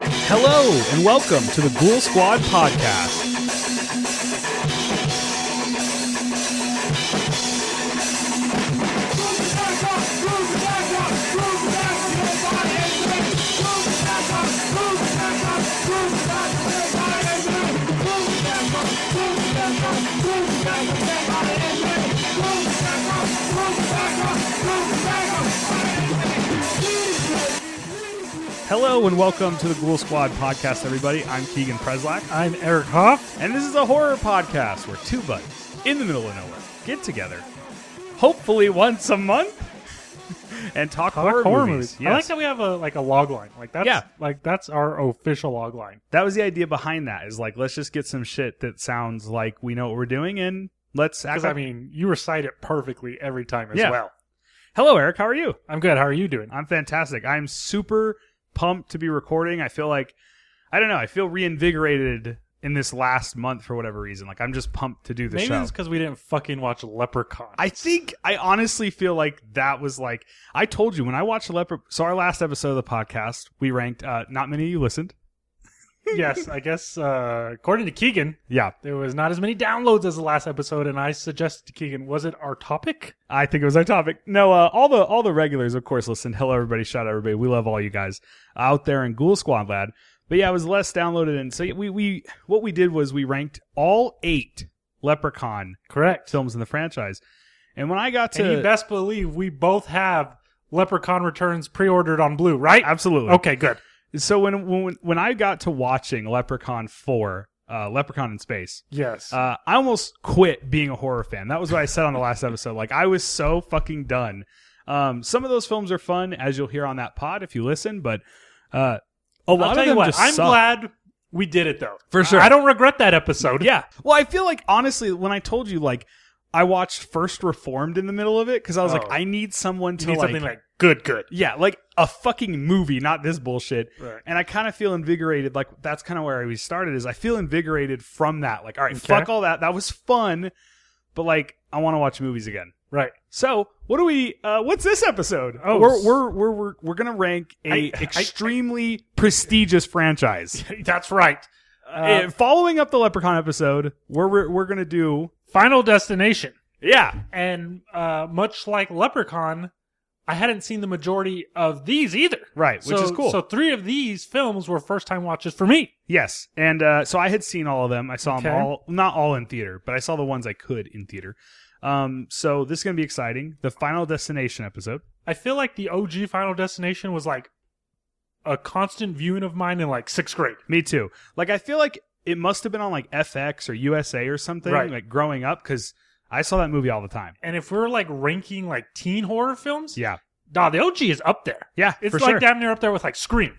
Hello, and welcome to the Ghoul Squad podcast. Hello, and welcome to the Ghoul Squad podcast, everybody. I'm Keegan Preslack. I'm Eric Hoff. And this is a horror podcast where two buddies in the middle of nowhere get together, hopefully once a month, and talk I horror, like horror movies. movies. I like Yes. that we have a like a log line. Like that's Yeah. like that's our official log line. that was the idea behind that. Is like let's just get some shit that sounds like we know what we're doing, and let's act. Because like- I mean, you recite it perfectly every time as Yeah. well. hello, Eric. How are you? I'm good. How are you doing? I'm fantastic. I'm super pumped to be recording. I feel like I don't know. I feel reinvigorated in this last month for whatever reason. Like I'm just pumped to do the Maybe show. it's because we didn't fucking watch Leprechaun. I think I honestly feel like that was like I told you when I watched Leopard. So our last episode of the podcast, we ranked. Uh, not many of you listened. yes, I guess uh, according to Keegan, Yeah, there was not as many downloads as the last episode, and I suggested to Keegan, was it our topic? I think it was our topic. No, uh, all the all the regulars, of course, listened. Hello, everybody. Shout out everybody. We love all you guys out there in Ghoul Squad, lad. But yeah, it was less downloaded, and so we we what we did was we ranked all eight Leprechaun Correct. films in the franchise. And when I got and you to best believe we both have Leprechaun Returns pre-ordered on Blue, right? absolutely Okay, good. So when when when I got to watching Leprechaun Four, uh, Leprechaun in Space, Yes. uh, I almost quit being a horror fan. That was what I said on the last episode. Like I was so fucking done. Um, some of those films are fun, as you'll hear on that pod if you listen. But uh, a lot I'll tell of you them what, just I'm suck. glad we did it though. For I- sure. I don't regret that episode. Yeah. Well, I feel like honestly, when I told you like. I watched First Reformed in the middle of it because I was like, Oh. I need someone You to need something like good, good. yeah, like a fucking movie, not this bullshit. Right. And I kind of feel invigorated. Like that's kind of where I started. Is I feel invigorated from that. Like, all right, Okay. fuck all that. That was fun, but like, I want to watch movies again. Right. So, what do we? Uh, what's this episode? Oh, we're s- we're we're we're, we're gonna rank a I- I- extremely prestigious franchise. That's right. Uh, Uh, following up the Leprechaun episode, we're we're, we're gonna do Final Destination. yeah And uh, much like Leprechaun, I hadn't seen the majority of these either. right, which So- is cool. So three of these films were first time watches for me. Yes, and uh, so I had seen all of them. I saw Okay. them all, not all in theater, but I saw the ones I could in theater. Um, so this is gonna be exciting. The Final Destination episode. I feel like the OG Final Destination was like a constant viewing of mine in like sixth grade. Me too. Like I feel like it must have been on like FX or USA or something. Right. Like growing up, because I saw that movie all the time. And if we're like ranking like teen horror films, Yeah, nah, the OG is up there. yeah, It's for like sure. damn near up there with like Scream.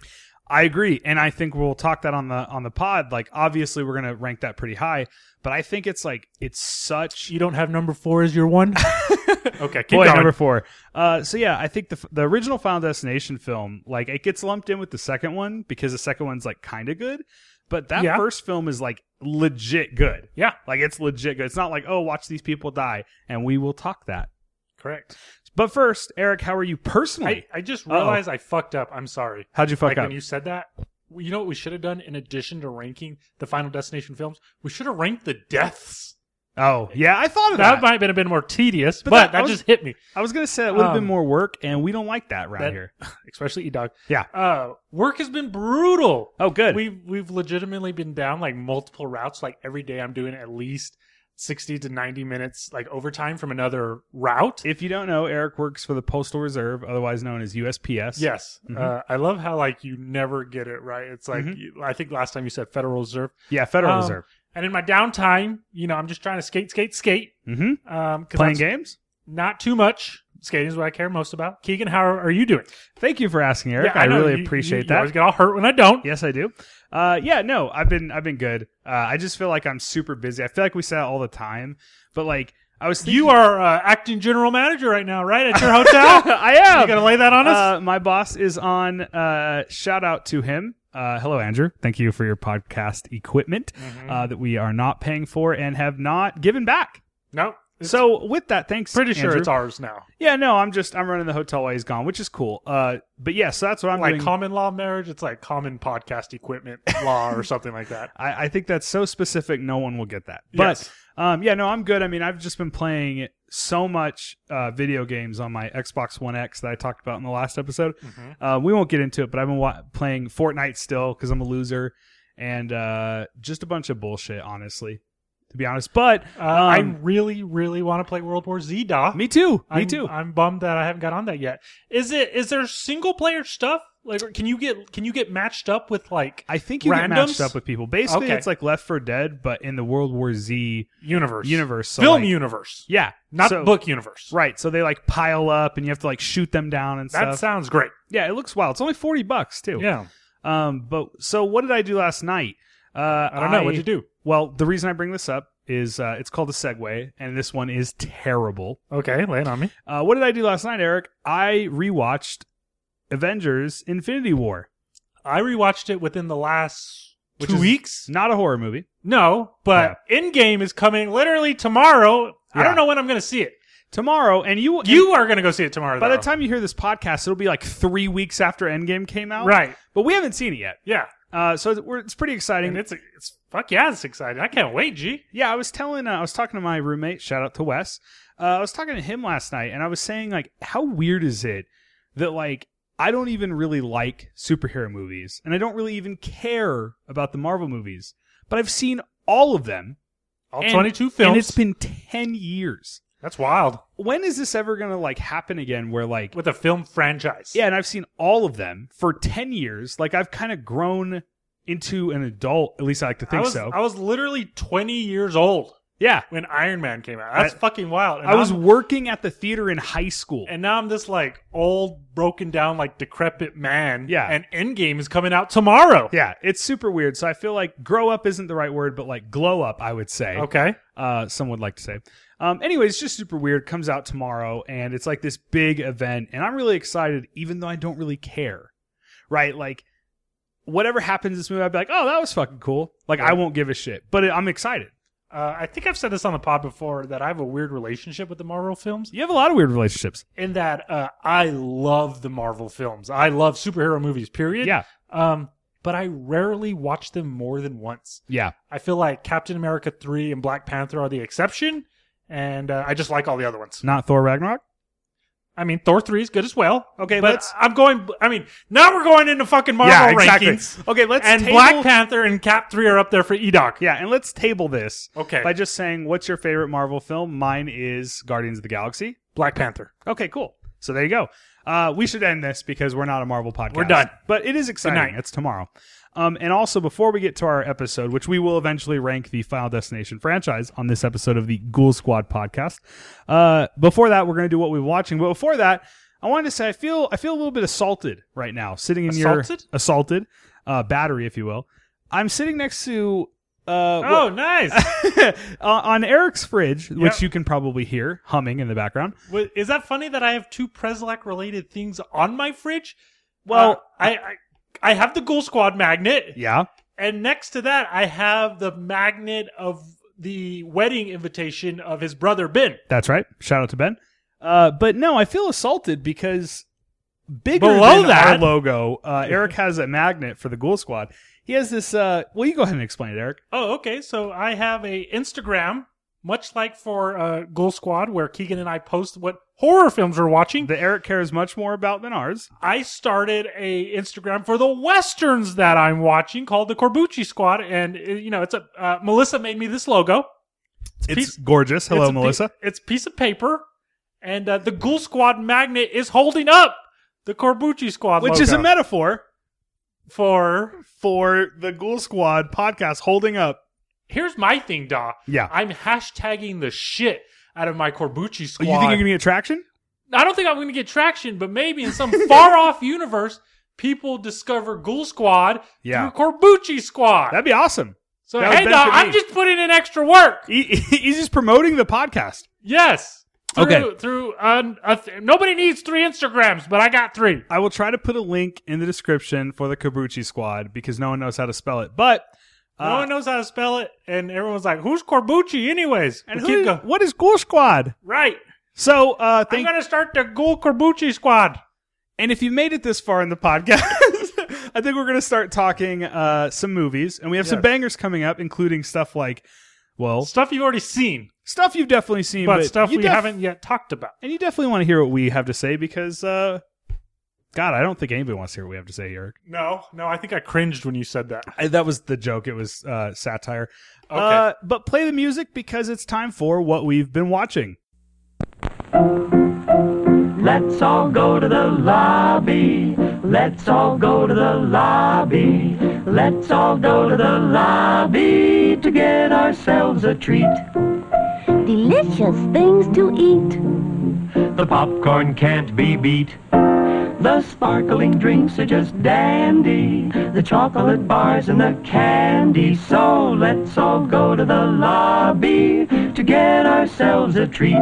I agree, and I think we'll talk that on the on the pod. Like obviously we're gonna rank that pretty high, but I think it's like it's such You don't have number four as your one? okay, keep Boy, going. number four. Uh, so yeah, I think the f- the original Final Destination film, like it gets lumped in with the second one because the second one's like kind of good, but that Yeah. first film is like legit good. Yeah. Like it's legit good. It's not like oh, watch these people die, and we will talk that. Correct. But first, Eric, how are you personally? I, I just realized I fucked up. I'm sorry. How'd you fuck like up? when you said that, you know what we should have done in addition to ranking the Final Destination films? We should have ranked the deaths. oh yeah, I thought of that. That might have been a bit more tedious, But but, that- that, I was- just hit me. I was gonna say that would have been Um, more work, and we don't like that around that- here. Especially E Dog. Yeah. Uh, work has been brutal. Oh, good. We've we've legitimately been down like multiple routes. Like every day I'm doing at least sixty to ninety minutes like overtime from another route. if you don't know, Eric works for the Postal Reserve, otherwise known as USPS. Yes, Mhm. uh, I love how like you never get it right. It's like Mhm. you, I think last time you said Federal Reserve, yeah, Federal Um, Reserve. and in my downtime, you know, I'm just trying to skate, skate, skate. Mm-hmm. Um, 'cause Playing I'm- games. not too much. Skating is what I care most about. Keegan, how are you doing? Thank you for asking, Eric. Yeah, I, know, you- really you- appreciate You that. always get all hurt when I don't. yes, I do. Uh, yeah, no, I've been I've been good. Uh, I just feel like I'm super busy. I feel like we say that all the time, but like I was thinking, You are uh, acting general manager right now, right at your hotel. I you am. gonna lay that on us? Uh, my boss is on. Uh, shout out to him. Uh, hello, Andrew. Thank you for your uh, Mm-hmm. podcast equipment uh, that we are not paying for and have not given back. no, so with that, thanks. Pretty sure Andrew. it's ours now. Yeah, no, I'm just I'm running the hotel while he's gone, which is cool. Uh, but yeah, so that's what I'm like doing. common law marriage, it's like common podcast equipment law or something like that. I, I think that's so specific, no one will get that. But yes. um, yeah, no, I'm good. I mean, I've just been playing so much uh, video games on my Xbox One X that I talked about in the last episode. Mhm. Uh, we won't get into it, but I've been wa- playing Fortnite still because I'm a loser and uh, just a bunch of bullshit, honestly, to be honest. But Uh, I Um, really, really want to play World War Z. Da. me too, me I'm- too. I'm bummed that I haven't got on that yet. Is it? Is there single player stuff? Like, or can you get can you get matched up with like I think you get matched Randoms? up with people. Basically, Okay. it's like Left for Dead, but in the World War Z universe, universe. So film like- universe, Yeah, not so- book universe? Right, so they like pile up, and you have to like shoot them down and That stuff. sounds great. yeah, it looks wild. It's only forty bucks too. Yeah, Um, but so what did I do last night? Uh, I don't know. What'd you do? Well, the reason I bring this up is uh, it's called a segue, and this one is terrible. Okay, lay it on me. Uh, what did I do last night, Eric? I rewatched Avengers: Infinity War. I rewatched it within the last Which two is- weeks. Not a horror movie. No, but Endgame is coming literally tomorrow. I Yeah. don't know when I'm going to see it. Tomorrow, and you You are going to go see it tomorrow. By though. the time you hear this podcast, it'll be like three weeks after Endgame came out. right? But we haven't seen it yet. Yeah, Uh, so we're, it's pretty exciting. and it's it's fuck yeah, it's exciting. I can't wait, G. Yeah, I was telling, uh, I was talking to my roommate. Shout out to Wes. Uh, I was talking to him last night, and I was saying like, how weird is it that like I don't even really like superhero movies, and I don't really even care about the Marvel movies, but I've seen all of them, All And- 22 films. and it's been ten years. That's wild. When is this ever gonna like happen again? Where like, With a film franchise. yeah, and I've seen all of them for ten years. Like I've kind of grown into an adult. At least I like to I think was, so. I was literally 20 years old yeah. when Iron Man came out. That's I- fucking wild. And I was I'm- working at the theater in high school. and now I'm this like old, broken down, like decrepit man. Yeah. And Endgame is coming out tomorrow. Yeah, it's super weird. So I feel like grow up isn't the right word, but like glow up, I would say. Okay. Uh, some would like to say. Um, anyway, it's just super weird. Comes out tomorrow, and it's like this big event, and I'm really excited, even though I don't really care. Right? Like, whatever happens in this movie, I'd be like, oh, that was fucking cool. Like, I won't give a shit, but it, I'm excited. Uh, I think I've said this on the pod before that I have a weird relationship with the Marvel films You have a lot of weird relationships. in that uh, I love the Marvel films. I love superhero movies, period. Yeah, Um, but I rarely watch them more than once. yeah. I feel like Captain America 3 and Black Panther are the exception, and uh, I just like all the other ones. Not Thor Ragnarok? I mean, Thor 3 is good as well. Okay, but let's- I'm going, I mean, now we're going into fucking Marvel yeah, exactly. rankings. Okay, let's And table- Black Panther and Cap 3 are up there for E Edoc. Yeah, and let's table this Okay. by just saying, what's your favorite Marvel film? Mine is Guardians of the Galaxy. Black Panther. Okay, cool. So there you go. Uh, we should end this because we're not a Marvel podcast. We're done. But it is Good exciting. night. It's tomorrow. Um, and also, before we get to our episode, which we will eventually rank the Final Destination franchise on this episode of the Ghoul Squad podcast, uh, before that, we're going to do what we're watching. But before that, I wanted to say I feel I feel a little bit assaulted right now, sitting in your Assaulted? assaulted uh, battery, if you will. I'm sitting next to uh, what- Oh, nice. uh, on Eric's fridge, which Yep. you can probably hear humming in the background. Wait, is that funny that I have two Preslac related things on my fridge? Well- Uh, I, I I have the Ghoul Squad magnet, Yeah. and next to that, I have the magnet of the wedding invitation of his brother Ben. That's right. Shout out to Ben. Uh, but no, I feel assaulted because bigger Below than that- our logo, uh, Eric has a magnet for the Ghoul Squad. He has this. Uh, well, you go ahead and explain it, Eric. Oh, okay. So I have a Instagram, much like for uh, Ghoul Squad, where Keegan and I post what horror films we're watching. That Eric cares much more about than ours. I started a Instagram for the westerns that I'm watching called the Corbucci Squad, and uh, you know, it's a uh, Melissa made me this logo. It's gorgeous. Hello, It's a pi- Melissa. it's a piece of paper, and uh, the Ghoul Squad magnet is holding up the Corbucci Squad, Which is a logo metaphor for. for the Ghoul Squad podcast holding up. Here's my thing, Da. Yeah. I'm hashtagging the shit out of my Corbucci Squad. Oh, You think you're gonna get traction? I don't think I'm going to get traction, but maybe in some far off universe, people discover Ghoul Squad Yeah. through Corbucci Squad. That'd be awesome. so that would hey, dog, benefit me. I'm just putting in extra work. He, he's just promoting the podcast. Yes. Through, Okay. Through uh, a th- nobody needs three Instagrams, but I got three. I will try to put a link in the description for the Kabuchi Squad because no one knows how to spell it. But No Uh, one knows how to spell it, and everyone's like, "Who's Corbucci, anyways?" And But who, keep go- what is Ghoul Squad? right. So uh, I'm thank gonna start the Ghoul Corbucci squad. And if you made it this far in the podcast, I think we're going to start talking uh, some movies, and we have some Yes. bangers coming up, including stuff like, well, Stuff you've already seen, stuff you've definitely seen, but, but, stuff you we def- haven't yet talked about. And you definitely want to hear what we have to say because, uh, God, I don't think anybody wants to hear what we have to say, Eric. No, no, I think I cringed when you said that. I, that was the joke. It was uh, satire. Okay. Uh, but play the music because it's time for what we've been watching. Let's all go to the lobby. Let's all go to the lobby. Let's all go to the lobby to get ourselves a treat. delicious things to eat. The popcorn can't be beat. The sparkling drinks are just dandy. The chocolate bars and the candy. So let's all go to the lobby to get ourselves a treat.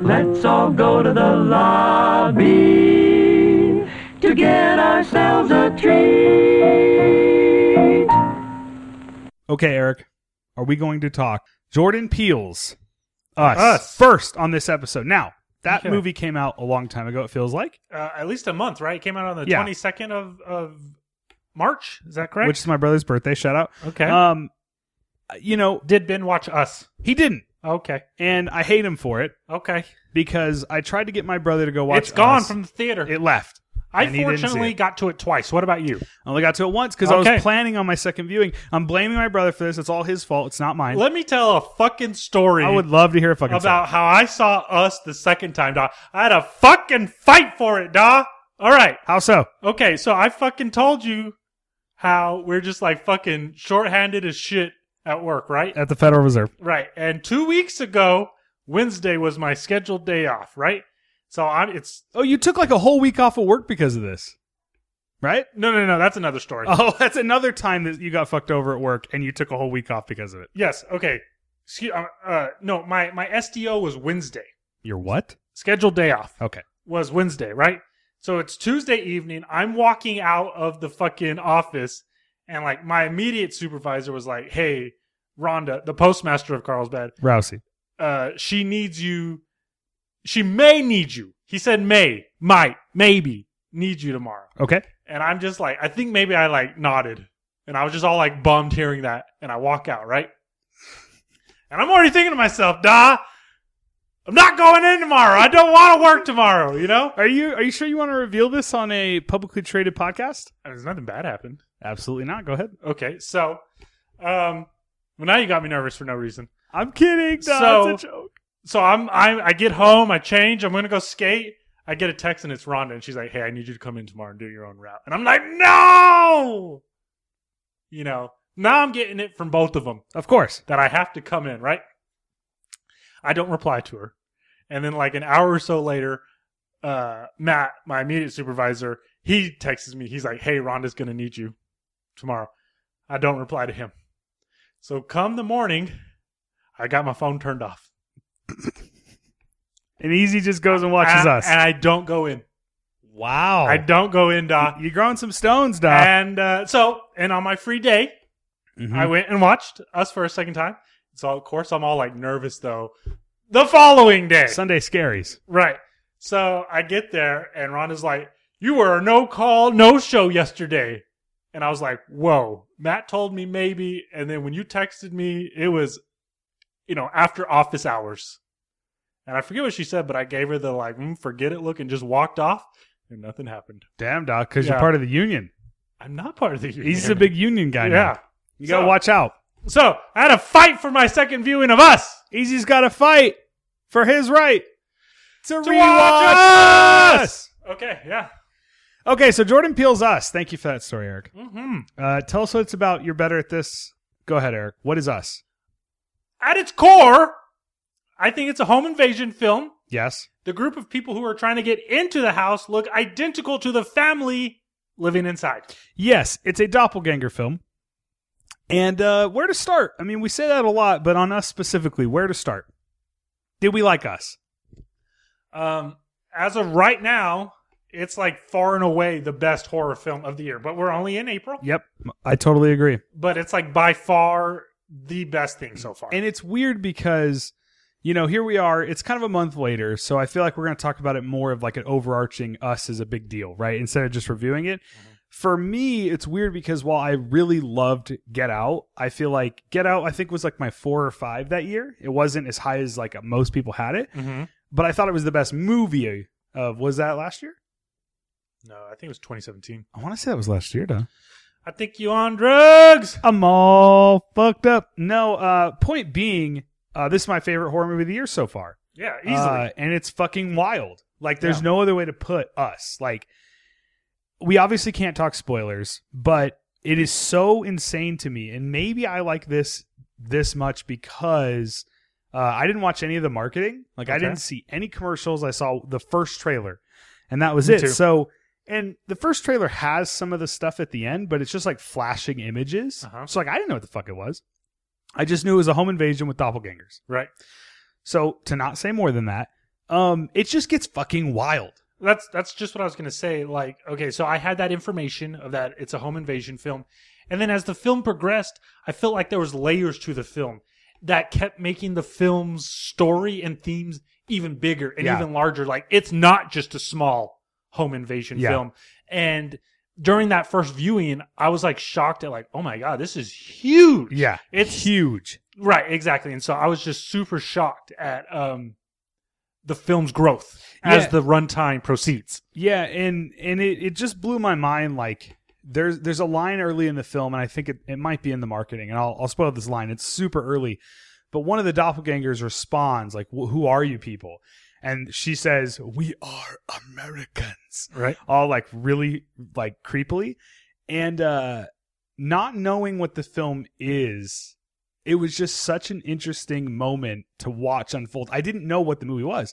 Let's all go to the lobby to get ourselves a treat. Okay, Eric, are we going to talk Jordan Peele's Us, Us. first on this episode? Now, that Okay. movie came out a long time ago, it feels like, uh, at least a month, right? It came out on the Yeah. 22nd of, of March. Is that correct? which is my brother's birthday. Shout out. okay. Um, you know, Did Ben watch Us? he didn't, Okay. and I hate him for it Okay. because I tried to get my brother to go watch. it's gone Us. from the theater. It left. I and he didn't see fortunately it. got to it twice. What about you? I only got to it once because I Okay. was planning on my second viewing. I'm blaming my brother for this. It's all his fault. It's not mine. Let me tell a fucking story I would love to hear a fucking song. about how I saw Us the second time, dog. I had a fucking fight for it, dog. All right. How so? Okay, so I fucking told you how we're just like fucking shorthanded as shit at work, right? At the Federal Reserve. Right. And two weeks ago, Wednesday was my scheduled day off, right? So I'm it's Oh, you took like a whole week off of work because of this, right? no no no, that's another story. Oh, that's another time that you got fucked over at work and you took a whole week off because of it. yes, okay. Excuse, uh, uh no, my my SDO was Wednesday. Your what? Scheduled day off Okay. was Wednesday, right? So it's Tuesday evening. I'm walking out of the fucking office and like my immediate supervisor was like, "Hey, Rhonda, the postmaster of Carlsbad, Rousey. uh, she needs you. She may need you. He said may, might, maybe need you tomorrow. Okay. And I'm just like, I think maybe I like nodded. And I was just all like bummed hearing that. And I walk out, right? And I'm already thinking to myself, "Duh, I'm not going in tomorrow. I don't want to work tomorrow, you know? Are you are you sure you want to reveal this on a publicly traded podcast? And there's nothing bad happened. Absolutely not. Go ahead. Okay, so, um, well, now you got me nervous for no reason. I'm kidding. So- No, it's a joke. So I'm, I, I get home, I change, I'm gonna go skate. I get a text and it's Rhonda, and she's like, "Hey, I need you to come in tomorrow and do your own route." And I'm like, "No!" You know, now I'm getting it from both of them. Of course. that I have to come in, right? I don't reply to her. And then like an hour or so later, uh Matt, my immediate supervisor, he texts me. He's like, "Hey, Rhonda's going to need you tomorrow." I don't reply to him. So come the morning, I got my phone turned off. And Easy just goes and watches and, us. Oh. And I don't go in. Ah, wow. I don't go in, Doc. You're uh, growing some stones, Doc. Mm-hmm. And uh, so, and on my free day, Ah. I went and watched us for a second time. So of course I'm all like nervous though. The following day. Sunday scaries. Right. So I get there and Ron is like, You were a no call, no show yesterday. And I was like, Whoa. Matt told me maybe. And then when you texted me, it was, you know, after office hours. And I forget what she said, but I gave her the like, mm, forget it look and just walked off and nothing happened. Damn, Doc, because Yeah. you're part of the union. I'm not part of the union. He's a big union guy. Yeah. now. You gotta So- watch out. So I had a fight for my second viewing of us. Easy's got to fight for his right to, rewatch watch us! Okay. Yeah. Okay, so Jordan Peele's Us. Thank you for that story, Eric. hmm Uh, tell us what it's about. You're better at this. Go ahead, Eric. What is Us? At its core, I think it's a home invasion film. Yes. The group of people who are trying to get into the house look identical to the family living inside. Yes, it's a doppelganger film. And uh, where to start? I mean, we say that a lot, but on Us specifically, where to start? Did we like Us? Um, as of right now, it's like far and away the best horror film of the year. But we're only in April. Yep, I totally agree. But it's like by far the best thing so far. And it's weird because, you know, here we are. It's kind of a month later, so I feel like we're going to talk about it more of like an overarching us as a big deal, right? Instead of just reviewing it. For me, it's weird because while I really loved Get Out, I feel like Get Out I think was like my four or five that year. It wasn't as high as like most people had it, mm-hmm. but I thought it was the best movie of was that last year? No, I think it was 2017. I want to say that was last year, Don. I think you on drugs. I'm all fucked up. No, uh, point being, uh, this is my favorite horror movie of the year so far. Yeah, easily. Uh, and it's fucking wild. Like, there's Yeah. no other way to put us. Like, we obviously can't talk spoilers, but it is so insane to me. And maybe I like this this much because uh, I didn't watch any of the marketing. Like, I Okay. didn't see any commercials. I saw the first trailer, and that was Me it. too. So, and the first trailer has some of the stuff at the end, but it's just like flashing images. Uh-huh. So, like, I didn't know what the fuck it was. I just knew it was a home invasion with doppelgangers. right. So to not say more than that, um, it just gets fucking wild. That's that's just what I was gonna say. Like, okay, so I had that information of that it's a home invasion film, and then as the film progressed, I felt like there was layers to the film that kept making the film's story and themes even bigger and Yeah. even larger. Like, it's not just a small home invasion Yeah. film. And during that first viewing, I was like shocked at like, oh my god, this is huge. Yeah, It's- huge. Right, exactly. And so I was just super shocked at um the film's growth as Yeah. the runtime proceeds. Yeah, and and it, it just blew my mind. Like there's there's a line early in the film, and I think it, it might be in the marketing, and I'll I'll spoil this line. It's super early, but one of the doppelgangers responds like, "Wh- "Who are you people?" And she says, "We are Americans." Right. all like really like creepily and uh not knowing what the film is it was just such an interesting moment to watch unfold i didn't know what the movie was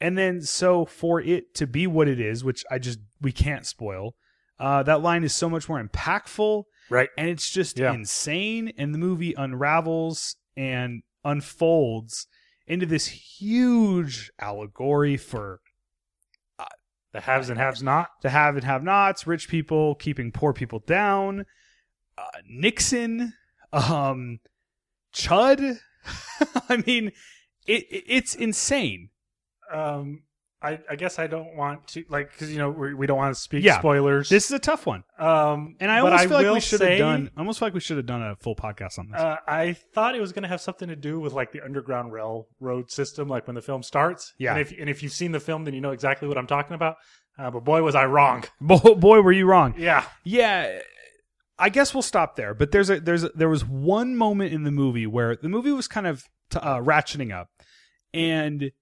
and then so for it to be what it is which i just we can't spoil uh that line is so much more impactful Right. and it's just Yeah. insane and the movie unravels and unfolds into this huge allegory for The haves and haves not. the have and have nots, rich people keeping poor people down, uh, Nixon, um, Chud. I mean, it, it- it's insane. Um I, I guess I don't want to like because you know we, we don't want to speak Yeah. spoilers. This is a tough one, um, and I but almost feel like will we should say, have done. I almost feel like we should have done a full podcast on this. Uh, I thought it was going to have something to do with like the underground railroad system, like when the film starts. Yeah. and if and if you've seen the film, then you know exactly what I'm talking about. Uh, but boy, was I wrong. Bo- boy, were you wrong? Yeah, yeah i guess we'll stop there but there's a there's a, there was one moment in the movie where the movie was kind of t- uh, ratcheting up and Did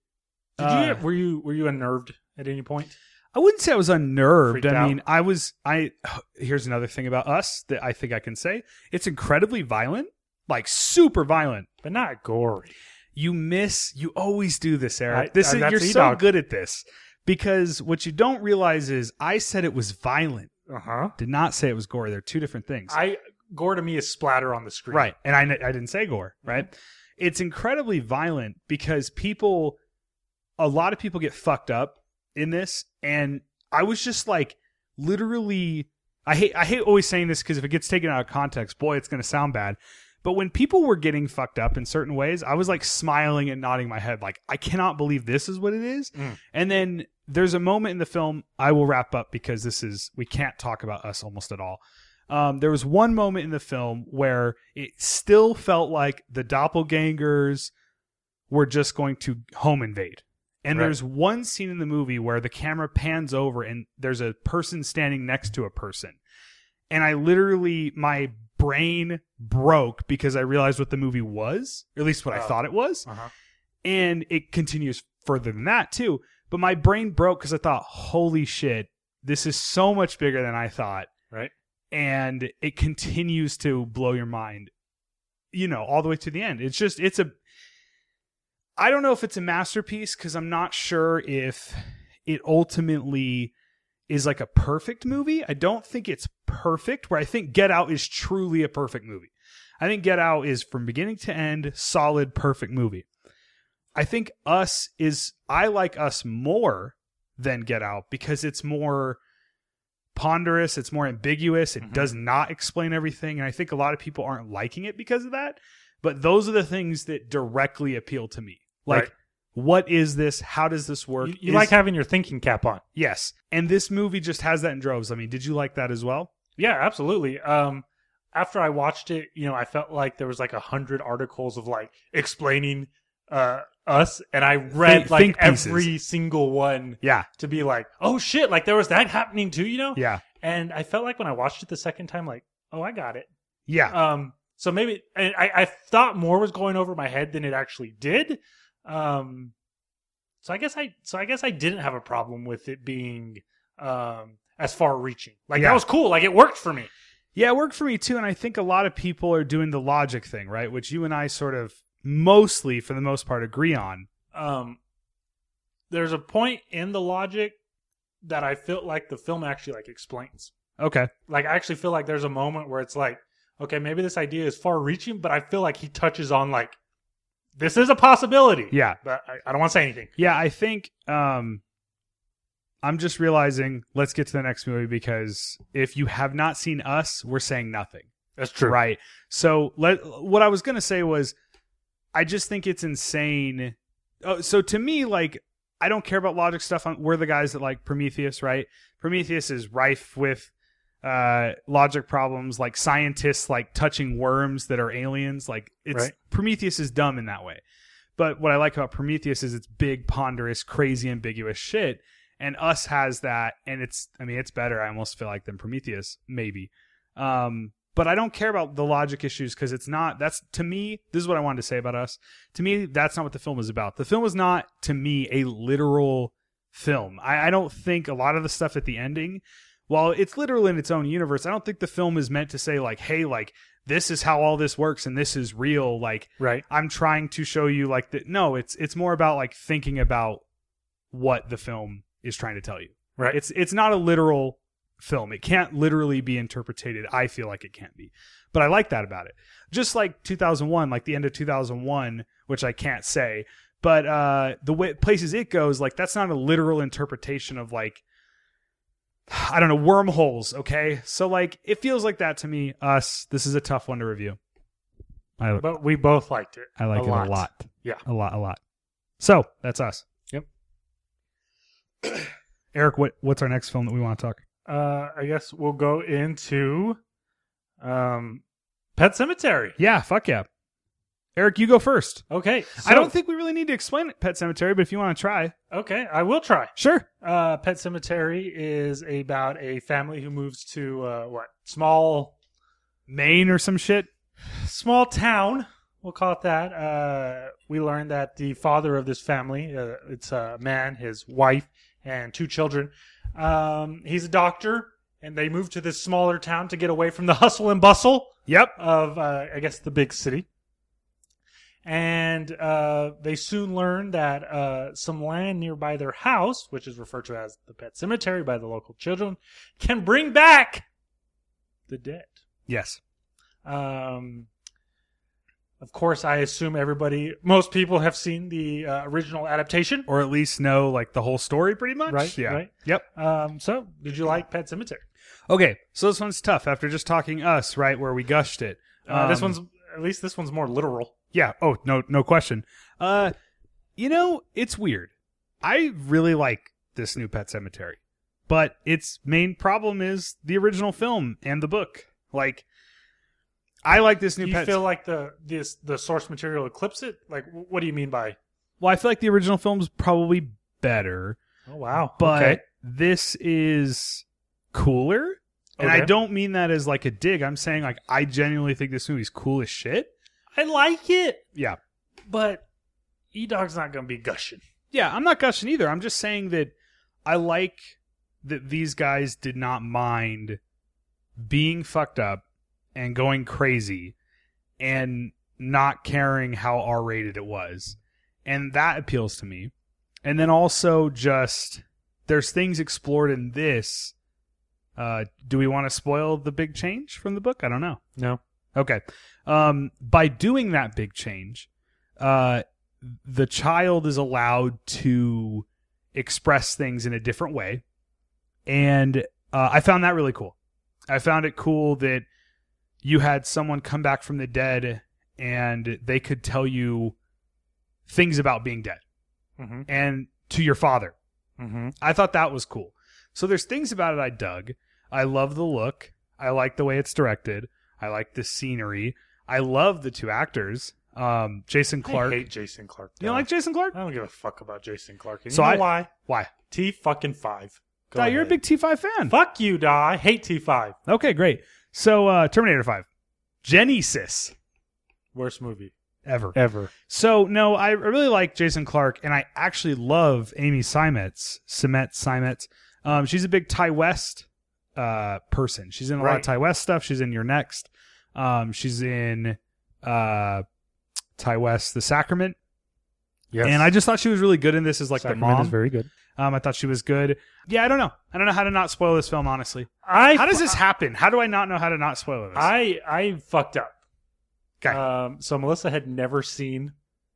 uh, you were you were you unnerved at any point? i wouldn't say i was unnerved Freaked i out? mean i was i here's another thing about us that i think i can say it's incredibly violent like super violent But not gory. you miss you always do this eric I- this I- is that's you're the so dog. good at this because what you don't realize is i said it was violent Uh huh. did not say it was gore they're two different things I gore to me is splatter on the screen. Right. And I, I didn't say gore, right? It's incredibly violent because people, a lot of people get fucked up in this. And I was just like, literally, I hate, I hate always saying this because if it gets taken out of context, boy, it's going to sound bad. But when people were getting fucked up in certain ways, I was like smiling and nodding my head, like, I cannot believe this is what it is. Mm. And then there's a moment in the film, I will wrap up because this is, we can't talk about us almost at all. Um, there was one moment in the film where it still felt like the doppelgangers were just going to home invade. And Right. there's one scene in the movie where the camera pans over and there's a person standing next to a person. And I literally, my brain broke because I realized what the movie was, or at least what I Oh. thought it was Uh huh. and it continues further than that too but my brain broke because i thought holy shit this is so much bigger than i thought Right. and it continues to blow your mind you know all the way to the end it's just it's a i don't know if it's a masterpiece because i'm not sure if it ultimately is like a perfect movie i don't think it's perfect where i think get out is truly a perfect movie i think get out is from beginning to end solid perfect movie I think Us is I like Us more than Get Out because it's more ponderous, it's more ambiguous, it Mhm. does not explain everything. And I think a lot of people aren't liking it because of that. But those are the things that directly appeal to me. Like, Right. what is this? How does this work? You, you Is- like having your thinking cap on. Yes. And this movie just has that in droves. I mean, did you like that as well? Yeah, absolutely. Um, after I watched it, you know, I felt like there was like a hundred articles of like explaining uh, us, and I read Think- like think pieces. every single one Yeah. to be like, oh shit, like there was that happening too, you know. Yeah. And I felt like when I watched it the second time, like, oh, I got it. Yeah. Um, so maybe and I, I thought more was going over my head than it actually did. Um, so I guess I so I guess I didn't have a problem with it being um as far reaching. Like Yeah. that was cool. Like it worked for me. Yeah, it worked for me too. And I think a lot of people are doing the logic thing, right? Which you and I sort of mostly, for the most part, agree on. Um, there's a point in the logic that I felt like the film actually like explains. Okay. Like I actually feel like there's a moment where it's like, okay, maybe this idea is far reaching, but I feel like he touches on like this is a possibility. Yeah. But I, I don't want to say anything. Yeah. I think um, I'm just realizing let's get to the next movie because if you have not seen us, we're saying nothing. That's true. Right. So let what I was gonna say was I just think it's insane. Oh, so to me, like I don't care about logic stuff. i we're the guys that like Prometheus, right? Prometheus is rife with uh logic problems like scientists like touching worms that are aliens like it's Right. prometheus is dumb in that way but what i like about prometheus is it's big ponderous crazy ambiguous shit and us has that and it's i mean it's better i almost feel like than prometheus maybe um but i don't care about the logic issues because it's not that's to me this is what i wanted to say about us to me that's not what the film is about the film is not to me a literal film i, I don't think a lot of the stuff at the ending while it's literal in its own universe i don't think the film is meant to say like hey like this is how all this works and this is real like Right. I'm trying to show you like that. No, it's it's more about like thinking about what the film is trying to tell you. Right. It's it's not a literal film. It can't literally be interpreted. I feel like it can't be, but I like that about it. Just like 2001, like the end of 2001, which I can't say, but uh, the way places it goes, like that's not a literal interpretation of like. I don't know, wormholes, okay? So like it feels like that to me. Us, this is a tough one to review. I, but we both liked it. I like it a lot. Yeah. A lot, a lot. So that's us. Yep. Eric, what, what's our next film that we want to talk? Uh, I guess we'll go into um, Pet Cemetery. Yeah, fuck yeah. Eric, you go first. Okay. I so- don't think we really need to explain it, Pet Cemetery, but if you want to try, Okay, I will try. sure. Uh, Pet Cemetery is about a family who moves to uh, what small Maine or some shit. small town. We'll call it that. Uh, we learned that the father of this family, uh, it's a man, his wife, and two children. Um, he's a doctor, and they moved to this smaller town to get away from the hustle and bustle Yep. of, uh, I guess, the big city. And uh, they soon learn that uh, some land nearby their house, which is referred to as the pet cemetery by the local children, can bring back the dead. Yes. Um, of course, I assume everybody, most people have seen the uh, original adaptation, Or at least know like the whole story pretty much. right? Yeah. Right. Yep. Um, so, did you like Pet Cemetery? Okay. So this one's tough after just talking us, right? Where we gushed it. Uh, this Um, one's at least this one's more literal. Yeah. Oh, no, no question. Uh, you know, it's weird. I really like this new Pet Cemetery, but its main problem is the original film and the book. Like, I like this new Do you Pet. feel like the this the source material eclipse it? Like, wh- what do you mean by? well, I feel like the original film's probably better, Oh wow! but okay. this is cooler. And I Okay. don't mean that as like a dig. I'm saying like I genuinely think this movie's cool as shit. I like it, Yeah. but E Dog's not gonna be gushing. Yeah, I'm not gushing either. I'm just saying that I like that these guys did not mind being fucked up and going crazy and not caring how R rated it was. And that appeals to me. And then also just there's things explored in this. Uh, do we want to spoil the big change from the book? I don't know. No. Okay. Um, by doing that big change, uh, the child is allowed to express things in a different way. And uh, I found that really cool. I found it cool that you had someone come back from the dead and they could tell you things about being dead Mm-hmm. and to your father. Mm-hmm. I thought that was cool. So there's things about it I dug. I love the look. I like the way it's directed. I like the scenery. I love the two actors. Um, Jason Clark. I hate Jason Clark. you don't like Jason Clark? I don't give a fuck about Jason Clark. And So you know I- why? Why? T fucking five. Go Di, you're a big ahead. T5 fan. fuck you, Di. I hate T five. Okay, great. So uh, Terminator 5. Genesis Worst movie ever. ever. So no, I really like Jason Clark, and I actually love Amy Simets, Simet Simet. Um, she's a big Ty West uh, person. She's in a lot of Right. Ty West stuff. She's in Your Next. Um, she's in uh, Ty West, The Sacrament, Yes. and I just thought she was really good in this as like Sacrament the mom. is very good. um, I thought she was good. Yeah, I don't know. I don't know how to not spoil this film. Honestly, I how does this happen? How do I not know how to not spoil this? I I fucked up. 'Kay. Um, so Melissa had never seen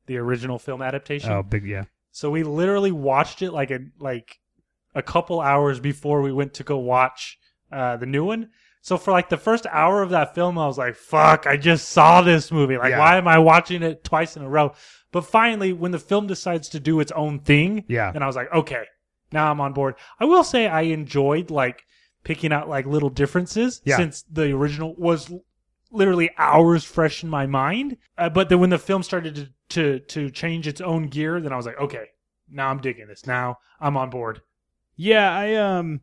the original film adaptation. oh, big yeah. So we literally watched it like a like a couple hours before we went to go watch uh, the new one. So for like the first hour of that film, I was like, "Fuck! I just saw this movie. Like, Yeah. why am I watching it twice in a row?" But finally, when the film decides to do its own thing, Yeah. and I was like, "Okay, now I'm on board." I will say I enjoyed like picking out like little differences Yeah. since the original was l- literally hours fresh in my mind. Uh, but then when the film started to, to to change its own gear, then I was like, okay, now I'm digging this. Now I'm on board. Yeah, I um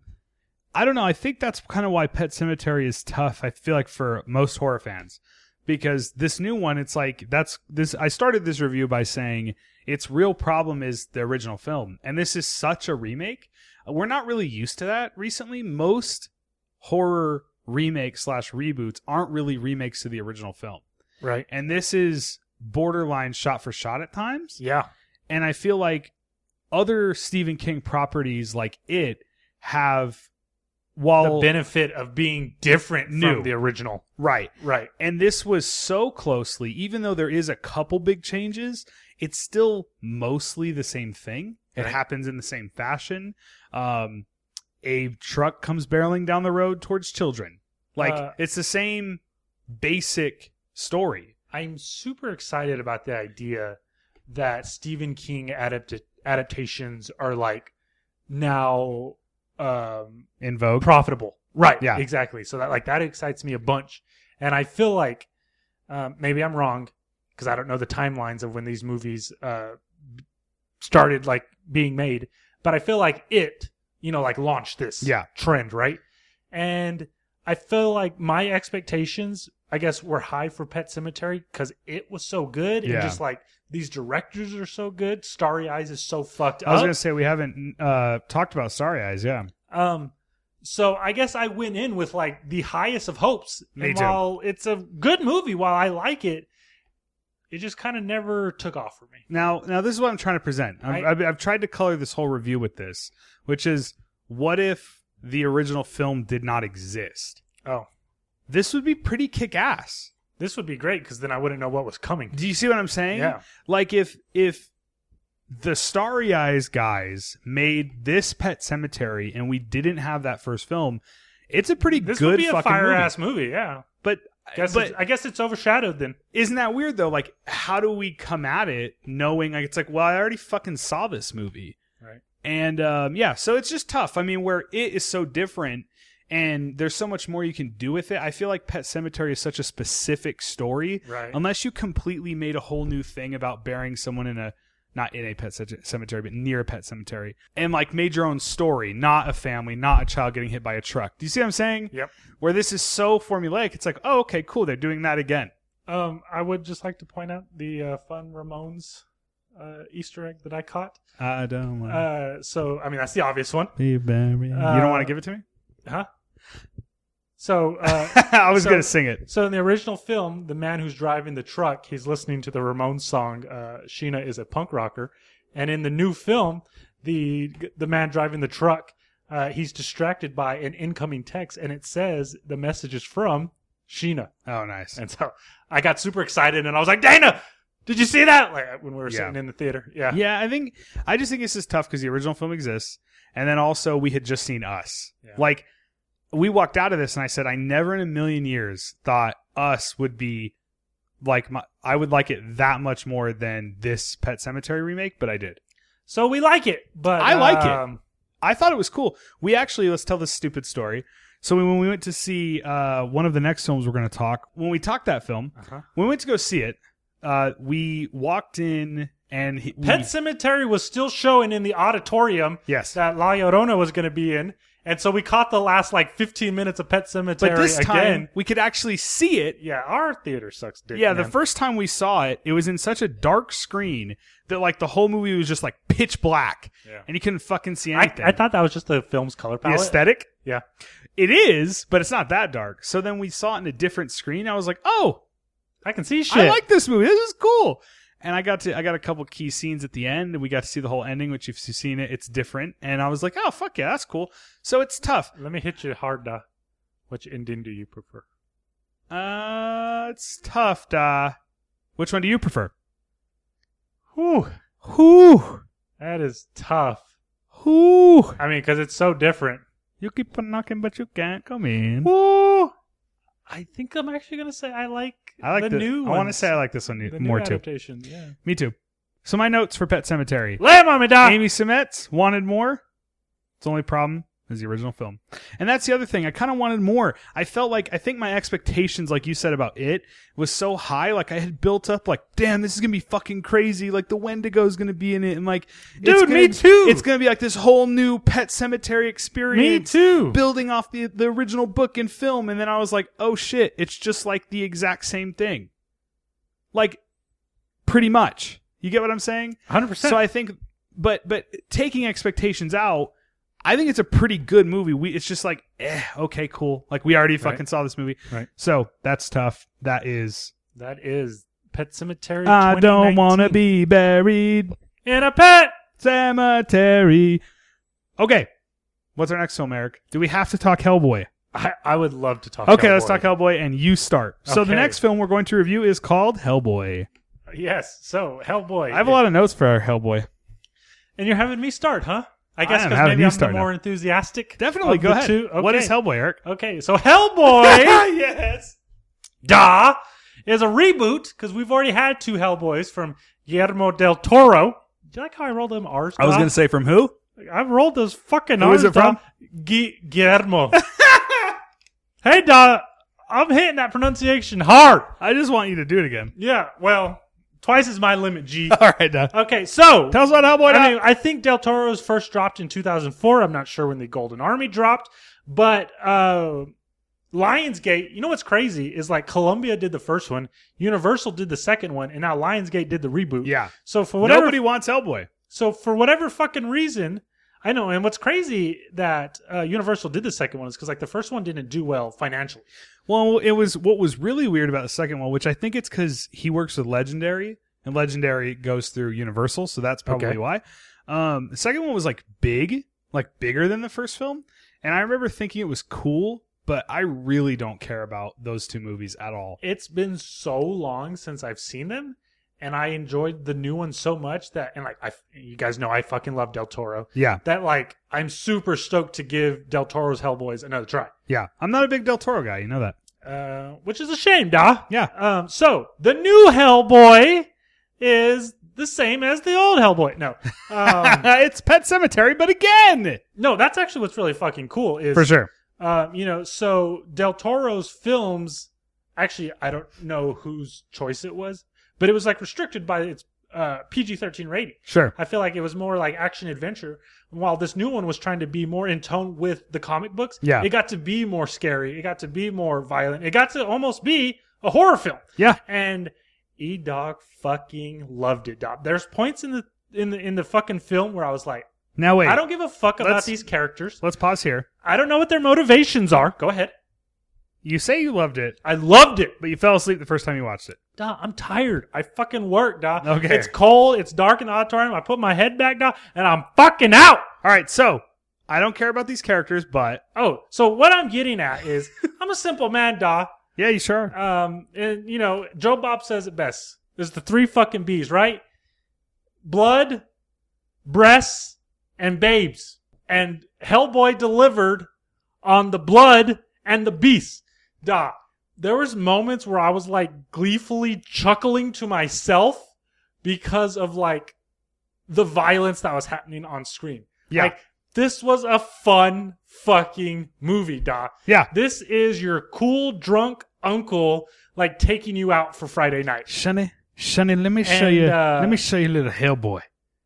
I don't know. I think that's kind of why Pet Cemetery is tough. I feel like for most horror fans because this new one it's like that's this I started this review by saying its real problem is the original film. And this is such a remake. We're not really used to that recently. Most horror remakes slash reboots aren't really remakes to the original film. Right. And this is borderline shot for shot at times Yeah. and I feel like other Stephen King properties like it have The while benefit of being different New. from the original. right Right. and this was so closely even though there is a couple big changes it's still mostly the same thing it Right. happens in the same fashion um a truck comes barreling down the road towards children like Uh, it's the same basic story I'm super excited about the idea that Stephen King adapt- adaptations are like now um, in vogue profitable. Right. Yeah. Exactly. So that like that excites me a bunch, and I feel like um, maybe I'm wrong because I don't know the timelines of when these movies uh, started like being made, but I feel like it, you know, like launched this Yeah. trend, right? And I feel like my expectations, I guess, were high for Pet Cemetery because it was so good, Yeah. and just like these directors are so good. Starry Eyes is so fucked i was up. gonna say we haven't uh talked about starry eyes yeah Um, so I guess I went in with like the highest of hopes. Me and too. While it's a good movie, while I like it, it just kind of never took off for me. Now, now this is what I'm trying to present. I'm, I, I- have I've tried to color this whole review with this, which is, what if the original film did not exist? Oh, This would be pretty kick-ass. this would be great because then I wouldn't know what was coming. Do you see what I'm saying? Yeah. Like if if the Starry Eyes guys made this Pet Cemetery and we didn't have that first film, it's a pretty This good would be a fucking fire movie. ass movie. Yeah. But Guess but it's- I guess it's overshadowed then. isn't that weird though? Like, how do we come at it knowing like it's like, well, I already fucking saw this movie, Right. And um, yeah, so it's just tough. I mean, where it is so different, and there's so much more you can do with it. I feel like Pet Cemetery is such a specific story, Right. unless you completely made a whole new thing about burying someone in a not in a pet ce- cemetery, but near a pet cemetery, and like made your own story, not a family, not a child getting hit by a truck. Do you see what I'm saying? Yep. Where this is so formulaic, it's like, oh, okay, cool, they're doing that again. Um, I would just like to point out the uh, fun Ramones uh, Easter egg that I caught. I don't want Uh, so I mean that's the obvious one, be buried. you don't want to give it to me? huh? So uh, I was so- gonna sing it. So in the original film, the man who's driving the truck, he's listening to the Ramones song uh, "Sheena is a punk rocker," and in the new film, the the man driving the truck, uh, he's distracted by an incoming text, and it says the message is from Sheena. Oh, nice. And so I got super excited, and I was like, "Dana, Did you see that? Like when we were Yeah. sitting in the theater. Yeah. uh, Yeah, I think I just think this is tough because the original film exists, and then also we had just seen Us. Yeah. Like we walked out of this, and I said, I never in a million years thought Us would be like my. I would like it that much more than this Pet Cemetery remake, but I did. So we like it, but I like it. um, I thought it was cool. We actually let's tell this stupid story. So when we went to see uh, one of the next films we're going to talk, when we talked that film, Uh-huh. when we went to go see it, uh, we walked in and he, we- Pet Cemetery was still showing in the auditorium yes, that La Llorona was going to be in, and so we caught the last like 15 minutes of Pet Cemetery but this time again. we could actually see it Yeah, our theater sucks dick. Yeah, the man. first time we saw it, it was in such a dark screen that like the whole movie was just like pitch black, Yeah. and you couldn't fucking see I, anything. I thought that was just the film's color the palette. aesthetic, yeah. it is, but it's not that dark. So then we saw it in a different screen. I was like, oh, I can see shit. I like this movie. This is cool. And I got to I got a couple key scenes at the end, and we got to see the whole ending, which if you've seen it, it's different. And I was like, oh fuck yeah, that's cool. So it's tough. Let me hit you hard. Da. Which ending do you prefer? Uh, it's tough. Uh, which one do you prefer? Whew, Who? that is tough. Who? I mean, because it's so different. You keep on knocking, but you can't come in. Woo! I think I'm actually gonna say I like. I like the, new. I want to say I like this one e- the more new too. adaptation. Yeah. Me too. So my notes for Pet Cemetery: Lay on me, doc. Amy Simmetz wanted more. Its only problem is the original film, and that's the other thing. I kind of wanted more. I felt like I think my expectations, like you said about it, was so high. Like I had built up, like, damn, this is gonna be fucking crazy. Like the Wendigo is gonna be in it, and like, it's Dude, gonna me be- too. It's gonna be like this whole new Pet Cemetery Me experience too. building off the the original book and film and then I was like, "Oh shit, it's just like the exact same thing." Like pretty much. You get what I'm saying? 100. So I think but but taking expectations out, I think it's a pretty good movie. We it's just like, "Eh, okay, cool." Like we already fucking saw this movie. Right. So, that's tough. That is That is Pet Cemetery. I don't 2019. want to be buried in a pet. cemetery. Okay. What's our next film, Eric? Do we have to talk Hellboy? I, I would love to talk. Okay, let's Hellboy. talk Hellboy, and you start. So the Okay. next film we're going to review is called Hellboy. Yes. So Hellboy. I have a lot of notes for our Hellboy. And you're having me start, huh? I guess am because having maybe you I'm start the more enthusiastic. Definitely, of go the ahead. two. What Okay. is Hellboy, Eric? Okay, so Hellboy. yes. Da is a reboot because we've already had two Hellboys from Guillermo del Toro. Do you like how I rolled them R's? I was Da? going to say from who? I rolled those fucking Who R's. is it Da. from? Gui- Guillermo. hey, Da. I'm hitting that pronunciation hard. I just want you to do it again. Yeah, well, twice is my limit, G. All right, now. Okay, so tell us about Hellboy. I now. mean, I think Del Toro's first dropped in 2004. I'm not sure when the Golden Army dropped, but uh, Lionsgate. You know what's crazy is like Columbia did the first one, Universal did the second one, and now Lionsgate did the reboot. yeah, So for whatever, nobody wants Hellboy. so for whatever fucking reason, I know. And what's crazy that uh, Universal did the second one is because like the first one didn't do well financially. Well, it was what was really weird about the second one, which I think it's because he works with Legendary, and Legendary goes through Universal, so that's probably Okay. why. Um, the second one was like big, like bigger than the first film, and I remember thinking it was cool, but I really don't care about those two movies at all. It's been so long since I've seen them. And I enjoyed the new one so much that, and like, I, you guys know I fucking love Del Toro. Yeah, that like I'm super stoked to give Del Toro's Hellboys another try. yeah, I'm not a big Del Toro guy, you know that. Uh, which is a shame, da. Yeah. Um, so the new Hellboy is the same as the old Hellboy. No. Um, it's Pet Cemetery, but again, no, that's actually what's really fucking cool is for sure. um, you know, so Del Toro's films actually I don't know whose choice it was, but it was like restricted by its uh, PG-13 rating. Sure. I feel like it was more like action adventure, while this new one was trying to be more in tone with the comic books. Yeah. it got to be more scary. It got to be more violent. It got to almost be a horror film. Yeah. and E Dog fucking loved it. Dog. There's points in the in the in the fucking film where I was like, Now wait. I don't give a fuck about let's- these characters. Let's pause here. I don't know what their motivations are. Go ahead. You say you loved it, I loved it. but you fell asleep the first time you watched it. Duh, I'm tired. I fucking work, duh. Okay. It's cold. It's dark in the auditorium. I put my head back, duh, and I'm fucking out. All right, so I don't care about these characters, but Oh, so what I'm getting at is I'm a simple man, da. yeah, you sure. Um, and you know, Joe Bob says it best. There's the three fucking B's, right? Blood, breasts, and babes. And Hellboy delivered on the blood and the beasts. Da. There was moments where I was like gleefully chuckling to myself because of like the violence that was happening on screen. Yeah. Like this was a fun fucking movie, Doc. Yeah. This is your cool drunk uncle like taking you out for Friday night. Sonny, Sonny, let me show And, you. uh, let me show you little Hellboy.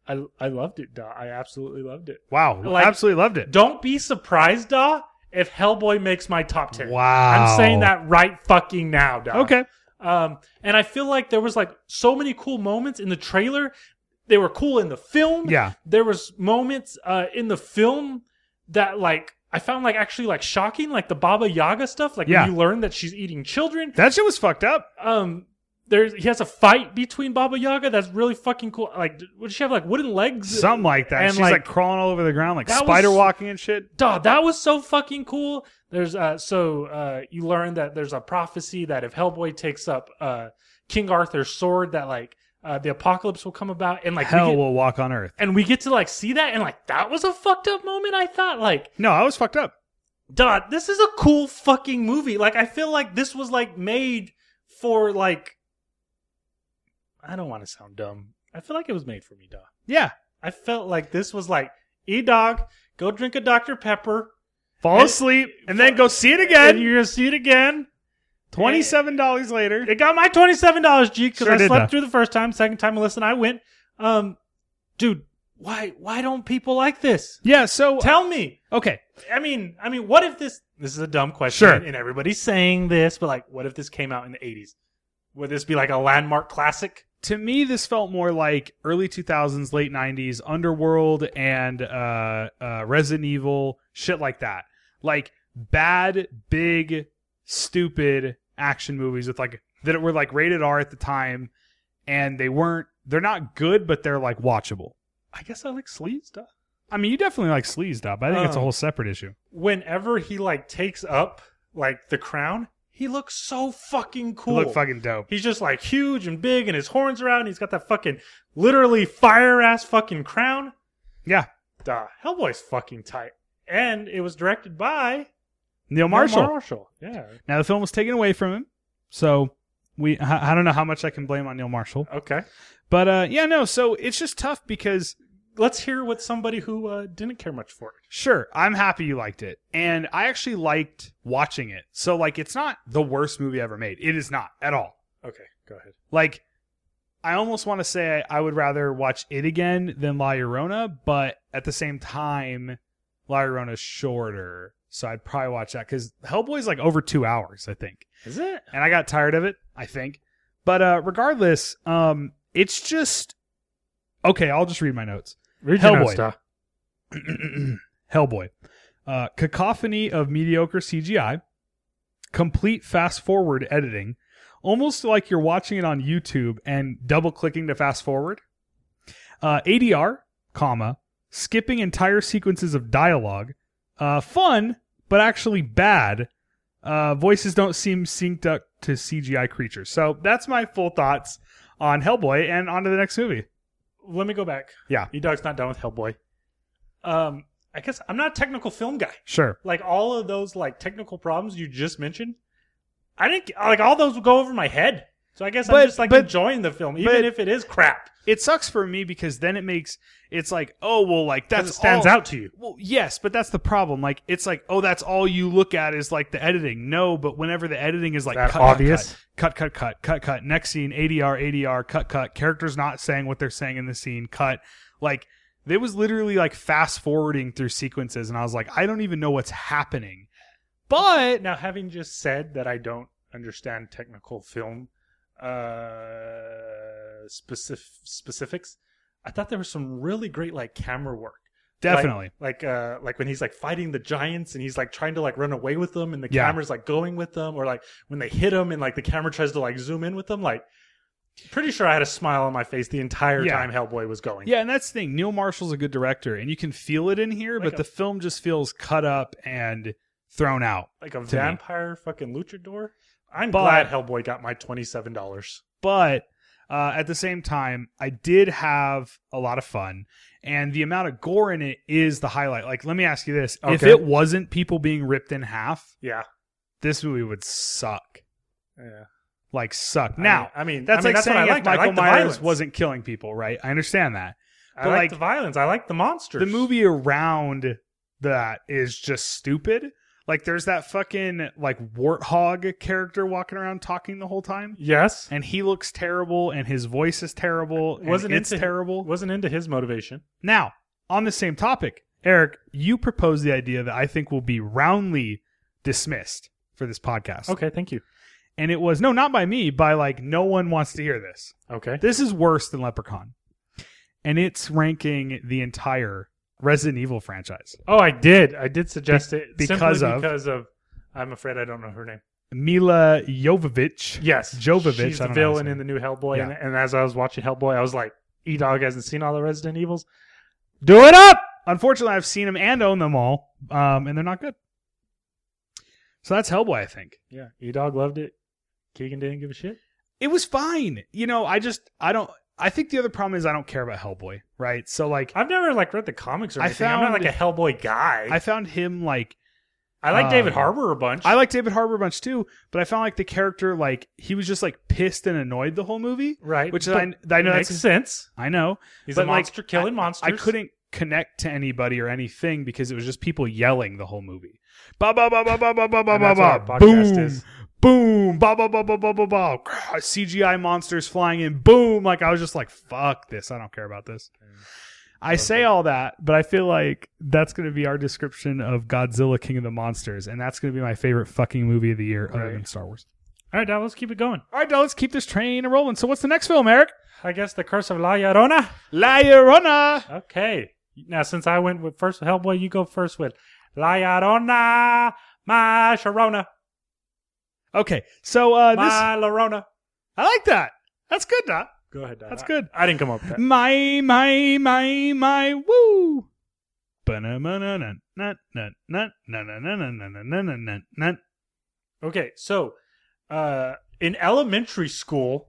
I I loved it, Doc. I absolutely loved it. Wow, like- absolutely loved it. Don't be surprised, Doc, if Hellboy makes my top ten. Wow, I'm saying that right fucking now, Doc. Okay, Um, and I feel like there was like so many cool moments in the trailer. They were cool in the film. Yeah. There was moments uh, in the film that like I found like actually like shocking, like the Baba Yaga stuff. Like Yeah. when you learn that she's eating children. that shit was fucked up. Um, there's he has a fight between Baba Yaga. That's really fucking cool. Like, would she have like wooden legs? Something like that. And, She's like, like, crawling all over the ground, like that was- spider walking and shit. Duh, that was so fucking cool. There's uh so uh you learn that there's a prophecy that if Hellboy takes up uh King Arthur's sword that like uh the apocalypse will come about and like Hell we get, will walk on Earth. and we get to like see that and like that was a fucked up moment I thought like No, I was fucked up. duh, this is a cool fucking movie. Like I feel like this was like made for like I don't want to sound dumb. I feel like it was made for me, duh. Yeah, I felt like this was like E dog, go drink a Dr. Pepper. fall And- asleep and then go see it And again. you're gonna see it again. Twenty-seven dollars later. It got my twenty seven dollars, G, because Sure I did, slept though. through the first time. Second time, listen, I went. Um, dude, why why don't people like this? Yeah. So Tell me. okay, I mean, I mean, what if this? This is a dumb question, Sure. and everybody's saying this, but like, what if this came out in the eighties? Would this be like a landmark classic? to me, this felt more like early two thousands, late nineties, Underworld and uh, uh, Resident Evil, shit like that. Like bad, big, stupid action movies with like that were like rated R at the time, and they weren't. They're not good, but they're like watchable. I guess I like sleaze stuff. I mean, you definitely like sleazed up. I think it's a Um, whole separate issue. Whenever he like takes up like the crown, he looks so fucking It cool. looked fucking dope. He's just like huge and big, and his horns are out, and he's got that fucking literally fire ass fucking crown. Yeah, Duh, Hellboy's fucking tight. And it was directed by Neil Marshall. Neil Marshall. Yeah. Now the film was taken away from him, so we I I don't know how much I can blame on Neil Marshall. Okay. But uh, yeah, no. So it's just tough because Let's hear what somebody who uh, didn't care much for it. sure, I'm happy you liked it, and I actually liked watching it. So like, it's not the worst movie ever made. It is not at all. Okay, go ahead. Like, I almost want to say I would rather watch it again than La Llorona, but at the same time, La Llorona's shorter. So I'd probably watch that because Hellboy's like over two hours, I think. Is it? And I got tired of it, I think. But uh, regardless, um, it's just. Okay, I'll just read my notes. Read your your notes, Doc. Hellboy. Uh, cacophony of mediocre CGI, complete fast forward editing, almost like you're watching it on YouTube and double clicking to fast forward. Uh, ADR, comma, skipping entire sequences of dialogue. Uh, fun, but actually bad. Uh, voices don't seem synced up to CGI creatures. So that's my full thoughts on Hellboy and on to the next movie. Let me go back. Yeah. E Dog's not done with Hellboy. Um, I guess I'm not a technical film guy. Sure. Like all of those like technical problems you just mentioned, I didn't like all those would go over my head. So I guess But- I'm just like but- enjoying the film, even but- if it is crap. it sucks for me because then it makes it's like oh well like that That stands out to you. well yes but that's the problem like it's like oh that's all you look at is like the editing no but whenever the editing is like That cut, obvious? cut, cut cut cut cut cut next scene adr adr cut cut characters not saying what they're saying in the scene cut like it was literally like fast forwarding through sequences and i was like i don't even know what's happening but Now, having just said that I don't understand technical film uh, specific, specifics, I thought there was some really great like camera work. Like- definitely like uh, like when he's like fighting the giants and he's like trying to like run away with them, and the Yeah. camera's like going with them, or like when they hit him and like the camera tries to like zoom in with them. Like, pretty sure I had a smile on my face the entire Yeah. time Hellboy was going. Yeah, and that's the thing. Neil Marshall's a good director, and you can feel it in here, Like but a- the film just feels cut up and thrown out. like To a me. vampire fucking luchador. I'm But- glad Hellboy got my twenty seven dollars. But Uh, at the same time, I did have a lot of fun, and the amount of gore in it is the highlight. Like, let me ask you this: if Okay. it wasn't people being ripped in half, Yeah. this movie would suck. Yeah. Like, suck. I Now, mean- I mean, that's I mean, like that's what saying I if liked. I Michael liked the Myers violence. wasn't killing people, right? I understand that. I but, like like, the violence. I like the monsters. The movie around that is just stupid. Like, there's that fucking like warthog character walking around talking the whole time. Yes. and he looks terrible and his voice is terrible and Wasn't it's into- terrible Wasn't into his motivation. now on the same topic eric you proposed the idea that i think will be roundly dismissed for this podcast Okay. Thank you. and it was no not by me by like no one wants to hear this Okay. this is worse than leprechaun and it's ranking the entire resident evil franchise Oh, I did. I did suggest it because simply of- because of. I'm afraid I don't know her name. mila jovovich Yes, Jovovich, She's I don't know how the to villain say in it. the new Hellboy. Yeah. And, and as I was watching Hellboy, I was like, "E Dog hasn't seen all the Resident Evils. Do it up." unfortunately, I've seen them and own them all, um, and they're not good. So that's Hellboy, I think. Yeah, E Dog loved it. Keegan didn't give a shit. It was fine. You know, I just, I don't, I think the other problem is I don't care about Hellboy, right? So, like, I've never like read the comics or I anything. I'm not found- like a Hellboy guy. I found him, like, I like um, David Harbour a bunch. I like David Harbour a bunch too, but I found, like, the character, like, he was just, like, pissed and annoyed the whole movie, right, which but I, I know makes that's, sense. I know. He's but, a like, monster killing monster. I couldn't connect to anybody or anything because it was just people yelling the whole movie. Ba ba ba ba ba ba ba ba ba And that's ba. what our podcast Boom. is. Boom. Ba ba ba ba ba ba ba. Grr, CGI monsters flying in. Boom. Like I was just like, fuck this. I don't care about this. I say all that, but I feel like that's going to be our description of Godzilla King of the Monsters, and that's going to be my favorite fucking movie of the year other Right. than Star Wars. All right, now let's keep it going. All right, now let's keep this train rolling. So, what's the next film, Eric? I guess the Curse of La Llorona. La Llorona. Okay. Now, since I went with first with Hellboy, you go first with La Llorona, my Sharona, Okay, so uh, this my Llorona. I like that. That's good, Doc. Go ahead, Dad. That's I- good. I didn't come up with that. My, my, my, my, woo. Okay. Okay, so uh, in elementary school,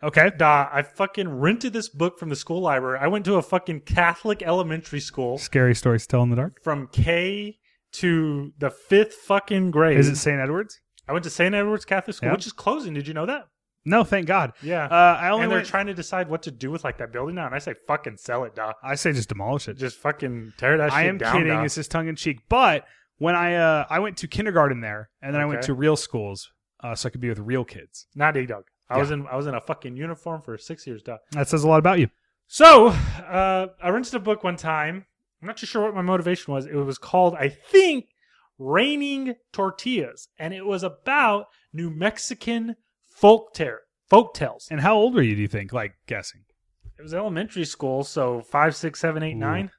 da, I fucking rented this book from the school library. I went to a fucking Catholic elementary school Scary stories to tell in the dark. from K to the fifth fucking grade. Is it St. Edward's? I went to St. Edward's Catholic School, Yeah. which is closing. Did you know that? No, thank God. Yeah. Uh, I only and they're went, trying to decide what to do with like that building now. And I say, fucking sell it, da. I say just demolish it. Just fucking tear that shit I am down. kidding. dog. This is tongue in cheek. But when I uh, I went to kindergarten there, and then I went Okay. to real schools, uh, so I could be with real kids. Not a dog. I Yeah. was in I was in a fucking uniform for six years, dog. That says a lot about you. So uh, I rented a book one time. I'm not too sure what my motivation was. It was called, I think, "Raining Tortillas," and it was about New Mexican folk ter- folk tales. And how old were you? Do you think? Like guessing. It was elementary school, so five, six, seven, eight, Ooh. nine.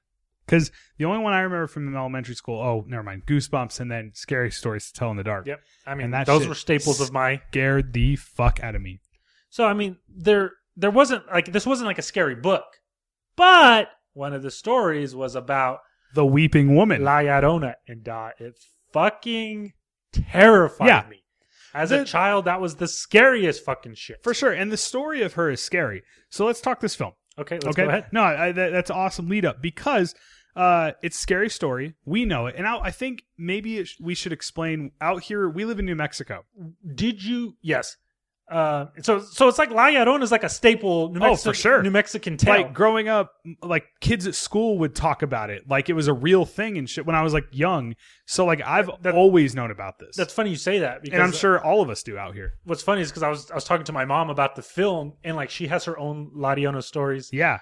Because the only one I remember from elementary school, oh, never mind, Goosebumps, and then Scary Stories to Tell in the Dark. Yep. I mean, And that those shit were staples of my Scared the fuck out of me. So I mean, there there wasn't like this wasn't like a scary book, but one of the stories was about The Weeping Woman. La Llorona, and uh, it fucking terrified Yeah. me. As The- a child, that was the scariest fucking shit. For sure. And the story of her is scary. So let's talk this film. Okay, let's okay. go ahead. No, I, that, that's an awesome lead up because uh, it's a scary story. We know it. And I, I think maybe it sh- we should explain out here, we live in New Mexico. Did you? Yes. Uh, so so it's like La Llorona is like a staple. New Oh, Mexi- for sure. New Mexican tale. Like growing up, m- like kids at school would talk about it. Like it was a real thing and shit when I was like young. So like I've That- always known about this. That's funny you say that because and I'm sure all of us do out here. what's funny is because I was I was talking to my mom about the film and like she has her own La Llorona stories Yeah.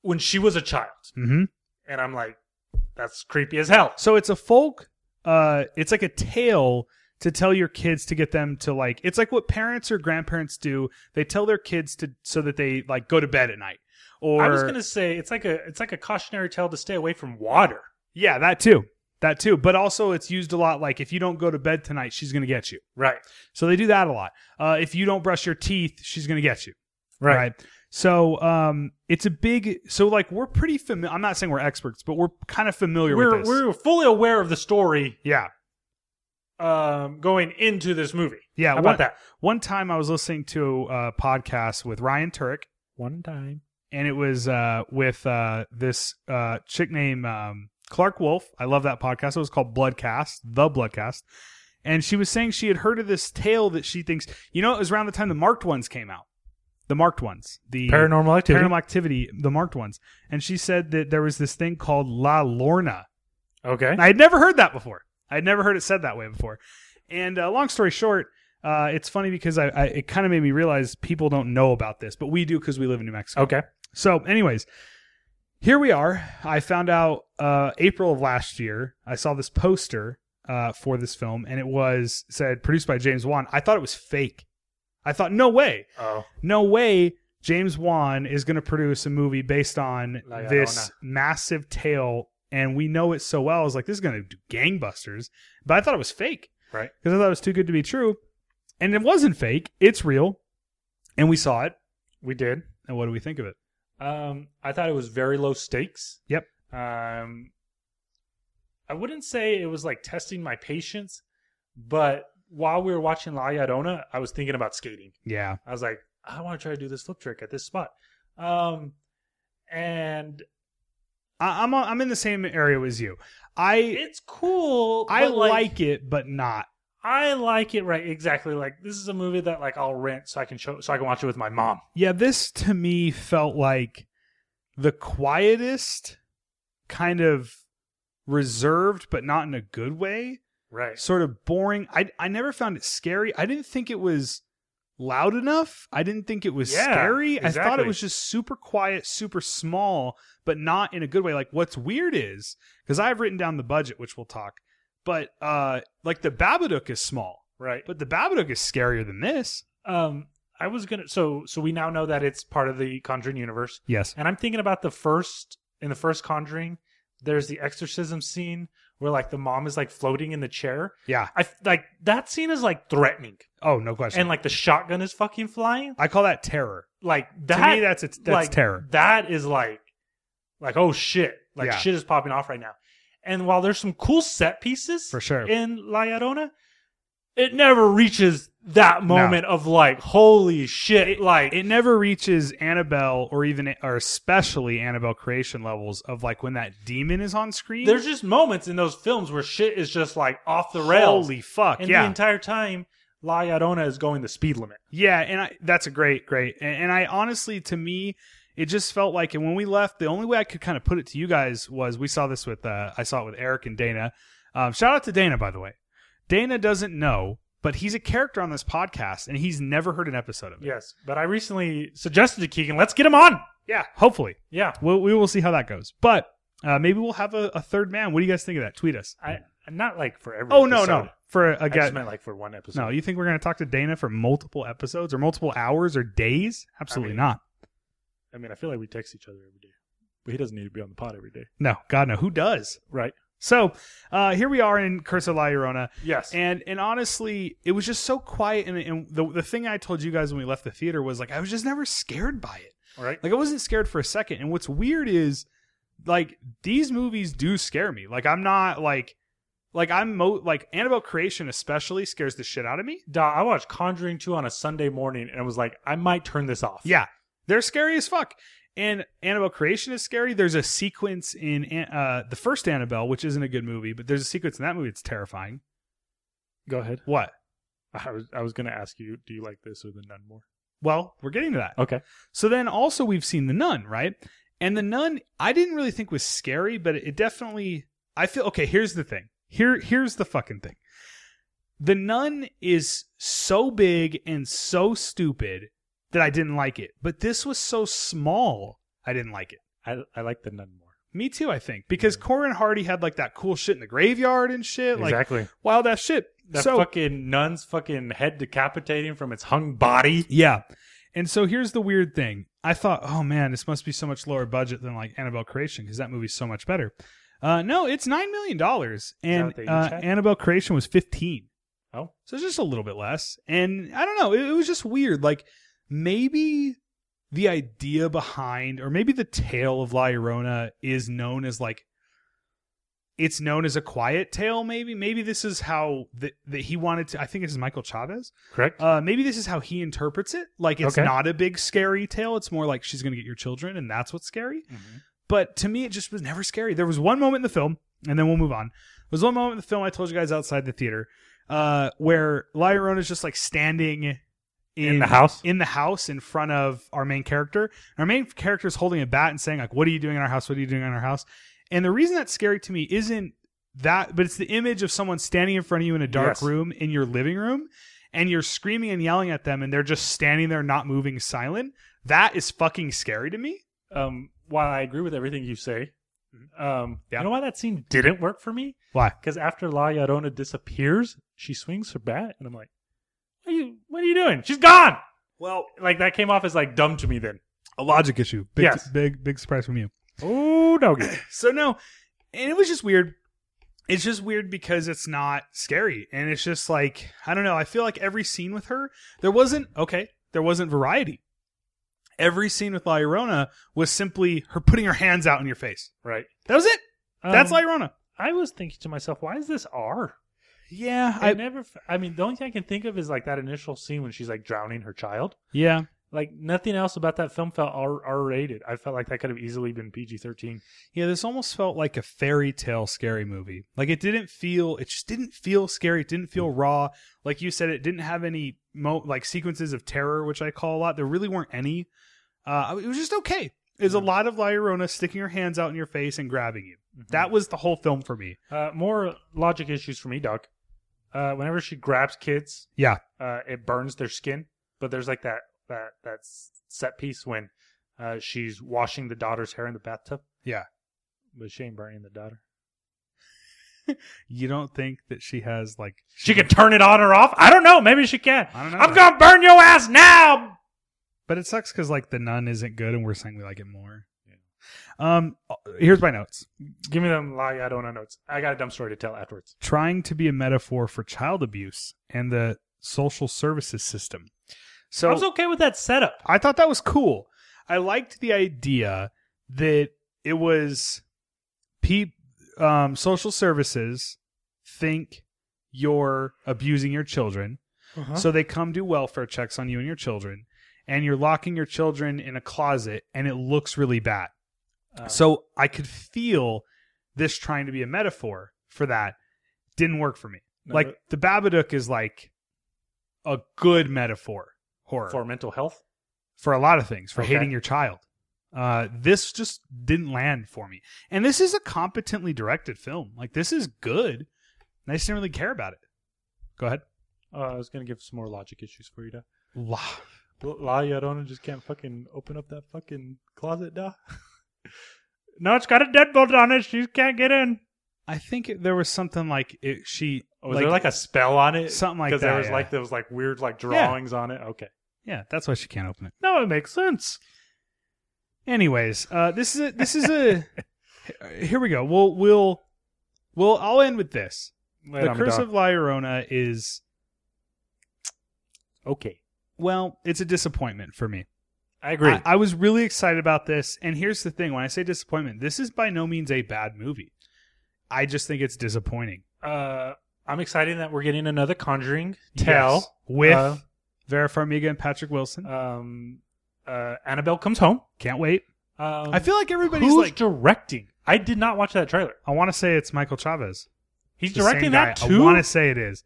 when she was a child. Mm-hmm. and I'm like, that's creepy as hell. So it's a folk. Uh, it's like a tale to tell your kids to get them to like. It's like what parents or grandparents do. They tell their kids to so that they like go to bed at night. Or I was gonna say it's like a it's like a cautionary tale to stay away from water. yeah, that too, that too. But also, it's used a lot. Like if you don't go to bed tonight, she's gonna get you. Right. So they do that a lot. Uh, if you don't brush your teeth, she's gonna get you. Right. So um, it's a big. So like we're pretty familiar. I'm not saying we're experts, but we're kind of familiar We're with this. we're fully aware of the story yeah, um, going into this movie. Yeah, How one, about that? One time I was listening to a podcast with Ryan Turek, One time. and it was uh, with uh, this uh, chick named um, Clark Wolf. I love that podcast. It was called Bloodcast, The Bloodcast. And she was saying she had heard of this tale that she thinks, you know, it was around the time the marked ones came out. The marked ones. The Paranormal activity. Paranormal activity, the marked ones. And she said that there was this thing called La Lorna. okay. And I had never heard that before. I had never heard it said that way before. And uh, long story short, uh, it's funny because I, I it kind of made me realize people don't know about this, but we do because we live in New Mexico. Okay. So, anyways, here we are. I found out uh, April of last year. I saw this poster uh, for this film, and it was said produced by James Wan. I thought it was fake. I thought, no way, Oh. no way, James Wan is going to produce a movie based on La Llorona. this massive tale, and we know it so well. I was like, this is going to do gangbusters, but I thought it was fake Right. because I thought it was too good to be true, and it wasn't fake. It's real, and we saw it. We did. And what do we think of it? Um, I thought it was very low stakes. Yep. Um, I wouldn't say it was like testing my patience, but while we were watching La Llorona, I was thinking about skating. Yeah. I was like, I want to try to do this flip trick at this spot. Um, and I, I'm I'm in the same area as you. I it's cool. I but, like, it, but not. I like it. Right. Exactly. Like this is a movie that like I'll rent so I can show so I can watch it with my mom. Yeah, this to me felt like the quietest, kind of reserved, but not in a good way. Right. Sort of boring. I I never found it scary. I didn't think it was loud enough. I didn't think it was Yeah, scary. I thought exactly. it was just super quiet, super small, but not in a good way. Like what's weird is because I've written down the budget, which we'll talk. But uh, like the Babadook is small. Right. But the Babadook is scarier than this. Um, I was gonna. So so we now know that it's part of the Conjuring universe. Yes. And I'm thinking about the first in the first Conjuring. There's the exorcism scene where like the mom is like floating in the chair. Yeah. I f- like that scene is like threatening, Oh, no question. and like the shotgun is fucking flying. I call that terror. Like To that me, that's a, that's like, terror. That is like, like oh shit, like Yeah. shit is popping off right now. And while there's some cool set pieces For sure. in La Llorona, it never reaches that moment of like holy shit, like It never reaches Annabelle or even or especially Annabelle creation levels of like when that demon is on screen. There's just moments in those films where shit is just like off the rails. Holy fuck! and the yeah, entire time, La Llorona is going the speed limit. yeah, and I, that's a great, great. And, and I honestly, to me, it just felt like. And when we left, the only way I could kind of put it to you guys was we saw this with uh, I saw it with Eric and Dana. Um, shout out to Dana, by the way. Dana doesn't know, but he's a character on this podcast, and he's never heard an episode of it. Yes, but I recently suggested to Keegan, let's get him on. Yeah, hopefully. Yeah, We'll, we will see how that goes. But uh, maybe we'll have a, a third man. What do you guys think of that? Tweet us. I not like for every. oh, no, no. episode. For a, a I guy. just meant like for one episode. No, you think we're going to talk to Dana for multiple episodes or multiple hours or days? Absolutely mean- not. I mean I feel like we text each other every day, but he doesn't need to be on the pod every day, No, God, no. Who does? right? So uh, here we are in Curse of La Llorona. Yes, And and honestly, it was just so quiet. And, and the, the thing I told you guys when we left the theater was like, I was just never scared by it. right. Like I wasn't scared for a second. And what's weird is like these movies do scare me. Like I'm not like like I'm mo like Annabelle Creation especially scares the shit out of me. Duh, I watched Conjuring two on a Sunday morning, and I was like, I might turn this off. Yeah. They're scary as fuck. And Annabelle Creation is scary. There's a sequence in An- uh the first Annabelle, which isn't a good movie, but there's a sequence in that movie that's terrifying. go ahead. What? I was I was gonna ask you, do you like this or the nun more? Well, we're getting to that. Okay, So then also we've seen the nun, right? And the nun I didn't really think was scary, but it definitely I feel okay, here's the thing. Here here's the fucking thing. The nun is so big and so stupid that I didn't like it. But this was so small, I didn't like it. I I like the nun more. Me too, I think. Because Corin Hardy had like that cool shit in the graveyard and shit, like Exactly. wild ass shit. That so fucking nun's fucking head decapitating from its hung body. Yeah. And so here's the weird thing. I thought, oh man, this must be so much lower budget than like Annabelle Creation because that movie's so much better. Uh, no, it's nine million dollars, and what they each uh, had? Annabelle Creation was fifteen, Oh, so it's just a little bit less. And I don't know, it, it was just weird. Like maybe the idea behind, or maybe the tale of La Llorona is known as like it's known as a quiet tale. Maybe maybe this is how that that he wanted to. I think it is Michael Chavez. Correct. Uh, maybe this is how he interprets it. Like it's Okay. not a big scary tale. It's more like she's gonna get your children, and that's what's scary. Mhm. But to me, it just was never scary. There was one moment in the film, and then we'll move on. There was one moment in the film I told you guys outside the theater, uh, where Lyrone is just like standing in, In the house? in the house in front of our main character. And our main character is holding a bat and saying like, "What are you doing in our house? What are you doing in our house?" And the reason that's scary to me isn't that, but it's the image of someone standing in front of you in a dark Yes. room in your living room, and you're screaming and yelling at them, and they're just standing there, not moving, silent. That is fucking scary to me. Um, while I agree with everything you say, um, Yeah. you know why that scene didn't work for me? Why? Because after La Llorona disappears, she swings her bat, and I'm like, "What are you? What are you doing? She's gone!" Well, Like that came off as like dumb to me. Then a logic issue. Big, Yes. big, big surprise from you. oh doggy. So no, and it was just weird. It's just weird because it's not scary, and it's just like I don't know. I feel like every scene with her, there wasn't okay. There wasn't variety. Every scene with La Llorona was simply her putting her hands out in your face. right. That was it. That's La Um, Llorona. I was thinking to myself, why is this R? Yeah, I never. f- I mean, the only thing I can think of is like that initial scene when she's like drowning her child. yeah. Like nothing else about that film felt R R rated. I felt like that could have easily been PG thirteen. Yeah, this almost felt like a fairy tale scary movie. Like it didn't feel, it just didn't feel scary. It didn't Hmm. feel raw. Like you said, it didn't have any mo- like sequences of terror, which I call a lot. There really weren't any. Uh, it was just okay. It Hmm. was a lot of La Llorona sticking her hands out in your face and grabbing you. Mm-hmm. That was the whole film for me. Uh, more logic issues for me, Doc. Uh, whenever she grabs kids, Yeah. uh, it burns their skin. But there's like that that that s- set piece when uh, she's washing the daughter's hair in the bathtub. Yeah. but she ain't burning the daughter. You don't think that she has like She can turn it on or off. I don't know. Maybe she can. I don't know. I'm gonna burn your ass now. But it sucks because like the nun isn't good, and we're saying we like it more. Um, here's my notes. Give me them lie. I don't know notes. I got a dumb story to tell afterwards. trying to be a metaphor for child abuse and the social services system. So I was okay with that setup. I thought that was cool. I liked the idea that it was pe- um, social services think you're abusing your children. Uh-huh. So they come do welfare checks on you and your children, and you're locking your children in a closet, and it looks really bad. Uh, So I could feel this trying to be a metaphor for that. Didn't work for me. No, like the Babadook is like a good metaphor horror for for, mental health. a lot of things, for Okay. hating your child. Uh, this just didn't land for me. And this is a competently directed film. Like this is good. And I just didn't really care about it. Go ahead. Uh, I was gonna give some more logic issues for you. To- La- La Llorona just can't fucking open up that fucking closet door. no, it's got a deadbolt on it. She can't get in. I think it, there was something like it, she Oh, was there like a spell on it? something like that. Because there was yeah. like there was like weird like drawings on it. Okay, yeah, that's why she can't open it. no, it makes sense. Anyways, uh, this is a, this is a here we go. We'll we'll we'll I'll end with this. Wait, the I'm Curse done. of La Llorona is okay, well, it's a disappointment for me. I agree. I, I was really excited about this, and here's the thing: when I say disappointment, this is by no means a bad movie. I just think it's disappointing. uh, I'm excited that we're getting another Conjuring tale. Yes. with Uh, Vera Farmiga and Patrick Wilson. Um, uh, Annabelle comes home. Can't wait. Um, I feel like everybody's who's like, directing? I did not watch that trailer. I want to say it's Michael Chavez. He's The same directing that guy. too. I want to say it is.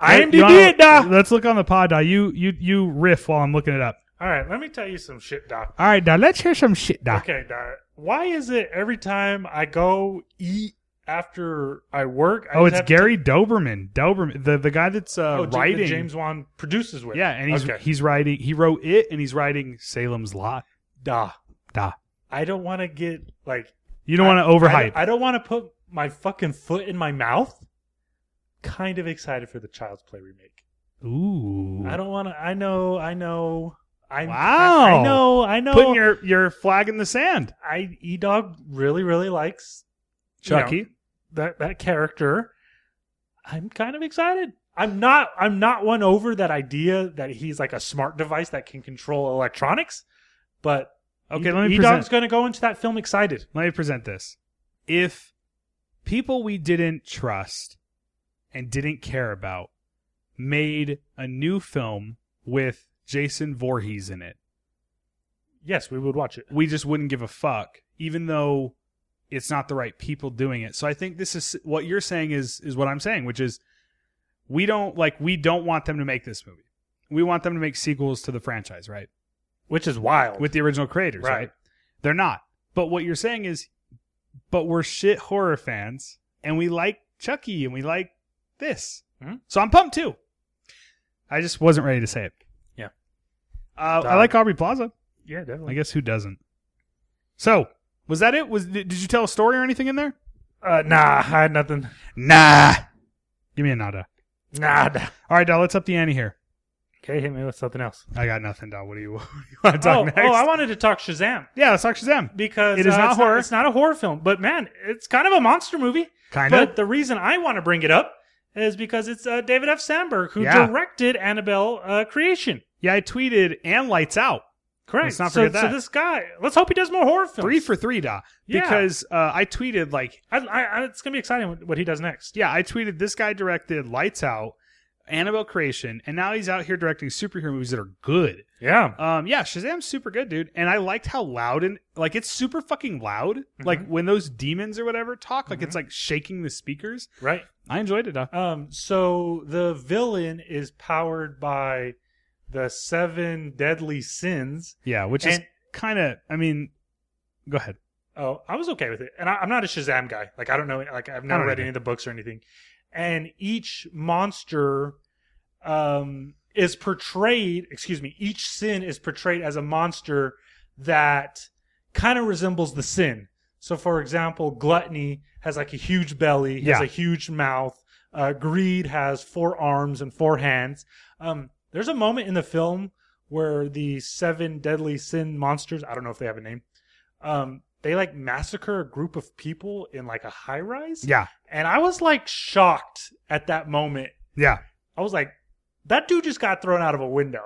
IMDb You wanna- it, doc. Let's look on the pod. Doc. You you you riff while I'm looking it up. All right, let me tell you some shit, Doc. All right, now let's hear some shit, Doc. Okay, Doc. Why is it every time I go eat after I work? I Oh, just it's have to- Gary Doberman. Doberman, the the guy that's uh, Oh, J- that writing. James Wan produces with. yeah, and he's okay. he's writing. He wrote it, and he's writing Salem's Lot. da. Da. I don't want to get like You don't want to I overhype. don't, I don't want to put my fucking foot in my mouth. Kind of excited for the Child's Play remake. Ooh, I don't want to. I know. I know. I Wow. I, I know. I know. putting your your flag in the sand, I E Dog really really likes you know, Chucky. that that character i'm kind of excited i'm not i'm not won over that idea that he's like a smart device that can control electronics but okay, let me E-Dog's present. gonna go into that film excited Let me present this. If people we didn't trust and didn't care about made a new film with Jason Voorhees in it. Yes, we would watch it. We just wouldn't give a fuck, even though it's not the right people doing it. So I think this is what you're saying is is what I'm saying, which is we don't like we don't want them to make this movie. We want them to make sequels to the franchise, right? Which is wild. With the original creators, right? Right. They're not. But what you're saying is but we're shit horror fans and we like Chucky and we like this. Hmm? So I'm pumped too. I just wasn't ready to say it. Yeah. Uh, I Done. like Aubrey Plaza. yeah, I definitely. guess who doesn't? So, was that it? Was did did you tell a story or anything in there? Uh, nah, I had nothing. Nah. Give me a nada. Nah. nah. All right, Dal, let's up the ante here. Okay, hit me with something else. I got nothing, Dal. What do you, what do you want to talk oh, next? oh, I wanted to talk Shazam yeah, let's talk Shazam. because It is uh, not it's horror. it's not a horror film, but man, it's kind of a monster movie. Kind But of. the reason I want to bring it up is because it's uh, David F. Sandberg who Yeah. directed Annabelle uh, Creation. Yeah, I tweeted and lights out. Correct. Let's not so, forget that. so this guy, let's hope he does more horror films. Three for three, Da. Yeah. Because uh, I tweeted like, I, I, I- it's gonna be exciting what- what he does next. yeah, I tweeted this guy directed Lights Out, Annabelle Creation, and now he's out here directing superhero movies that are good. Yeah. Um, yeah, Shazam's super good, dude. And I liked how loud and like it's super fucking loud. Like when those demons or whatever talk, like it's like shaking the speakers. Right. I enjoyed it. Doc. Um. So the villain is powered by the seven deadly sins. Yeah, which is And- kind of. I mean, go ahead. Oh, I was okay with it, and I, I'm not a Shazam guy. Like I don't know. Like I've never don't read either. any of the books or anything. And each monster um, is portrayed. Excuse me. Each sin is portrayed as a monster that kind of resembles the sin. So, for example, gluttony has like a huge belly, has Yeah. a huge mouth. Uh, greed has four arms and four hands. Um, there's a moment in the film where the seven deadly sin monsters, I don't know if they have a name, um, they like massacre a group of people in like a high rise. Yeah, And I was like shocked at that moment. yeah, I was like, that dude just got thrown out of a window.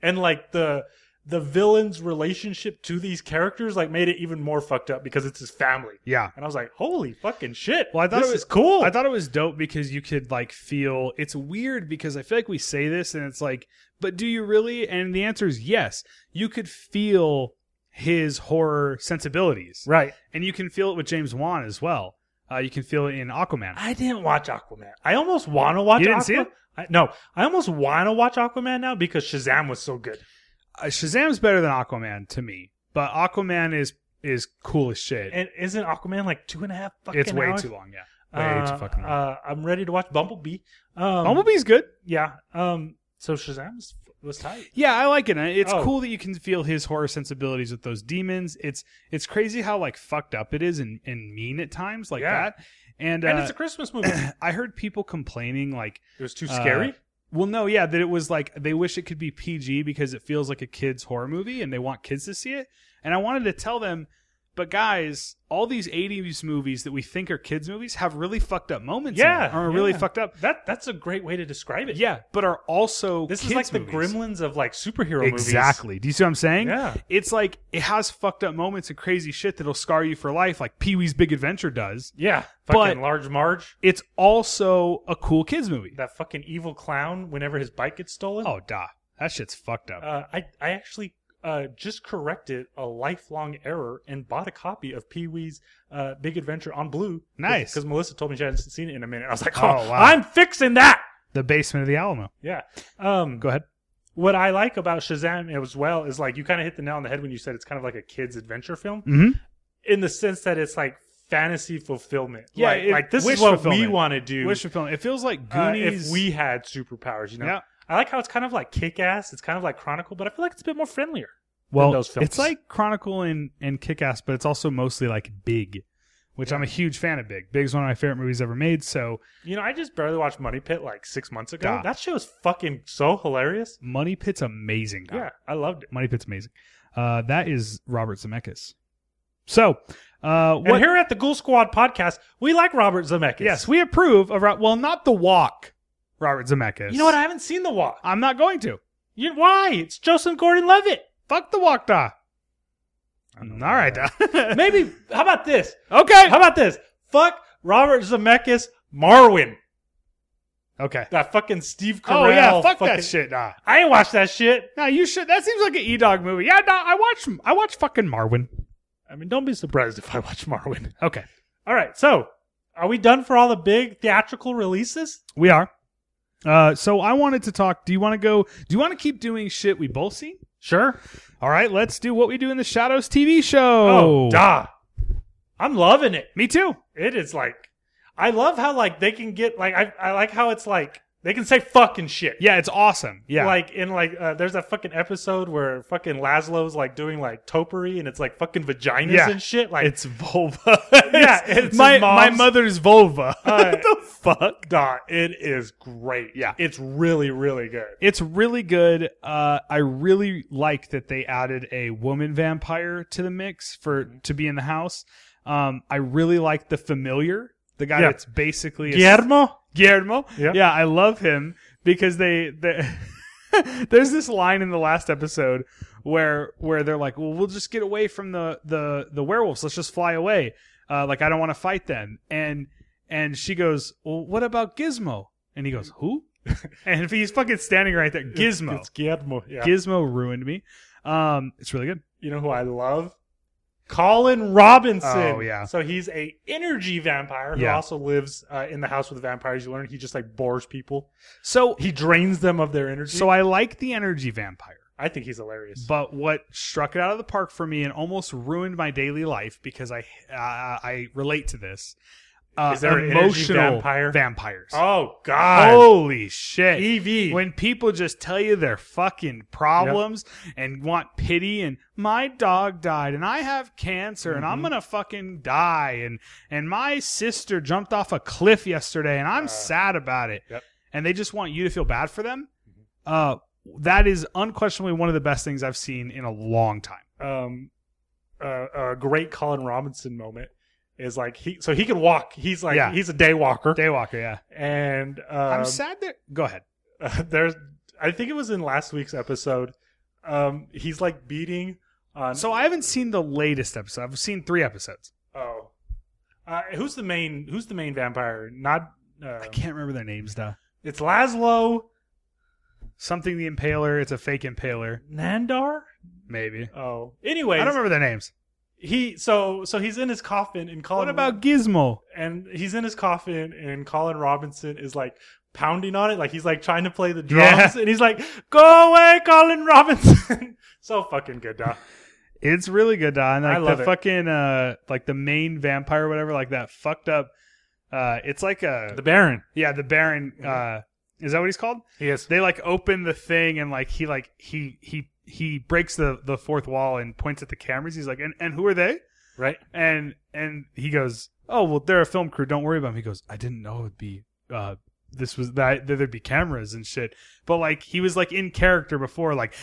And like the the villain's relationship to these characters like made it even more fucked up because it's his family. yeah. And I was like, holy fucking shit. Well, I thought this it was- is cool. Oh, I thought it was dope because you could like feel. It's weird because I feel like we say this and it's like, but do you really? And the answer is yes. You could feel his horror sensibilities, right. and you can feel it with James Wan as well. Uh, you can feel it in Aquaman. I didn't watch Aquaman. I almost want to watch You didn't Aqua- see it? I, no, I almost want to watch Aquaman now because Shazam was so good. Uh, Shazam's better than Aquaman to me, but Aquaman is is cool as shit. And isn't Aquaman like two and a half fucking it's way hours? too long. Yeah, way Uh, too fucking long. uh, I'm ready to watch Bumblebee. Um, Bumblebee's good. Yeah. Um. So Shazam was, was tight. Yeah, I like it. It's Oh. cool that you can feel his horror sensibilities with those demons. It's it's crazy how like fucked up it is and, and mean at times like Yeah. that. And, and uh, it's a Christmas movie. I heard people complaining like, it was too uh, scary. well, no, yeah, that it was like they wish it could be PG because it feels like a kids horror movie and they want kids to see it. And I wanted to tell them, but guys, all these '80s movies that we think are kids movies have really fucked up moments. in Yeah, them, are really yeah. fucked up. that that's a great way to describe it. Yeah, but are also This is kids like the movies Gremlins of like superhero movies. exactly. Do you see what I'm saying? Yeah. It's like it has fucked up moments and crazy shit that'll scar you for life, like Pee Wee's Big Adventure does. Yeah. But- Fucking Large Marge, It's also a cool kids movie. that fucking evil clown. Whenever his bike gets stolen. Oh, da, that shit's fucked up. Uh, I I actually. Uh, just corrected a lifelong error and bought a copy of Pee Wee's uh, Big Adventure on Blue. Nice. because Melissa told me she hadn't seen it in a minute. I was like, Oh, "Oh, wow. I'm fixing that." the basement of the Alamo. Yeah. Um, Go ahead. what I like about Shazam as well is like you kind of hit the nail on the head when you said it's kind of like a kids adventure film Mm-hmm. in the sense that it's like fantasy fulfillment. Yeah, like, it- like this wish is what we fulfillment. want to do. Wish fulfillment. It feels like uh, Goonies. if we had superpowers, you know. Yeah. I like how it's kind of like kick ass. It's kind of like Chronicle, but I feel like it's a bit more friendlier. well, those films. it's like Chronicle and and Kick Ass, but it's also mostly like Big, which I'm a huge fan of. Big. Big's one of my favorite movies ever made. So You know, I just barely watched Money Pit like six months ago. Yeah. That show is fucking so hilarious. Money Pit's amazing. Doc. Yeah, I loved it. Money Pit's amazing. Uh, that is Robert Zemeckis. So, uh, what? And here at the Ghoul Squad podcast, we like Robert Zemeckis. yes, we approve of. Ro- Well, not the walk, Robert Zemeckis. You know what? I haven't seen The Walk. I'm not going to. You, why? It's Joseph Gordon-Levitt. Fuck the walk, da. don't All know right, about da. Maybe. How about this? okay. How about this? Fuck Robert Zemeckis, Marwin. Okay. That fucking Steve Carell. Oh yeah, fuck fucking- that shit. Nah. I ain't watched that shit. Nah, you should. That seems like an E Dog movie. Yeah, nah, I watch. I watch fucking Marwin. I mean, don't be surprised if I watch Marwin. Okay, All right, so are we done for all the big theatrical releases? we are. Uh, so I wanted to talk. Do you want to go? Do you want to keep doing shit we both seen? Sure. All right, let's do what we do in the shadows TV show. Oh, da. I'm loving it. Me too. It is like, I love how like they can get like I I like how it's like they can say fucking shit. Yeah, it's awesome. Yeah, Like in like uh, there's that fucking episode where fucking Laszlo's like doing like topery and it's like fucking vaginas Yeah. and shit. Like it's vulva. Yeah, it's my his my mom's- mother's vulva. Uh, what the fuck? dot. It is great. Yeah. it's really really good. It's really good. Uh, I really like that they added a woman vampire to the mix for to be in the house. Um, I really like the familiar, the guy Yeah. that's basically a- Guillermo. Guillermo. Yeah. yeah, I love him because they. they There's this line in the last episode where where they're like, "Well, we'll just get away from the the the werewolves. Let's just fly away. Uh, like I don't want to fight them." And and she goes, "Well, what about Gizmo?" And he goes, "Who?" and if he's fucking standing right there, Gizmo. It's Guillermo. Yeah. Gizmo ruined me. Um, it's really good. you know who I love? Colin Robinson. Oh, yeah. So he's a energy vampire who Yeah. also lives uh, in the house with the vampires. You learn he just like bores people. So He drains them of their energy. so I like the energy vampire. I think he's hilarious. But what struck it out of the park for me and almost ruined my daily life because I uh, I relate to this. Uh, Is there an energy emotional vampire? vampires? oh God. Holy shit! Ev. When people just tell you their fucking problems and want pity, and my dog died, and I have cancer, and Mm-hmm. I'm gonna fucking die, and and my sister jumped off a cliff yesterday, and I'm sad about it, Uh, yep. Mm-hmm. and they just want you to feel bad for them. Uh, that is unquestionably one of the best things I've seen in a long time. um, uh, a great Colin Robinson moment is like he. So he can walk. He's like Yeah. he's a day walker. Daywalker, yeah. and um, I'm sad that. Go ahead. uh, there's I think it was in last week's episode. Um, he's like beating on. So I haven't seen the latest episode. I've seen three episodes. Oh, uh, who's the main? Who's the main vampire? Not. Uh, I can't remember their names, though. it's Laszlo Something the Impaler. It's a fake Impaler, Nandar. maybe. Oh, anyways, I don't remember their names. he so so he's in his coffin and Colin. What about Gizmo? and he's in his coffin and Colin Robinson is like pounding on it like he's like trying to play the drums Yeah. and he's like go away Colin Robinson so fucking good dog It's really good, Don. Like I love the it. fucking uh, like the main vampire, or whatever. Like that fucked up. Uh, it's like a the Baron yeah, the Baron. Uh, is that what he's called? he is They like open the thing and like he like he he he breaks the the fourth wall and points at the cameras. He's like, and and who are they? right and and he goes, "Oh well, they're a film crew. Don't worry about them." He goes, "I didn't know it'd be uh, this was that, that there'd be cameras and shit." But like he was like in character before, like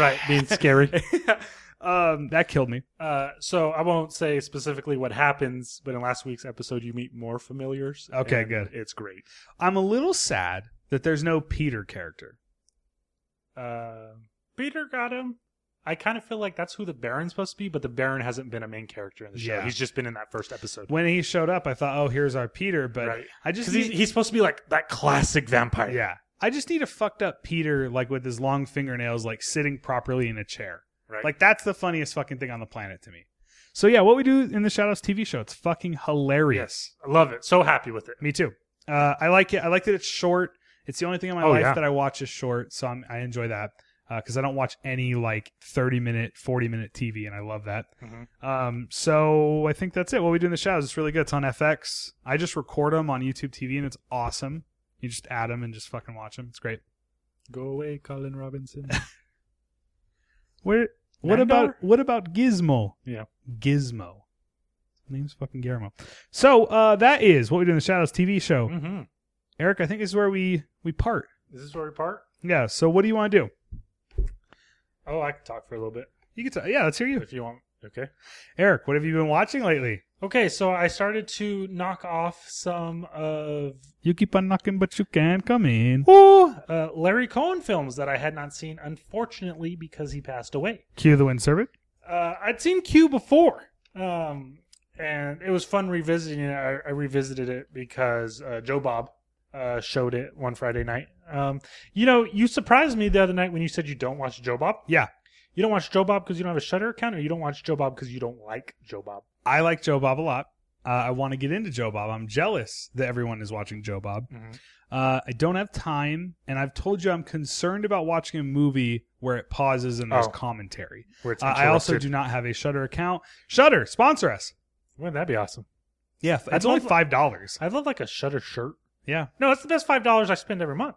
right being scary um, that killed me. Uh, so I won't say specifically what happens, but in last week's episode, you meet more familiars. Okay, and good. It's great. I'm a little sad that there's no Peter character. Uh, Peter got him. I kind of feel like that's who the Baron's supposed to be, but the Baron hasn't been a main character in the show. Yeah. He's just been in that first episode. When he showed up, I thought, "Oh, here's our Peter," but Right. I just Because he's, need- he's supposed to be like that classic vampire. yeah. I just need a fucked up Peter, like with his long fingernails, like sitting properly in a chair. Right. Like that's the funniest fucking thing on the planet to me. So yeah, what we do in the Shadows TV show, it's fucking hilarious. yes. I love it. So happy with it. Me too. Uh, I like it. I like that it's short. It's the only thing in my Oh, life yeah. that I watch is short, so I'm, I enjoy that because I don't watch any like 30 minute, 40 minute TV, and I love that. Mhm. Um, so I think that's it. What we do in the shadows, it's really good. It's on FX. I just record them on YouTube TV, and it's awesome. You just add them and just fucking watch them. It's great. Go away, Colin Robinson. Where? What Nandor? about what about Gizmo? Yeah. Gizmo. Name's fucking Guillermo. So uh, that is what we do in the shadows TV show. mm-hmm. Eric, I think this is where we we part. Is this where we part? Yeah. So what do you want to do? Oh, I can talk for a little bit You can tell. Yeah, let's hear you. if you want. Okay. Eric, what have you been watching lately? Okay, so I started to knock off some of You keep on knocking, but you can't come in. Ooh, uh, Larry Cohen films that I had not seen, unfortunately, because he passed away. Cue the wind servant. Uh, I'd seen Q before, um, and it was fun revisiting it. I, I revisited it because uh, Joe Bob uh, showed it one Friday night. Um, you know, you surprised me the other night when you said you don't watch Joe Bob. Yeah. You don't watch Joe Bob because you don't have a Shutter account, or you don't watch Joe Bob because you don't like Joe Bob. I like Joe Bob a lot. Uh, I want to get into Joe Bob. I'm jealous that everyone is watching Joe Bob. Mhm. Uh, I don't have time, and I've told you I'm concerned about watching a movie where it pauses and there's Oh. commentary. Where it's Uh, I also do interrupted. not have a Shutter account. Shutter sponsor us. Wouldn't that be awesome? Yeah, I'd it's only love- five dollars. I'd love like a Shutter shirt. Yeah, No, it's the best five dollars I spend every month.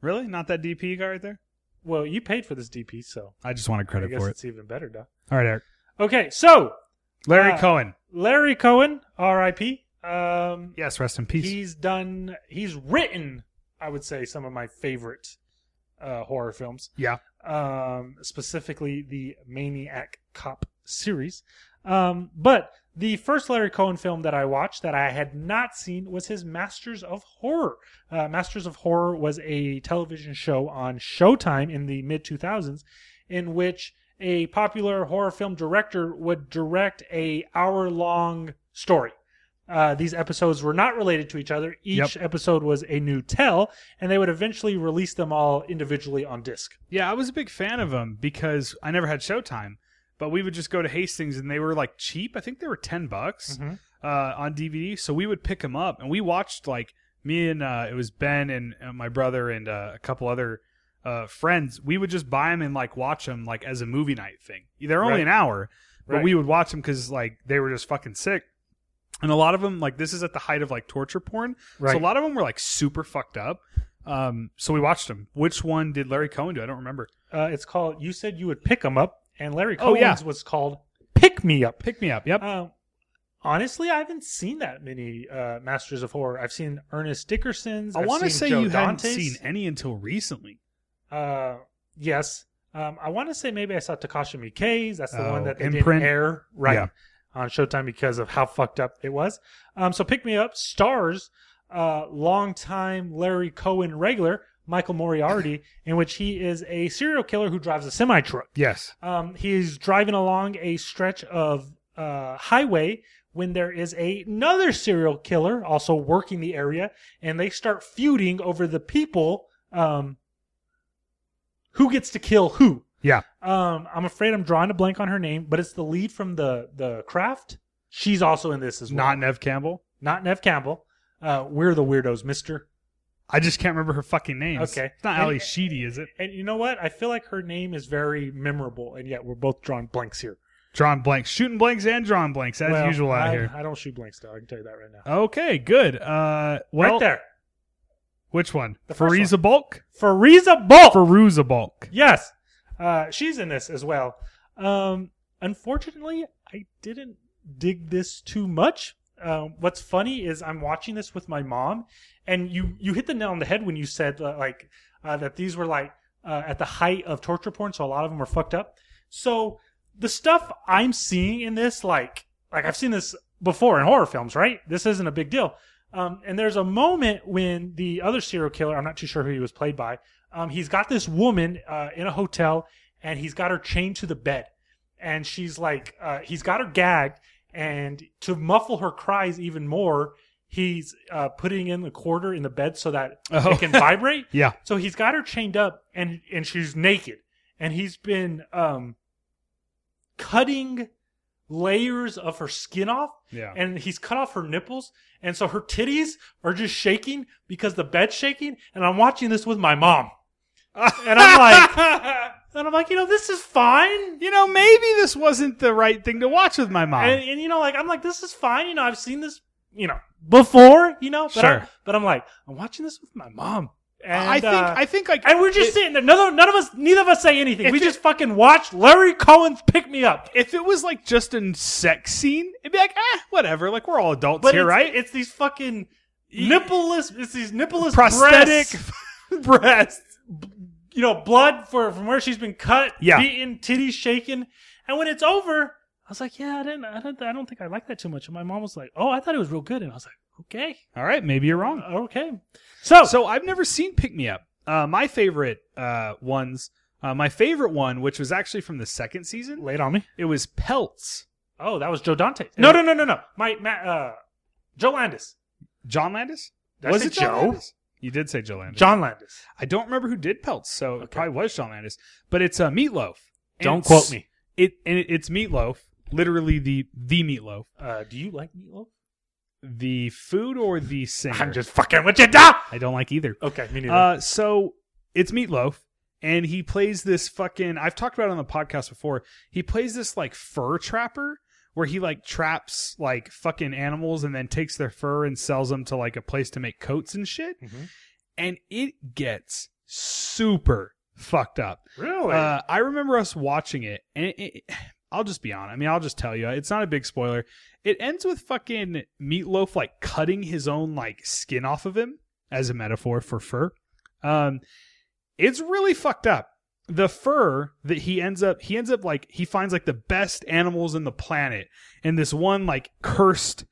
really? Not that DP you got right there. Well, you paid for this DP, so I just wanted I credit guess for it. it's even better, duh. All right, Eric. Okay, so Larry Uh, Cohen. Larry Cohen, R.I.P. Um, Yes, rest in peace. he's done. He's written, I would say, some of my favorite uh, horror films. Yeah. Um, specifically the Maniac Cop series. Um, but the first Larry Cohen film that I watched that I had not seen was his Masters of Horror. Uh, Masters of Horror was a television show on Showtime in the mid 2000s, in which a popular horror film director would direct a hour long story. Uh, these episodes were not related to each other. Each episode was a new tell, and they would eventually release them all individually on disc. Yeah, I was a big fan of them because I never had Showtime, but we would just go to Hastings and they were like cheap. I think they were ten bucks Mhm. uh, on DVD, so we would pick them up and we watched like me and uh, it was Ben and, and my brother and uh, a couple other uh, friends. We would just buy them and like watch them like as a movie night thing. They're only Right. an hour, but Right. we would watch them because like they were just fucking sick. And a lot of them, like this is at the height of like torture porn, so a lot of them were like super fucked up. Um, so we watched them. Which one did Larry Cohen do? I don't remember. uh, it's called. You said you would pick them up, and Larry Oh, Cohen's yeah. was called "Pick Me Up." Pick me up. Yep. Uh, honestly, I haven't seen that many uh, Masters of Horror. I've seen Ernest Dickerson's. I I've want to seen say Joe you Dante's. hadn't seen any until recently. Uh, yes. Um, I want to say maybe I saw Takashi Miike's. That's the Oh, one that they Imprint. didn't air right Yeah. on Showtime because of how fucked up it was. Um, so pick me up stars uh, longtime Larry Cohen regular Michael Moriarty, in which he is a serial killer who drives a semi truck. Yes. Um, he's driving along a stretch of uh, highway when there is a- another serial killer also working the area, and they start feuding over the people um, who gets to kill who. Yeah. Um, I'm afraid I'm drawing a blank on her name, but it's the lead from the the craft. She's also in this as well. Not Nev Campbell. not Nev Campbell. Uh, we're the weirdos, Mister. I just can't remember her fucking name. Okay. It's not And- Ali Sheedy, is it? And you know what? I feel like her name is very memorable, and yet we're both drawing blanks here. Drawn blanks, shooting blanks, and drawn blanks as Well, usual out I, here. I don't shoot blanks though. I can tell you that right now. Okay, good. Uh, well, right there, Which one? The first Fariza Bulk. Fariza Bolt. Faruza Bulk. yes, uh, she's in this as well. Um, unfortunately, I didn't dig this too much. Um, what's funny is I'm watching this with my mom, and you you hit the nail on the head when you said uh, like uh, that these were like uh, at the height of torture porn, so a lot of them were fucked up. So the stuff I'm seeing in this, like like I've seen this before in horror films, right? This isn't a big deal. Um, and there's a moment when the other serial killer, I'm not too sure who he was played by, um, he's got this woman uh, in a hotel and he's got her chained to the bed. And she's like, uh, he's got her gagged. And to muffle her cries even more, he's uh, putting in the quarter in the bed so that Oh. it can vibrate. Yeah. So he's got her chained up and and she's naked and he's been um cutting layers of her skin off Yeah. and he's cut off her nipples and so her titties are just shaking because the bed's shaking and I'm watching this with my mom. And I'm like and I'm like, you know, this is fine. you know, maybe this wasn't the right thing to watch with my mom. And, and you know, like I'm like, this is fine. You know, I've seen this, you know, before. You know, but Sure. I'm, but I'm like, I'm watching this with my mom. And, I think. uh, I think like. And we're just it- sitting there. None of, none of us, neither of us say anything. If We it- just fucking watch Larry Cohen's Pick Me Up. If it was like just a sex scene, it'd be like, eh, whatever. Like we're all adults But here, it's, right? It's these fucking nippleless, it's these nippleless prosthetic breasts, breasts. you know, blood for, from where she's been cut, Yeah. beaten, titties shaken. And when it's over, I was like, yeah, I didn't, I don't, I don't think I like that too much. And my mom was like, oh, I thought it was real good. And I was like, okay, All right, maybe you're wrong. okay. So, So I've never seen Pick Me Up. Uh, my favorite uh, ones, uh, my favorite one, which was actually from the second season, lay it on me. it was Pelts. Oh, that was Joe Dante. No, no, no, no, no. My, my uh, Joe Landis. John Landis? Did I was say it John Joe? Landis? You did say Joe Landis. John Landis. I don't remember who did pelts, so it probably was John Landis. But it's uh, Meatloaf. And Don't it's- quote me. It and it, it's Meatloaf, literally the the Meatloaf, Uh, do you like meatloaf? the food or the singer. I'm just fucking with you, duh! I don't like either. Okay, me neither. Uh, so it's Meatloaf, and he plays this fucking. I've talked about it on the podcast before. He plays this like fur trapper where he like traps like fucking animals and then takes their fur and sells them to like a place to make coats and shit. Mhm. And it gets super fucked up. really? Uh, I remember us watching it, and it, it- I'll just be honest. I mean, I'll just tell you, it's not a big spoiler. It ends with fucking Meatloaf like cutting his own like skin off of him as a metaphor for fur. Um, it's really fucked up. The fur that he ends up, he ends up like he finds like the best animals in the planet, and this one like cursed,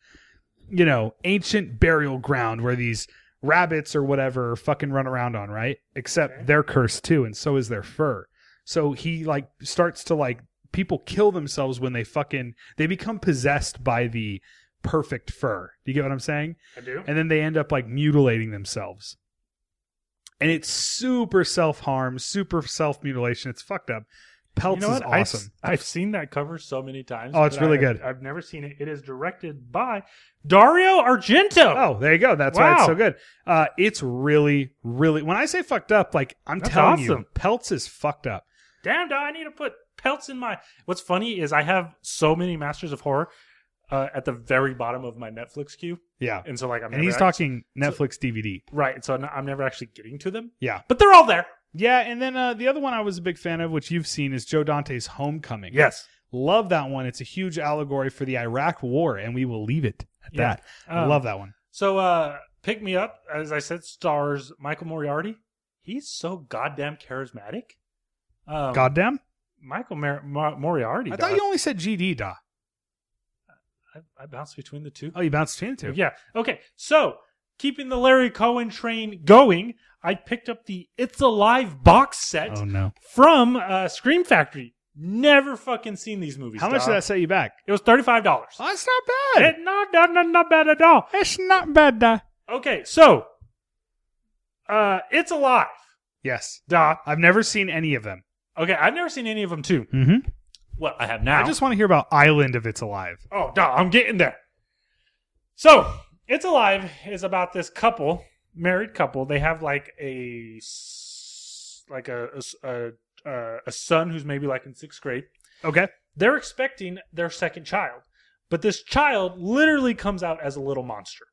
you know, ancient burial ground where these rabbits or whatever fucking run around on, right? Except Okay. they're cursed too, and so is their fur. So he like starts to like people kill themselves when they fucking they become possessed by the perfect fur. Do you get what I'm saying? I do. And then they end up like mutilating themselves. And it's super self harm, super self mutilation. It's fucked up. Pelts is I've- awesome. I've, seen that cover so many times. Oh, it's but really I- good. I've never seen it. It is directed by Dario Argento. Oh, there you go. That's why it's Wow. so good. Uh, it's really, really. When I say fucked up, like I'm That's telling you, awesome. Pelts is fucked up. Damn, dog, I need to put pelts in my. What's funny is I have so many Masters of Horror uh, at the very bottom of my Netflix queue, Yeah, and so like I'm. and he's never act- talking Netflix DVD. right, so I'm not- I'm never actually getting to them. Yeah. but they're all there. Yeah, and then uh, the other one I was a big fan of, which you've seen, is Joe Dante's Homecoming. Yes, love that one. It's a huge allegory for the Iraq War, and we will leave it at Yeah. that. I Um, love that one. So, uh, pick me up. As I said, stars Michael Moriarty. He's so goddamn charismatic. Um, Goddamn! Michael Mar- Mar- Moriarty. I thought dog. you only said GD, da. I, I bounced between the two. Oh, you bounced between the two. Yeah. Okay. So, keeping the Larry Cohen train going, I picked up the It's Alive box set Oh no! from uh, Scream Factory. Never fucking seen these movies. How much dog. did that set you back? It was thirty-five dollars. Oh, that's not bad. It, not, not, not, not bad at all. it's not bad, da. Okay, so uh, It's Alive. Yes, Duh. I've never seen any of them. Okay, I've never seen any of them too. Mm-hmm. What I have now. I just want to hear about Island if it's alive. Oh, duh, I'm getting there. So, It's Alive is about this couple, married couple. They have like a s- like a a s- a, uh, a son who's maybe like in sixth grade. Okay. They're expecting their second child, but this child literally comes out as a little monster,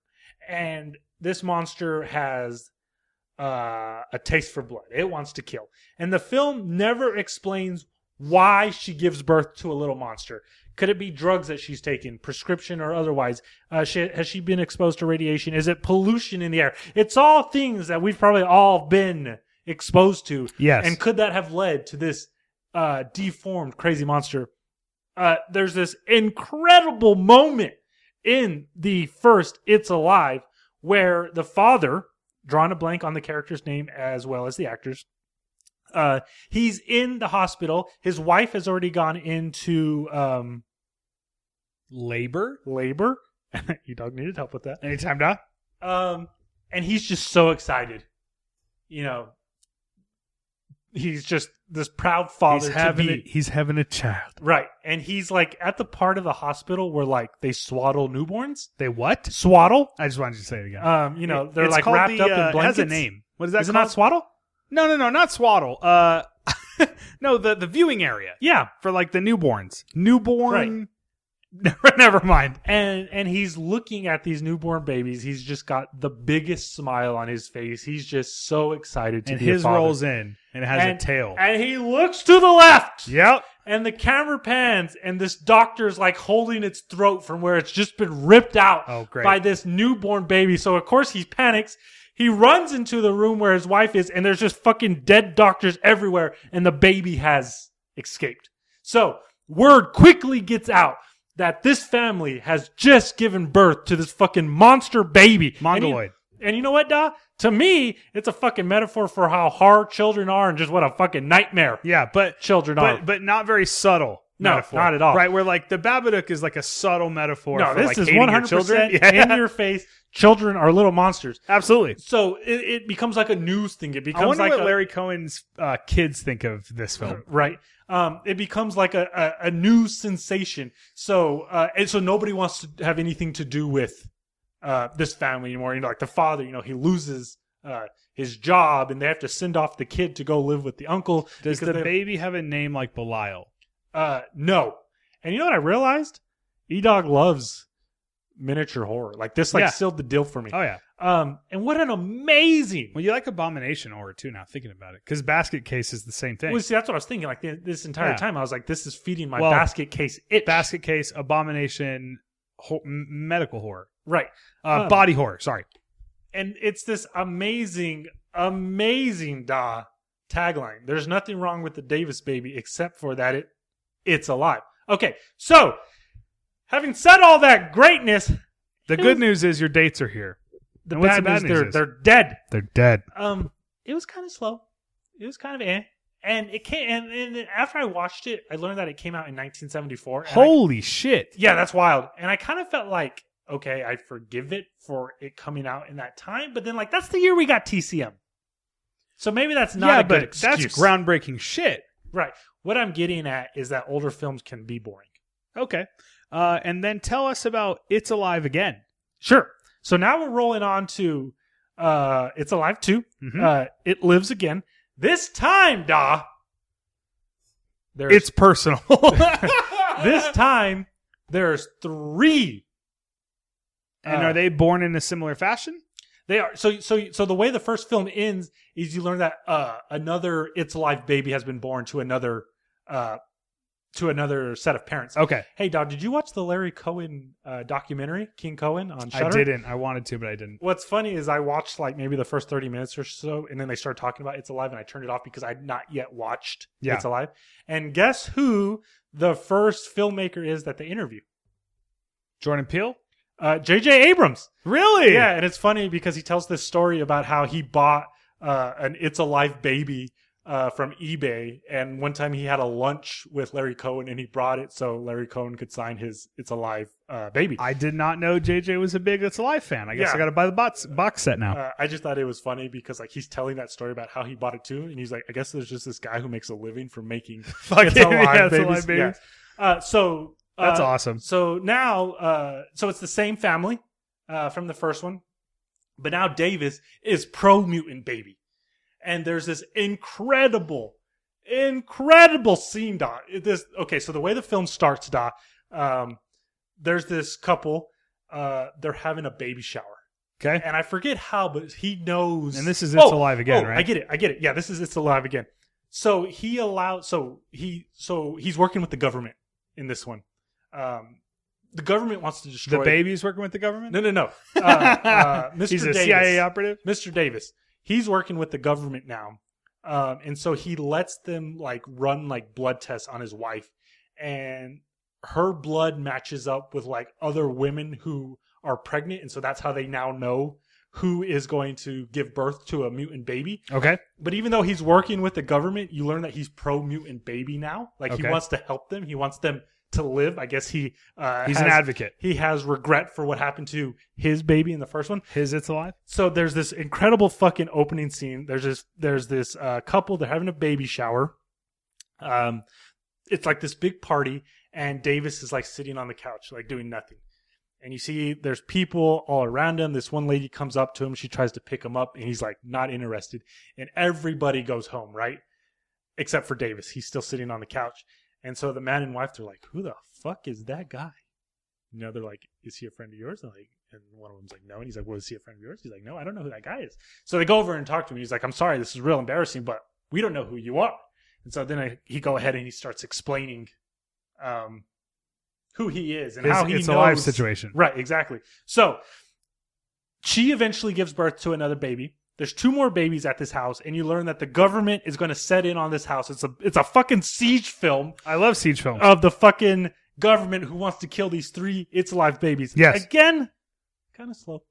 and this monster has uh, a taste for blood. It wants to kill, and the film never explains why she gives birth to a little monster. Could it be drugs that she's taken, prescription or otherwise? Uh, she, has she been exposed to radiation? Is it pollution in the air? It's all things that we've probably all been exposed to. Yes. And could that have led to this uh, deformed, crazy monster? Uh, there's this incredible moment in the first It's Alive where the father, drawn a blank on the character's name as well as the actors, uh, he's in the hospital. His wife has already gone into um, Labor. labor. you dog needed help with that. Anytime, da. Um, and he's just so excited. You know, he's just this proud father. He's to having be. a, he's having a child. Right. And he's like at the part of the hospital where like they swaddle newborns. They what? Swaddle. I just wanted you to say it again. Um, you know, It- they're it's like called wrapped the, up uh, in It blankets. has a name. What is that Is it called? not swaddle? no, no, no, not swaddle. Uh, no, the the viewing area Yeah. for like the newborns. Newborn. Never, never mind. And and he's looking at these newborn babies. He's just got the biggest smile on his face. He's just so excited to And be a his father. rolls in and it has And- a tail. And he looks to the left. yep. And the camera pans, and this doctor's like holding its throat from where it's just been ripped out Oh, great. by this newborn baby. So, of course, he panics. He runs into the room where his wife is, and there's just fucking dead doctors everywhere, and the baby has escaped. So, word quickly gets out that this family has just given birth to this fucking monster baby. And you- Mongoloid. and you know what, Da? To me, it's a fucking metaphor for how hard children are and just what a fucking nightmare yeah, but children are. but but not very subtle. No, metaphor. not at all. Right, where like the Babadook is like a subtle metaphor. No, for, this like, is hating your one hundred percent children. Yeah, in your face. Children are little monsters. absolutely. So it, it becomes like a news thing. It I becomes wonder like what a, Larry Cohen's uh, kids think of this film. right. Um, it becomes like a, a, a new sensation. So uh, and so nobody wants to have anything to do with uh, this family anymore. You know, like the father, you know, he loses uh, his job, and they have to send off the kid to go live with the uncle. Does because the they- baby have a name like Belial? Uh, no. And you know what I realized? E Dog loves miniature horror. Like this, like Yeah. sealed the deal for me. Oh yeah. Um, and what an amazing. Well, you like Abomination horror too. Now thinking about it, because Basket Case is the same thing. Well, see, that's what I was thinking. Like th- this entire Yeah. time, I was like, "This is feeding my Well, basket case itch." Basket Case, Abomination, ho- m- medical horror, right, uh, Um, body horror. Sorry. and it's this amazing, amazing da tagline. There's nothing wrong with the Davis baby except for that it it's alive. Okay, so having said all that greatness, The good news is your dates are here. the And what's bad, the bad news, news they're is? they're dead. They're dead. um it was kind of slow it was kind of eh. and it came and, and then after i watched it i learned that it came out in 1974 and I- Holy shit! yeah that's wild and i kind of felt like okay i forgive it for it coming out in that time but then like that's the year we got tcm so maybe that's not yeah, a good but excuse that's groundbreaking shit. right what i'm getting at is that older films can be boring Okay. Uh, and then tell us about It's Alive Again. sure so now we're rolling on to uh it's alive too Mhm. uh it lives again this time da there's it's personal. Uh. this time there's three and Uh, are they born in a similar fashion? they are so so so the way the first film ends is you learn that uh another it's alive baby has been born to another uh to another set of parents Okay. hey dog did you watch the larry cohen uh documentary king cohen on Shutter? I didn't. I wanted to, but I didn't. what's funny is i watched like maybe the first 30 minutes or so and then they started talking about it's alive and i turned it off because i'd not yet watched Yeah. it's alive and guess who the first filmmaker is that they interview Jordan Peele? uh jj abrams Really? Yeah, and it's funny because he tells this story about how he bought uh, an It's Alive baby uh, from eBay, and one time he had a lunch with Larry Cohen, and he brought it so Larry Cohen could sign his It's Alive uh, baby. I, I did not know JJ was a big It's Alive fan. I guess Yeah. I got to buy the box, box set now. uh, I just thought it was funny because like he's telling that story about how he bought it too, and he's like, I guess there's just this guy who makes a living from making Fuck It's it. Alive Yeah, It's babies. Alive babies. Yeah. Uh, so uh, That's awesome. So now, uh, so it's the same family uh, from the first one, but now Davis is pro mutant baby, and there's this incredible, incredible scene. Dot this okay. So the way the film starts, Dot, um, there's this couple. Uh, they're having a baby shower, Okay. and I forget how, but he knows. And this is It's Alive Again, oh, right? I get it. I get it. Yeah, this is It's Alive Again. So he allowed. So he. So he's working with the government in this one. Um, the government wants to The destroy baby's working with the government? No, no, no. Uh, uh, Mr. He's a Davis. CIA operative? Mr. Davis, he's working with the government now. Um, and so he lets them like run like blood tests on his wife and her blood matches up with like other women who are pregnant. And so that's how they now know who is going to give birth to a mutant baby. Okay. But even though he's working with the government, you learn that he's pro mutant baby now. Like he Okay. wants to help them. He wants them to live. I guess he, uh, He's an has- advocate. He has regret for what happened to his baby in the first one His It's Alive? so there's this incredible fucking opening scene. There's this there's this uh, couple they're having a baby shower. Um, it's like this big party, and Davis is like sitting on the couch, like doing nothing. And you see there's people all around him. This one lady comes up to him. She tries to pick him up, and he's like not interested. And everybody goes home, right? Except for Davis. He's still sitting on the couch. And so the man and wife, they're like, "Who the fuck is that guy?" you know, they're like, is he a friend of yours? And like, and one of them's like, no. And he's like, well, is he a friend of yours? He's like, no, I don't know who that guy is. So they go over and talk to him. He's like, I'm sorry, this is real embarrassing, but we don't know who you are. And so then I, he go ahead and he starts explaining, um, who he is and His how he It's knows. Alive situation. Right, exactly. So she eventually gives birth to another baby. There's two more babies at this house, and you learn that the government is going to set in on this house. It's a it's a fucking siege film I love siege films. of the fucking government who wants to kill these three It's Alive babies. Yes. Again, kind of slow.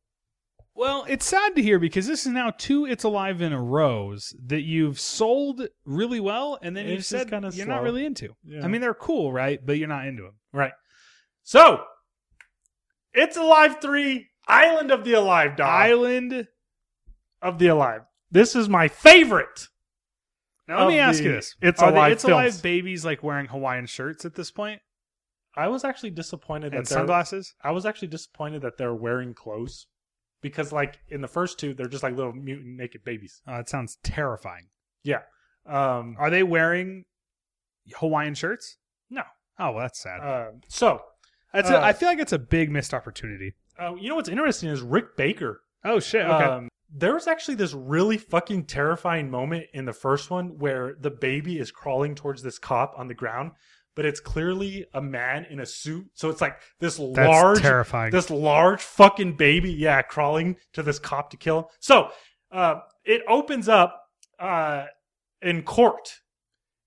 Well, it's sad to hear because this is now two It's Alive in a rows that you've sold really well, and then It's you've just said kinda you're not slow. really into. Yeah. I mean, they're cool, right? But you're not into them. Right. So, It's Alive 3, Island of the Alive, Dog. Island. of the Alive. This is my favorite. Now, let of me ask the you this: It's Are the Alive It's Alive films. babies like wearing Hawaiian shirts at this point I was actually disappointed that and they're- sunglasses? I was actually disappointed that they're wearing clothes because, like, in the first two, they're just like little mutant naked babies. Oh, it sounds terrifying. Um, Are they wearing Hawaiian shirts? No. Oh, well, that's sad. uh, so, that's. uh, a, I feel like it's a big missed opportunity. uh, you know what's interesting is Rick Baker. Oh shit. Okay. Um, there was actually this really fucking terrifying moment in the first one where the baby is crawling towards this cop on the ground, but it's clearly a man in a suit. So it's like this that's large, terrifying. this large fucking baby, yeah, crawling to this cop to kill him. So uh, it opens up uh, in court,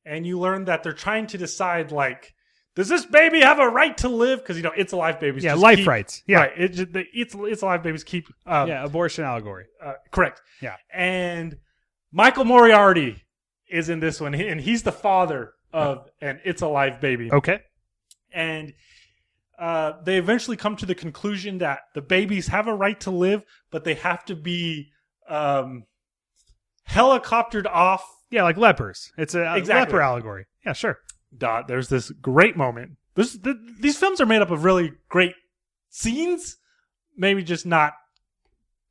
and you learn that they're trying to decide like, does this baby have a right to live? Because you know it's alive babies. yeah, just life keep- rights. Yeah. right. It just, they, it's it's alive babies keep. Um, yeah, abortion allegory. uh, correct. Yeah. And Michael Moriarty is in this one, and he's the father of an It's Alive baby. Okay. And uh, they eventually come to the conclusion that the babies have a right to live, but they have to be um, helicoptered off. Yeah, like lepers. It's a uh, Exactly. leper allegory. Yeah, sure. Dot. There's this great moment. This, th- these films are made up of really great scenes, maybe just not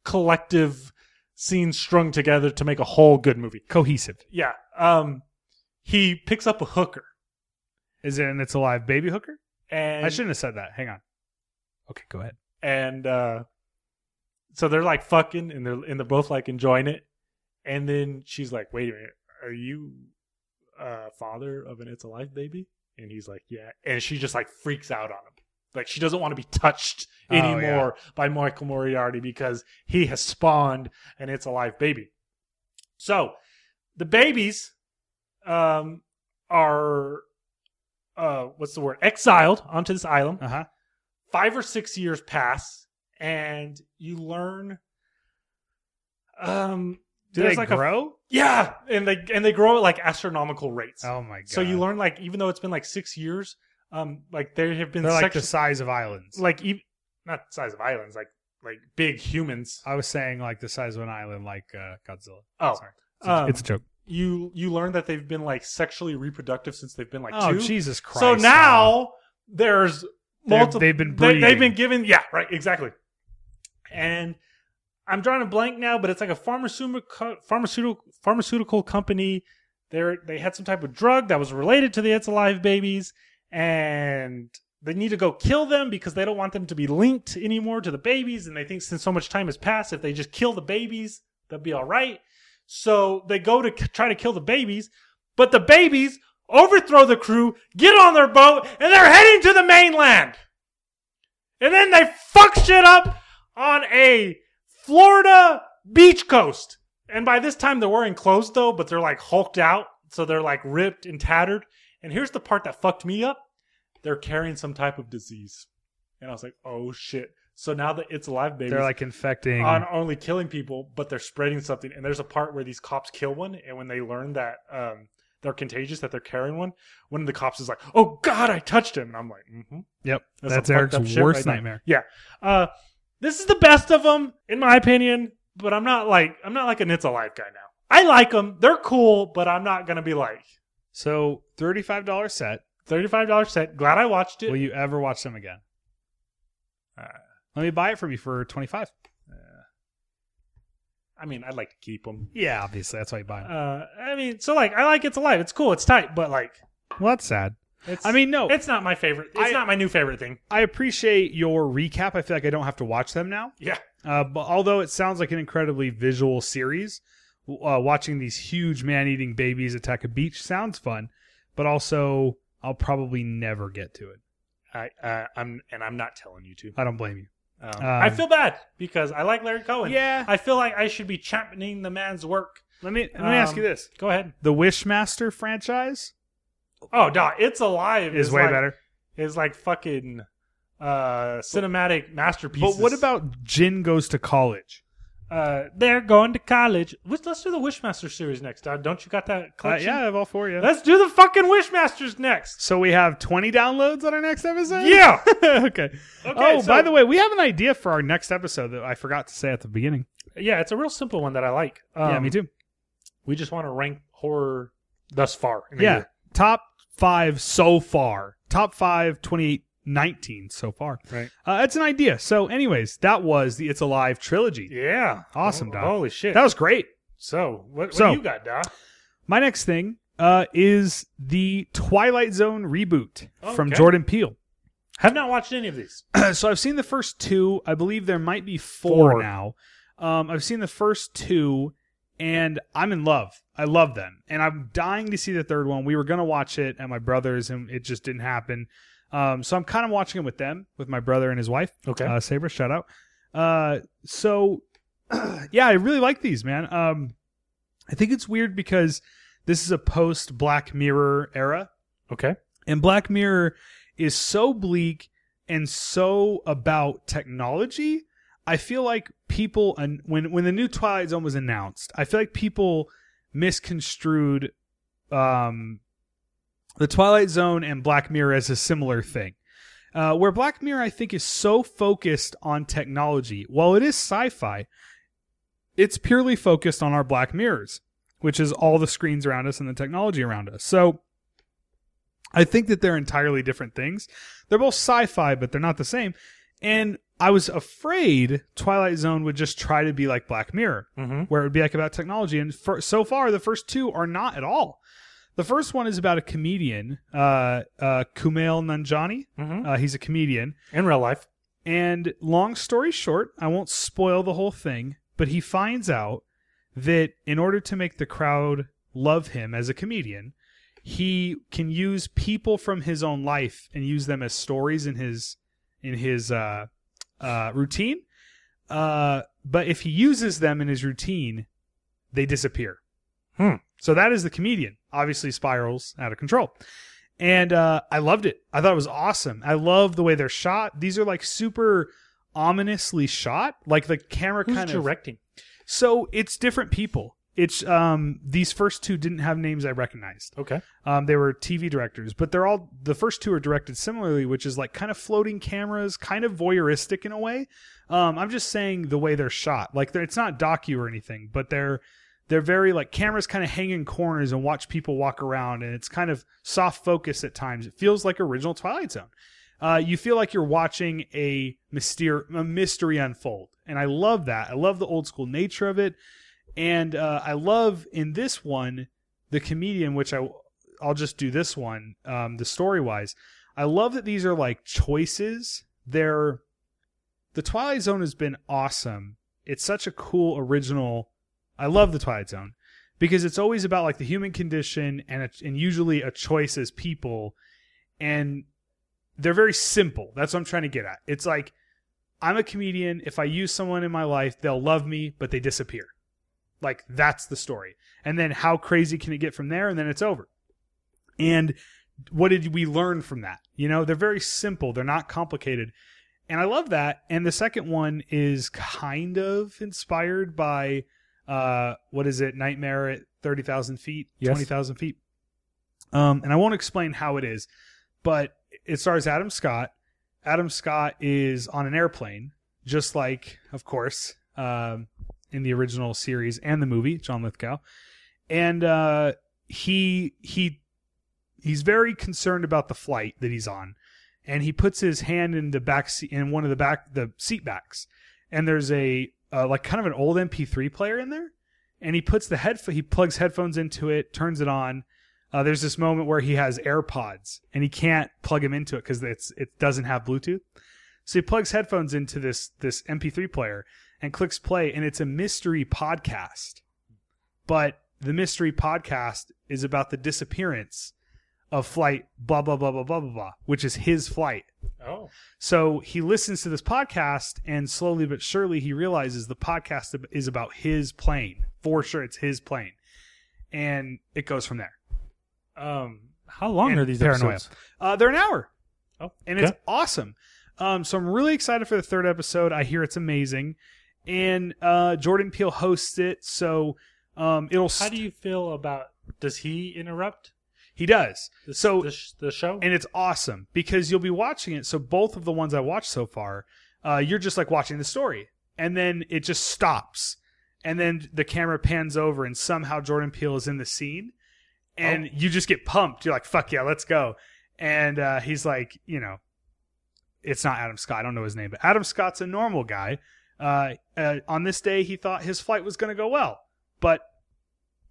collective scenes strung together to make a whole good movie. Cohesive. yeah um he picks up a hooker Is it and it's alive baby hooker? and I shouldn't have said that. Hang on. Okay, go ahead. and uh so they're like fucking and they're and they're both like enjoying it and then she's like wait a minute are you uh father of an it's alive baby and he's like yeah and she just like freaks out on him like she doesn't want to be touched Oh, yeah. anymore by michael moriarty because he has spawned an it's alive baby so the babies um are uh what's the word exiled onto this island Uh huh. five or six years pass and you learn um Do there's they like a grow? yeah and they and they grow at like astronomical rates oh my god. so you learn like even though it's been like six years um like there have been They're like sexu- the size of islands. like ev- not the size of islands like like big humans I was saying, like the size of an island, like uh, Godzilla. Oh, Oh, sorry. It's, a- um, it's a joke. you you learn that they've been like sexually reproductive since they've been like Oh two. Jesus Christ! so Alan. now there's They've- multiple they've been They, have breeding. been given yeah right exactly and i'm drawing a blank now but it's like a pharmaceutical pharmaceutical pharmaceutical company they they had some type of drug that was related to the it's alive babies and they need to go kill them because they don't want them to be linked anymore to the babies and they think since so much time has passed if they just kill the babies they'll be all right so they go to k- try to kill the babies but the babies overthrow the crew, get on their boat, and they're heading to the mainland. And then they fuck shit up on a Florida beach coast. And by this time, they're wearing clothes though, but they're like hulked out. So they're like ripped and tattered. And here's the part that fucked me up they're carrying some type of disease. And I was like, oh shit. So now that it's alive, baby, they're like infecting. on only killing people, but they're spreading something. And there's a part where these cops kill one, and when they learn that um, they're contagious, that they're carrying one, one of the cops is like, "Oh God, I touched him," and I'm like, mm-hmm. yep, that's that's, some fucked up Eric's shit worst right now. nightmare. uh, "This is the best of them, in my opinion." But I'm not like I'm not like a It's Alive guy now. I like them; they're cool, but I'm not gonna be like So thirty-five dollar set. thirty five dollars set. Glad I watched it. Will you ever watch them again? Uh, Let me buy it from you for twenty-five. I mean, I'd like to keep them. Yeah, obviously that's why you buy them. Uh, I mean, so like I like It's Alive. It's cool. It's tight, but like well, that's sad. it's. I mean, no, It's not my favorite. It's I- not my new favorite thing. I appreciate your recap. I feel like I don't have to watch them now. Yeah. Uh, but although it sounds like an incredibly visual series, uh, watching these huge man-eating babies attack a beach sounds fun, but also I'll probably never get to it. I, uh, I'm and I'm not telling you to. I don't blame you. Um, I feel bad because I like Larry Cohen. Yeah. I feel like I should be championing the man's work. Let me let me ask Um, you this: Go ahead. the Wishmaster franchise Oh, dog, it's alive is way like, better. Is like fucking uh, cinematic masterpiece. But what about Jin Goes to College? Uh, they're going to college. Let's, let's do the Wishmaster series next. Uh, don't you got that Uh, collection? yeah, I have all four. Yeah. Let's do the fucking Wishmasters next. so we have 20 downloads on our next episode? Yeah. okay. oh, so- by the way, we have an idea for our next episode that I forgot to say at the beginning. Yeah, it's a real simple one that I like. Um, yeah, me too. We just want to rank horror thus far. in a Yeah. year. Top five so far. Top five 2019 so far. Right. Uh, it's an idea. So, anyways, that was the It's Alive trilogy. Yeah. Awesome, Ho- Doc. Holy shit. That was great. so, what, what So- do you got, Doc? My next thing uh, is the Twilight Zone reboot from Okay. Jordan Peele. Have not watched any of these. so I've seen the first two. I believe there might be four, Four. now. Um, I've seen the first two, and I'm in love. I love them, and I'm dying to see the third one. We were gonna watch it at my brother's, and it just didn't happen. Um, so I'm kind of watching it with them, with my brother and his wife. Okay. Uh, Saber, shout out. Uh, so, yeah, I really like these, man. Um, I think it's weird because this is a post Black Mirror era, okay. and Black Mirror is so bleak and so about technology. I feel like people and when when the new Twilight Zone was announced, I feel like people misconstrued um, the Twilight Zone and Black Mirror as a similar thing. Uh, where Black Mirror, I think, is so focused on technology, while it is sci-fi, it's purely focused on our Black Mirrors, which is all the screens around us and the technology around us. So, I think that they're entirely different things. They're both sci-fi, but they're not the same. And I was afraid Twilight Zone would just try to be like Black Mirror, Mm-hmm. where it would be like about technology. And for, so far, the first two are not at all. The first one is about a comedian, uh, uh, Kumail Nanjiani. Mm-hmm. Uh, he's a comedian. In real life. And long story short, I won't spoil the whole thing, but he finds out that in order to make the crowd love him as a comedian, he can use people from his own life and use them as stories in his in his uh, uh, routine. Uh, but if he uses them in his routine, they disappear. Hmm. So that is the comedian. Obviously, spirals out of control and uh, I loved it. I thought it was awesome. I love the way they're shot. These are like super ominously shot, like the camera Who's kind of. directing? So it's different people. It's um these first two didn't have names I recognized. Okay. Um, they were TV directors, but they're all the first two are directed similarly, which is like kind of floating cameras, kind of voyeuristic in a way. Um, I'm just saying the way they're shot, like they're, it's not docu or anything, but they're they're very like cameras kind of hang in corners and watch people walk around, and it's kind of soft focus at times. It feels like original Twilight Zone. Uh, you feel like you're watching a mystery, a mystery unfold, and I love that. I love the old school nature of it, and uh, I love in this one the comedian, which I I'll just do this one. Um, the story wise, I love that these are like choices. They're the Twilight Zone has been awesome. It's such a cool original. I love the Twilight Zone because it's always about like the human condition and a, and usually a choice as people, and they're very simple. That's what I'm trying to get at. It's like I'm a comedian. If I use someone in my life, they'll love me, but they disappear. Like that's the story. And then how crazy can it get from there? And then it's over. And what did we learn from that? You know, they're very simple, they're not complicated. And I love that. And the second one is kind of inspired by uh what is it? Nightmare at 30,000 feet, Yes. 20,000 feet. Um and I won't explain how it is, but it stars Adam Scott. Adam Scott is on an airplane, just like of course, um in the original series and the movie, John Lithgow. And uh he he he's very concerned about the flight that he's on and he puts his hand in the back seat in one of the back the seat backs and there's a uh, like kind of an old mp3 player in there and he puts the head he plugs headphones into it turns it on uh, there's this moment where he has airpods and he can't plug him into it because it's it doesn't have bluetooth so he plugs headphones into this this mp3 player and clicks play and it's a mystery podcast but the mystery podcast is about the disappearance of flight blah blah blah blah blah blah blah which is his flight Oh. so he listens to this podcast, and slowly but surely he realizes the podcast ab- is about his plane. For sure, it's his plane, and it goes from there. Um, how long And are these paranoia. episodes? Uh, they're an hour, Oh, and it's awesome. Um, so I'm really excited for the third episode. I hear it's amazing, and uh, Jordan Peele hosts it, so um, it'll. How st- do you feel about? Does he interrupt? he does This, So- this, the show. and it's awesome because you'll be watching it. So both of the ones I watched so far, uh, you're just like watching the story, and then it just stops, and then the camera pans over, and somehow Jordan Peele is in the scene, and you just get pumped. You're like, "Fuck yeah, let's go!" And uh, he's like, you know, it's not Adam Scott. I don't know his name, but Adam Scott's a normal guy. Uh, uh, on this day, he thought his flight was going to go well, but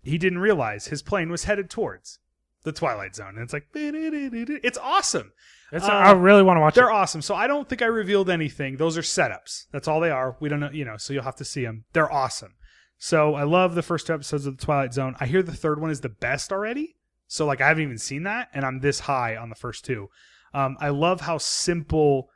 he didn't realize his plane was headed towards the Twilight Zone. And it's like, it's awesome. It's- um, I really want to watch it. They're awesome. So I don't think I revealed anything. Those are setups. That's all they are. We don't know, you know, so you'll have to see them. They're awesome. So I love the first two episodes of the Twilight Zone. I hear the third one is the best already. So like I haven't even seen that, and I'm this high on the first two. Um, I love how simple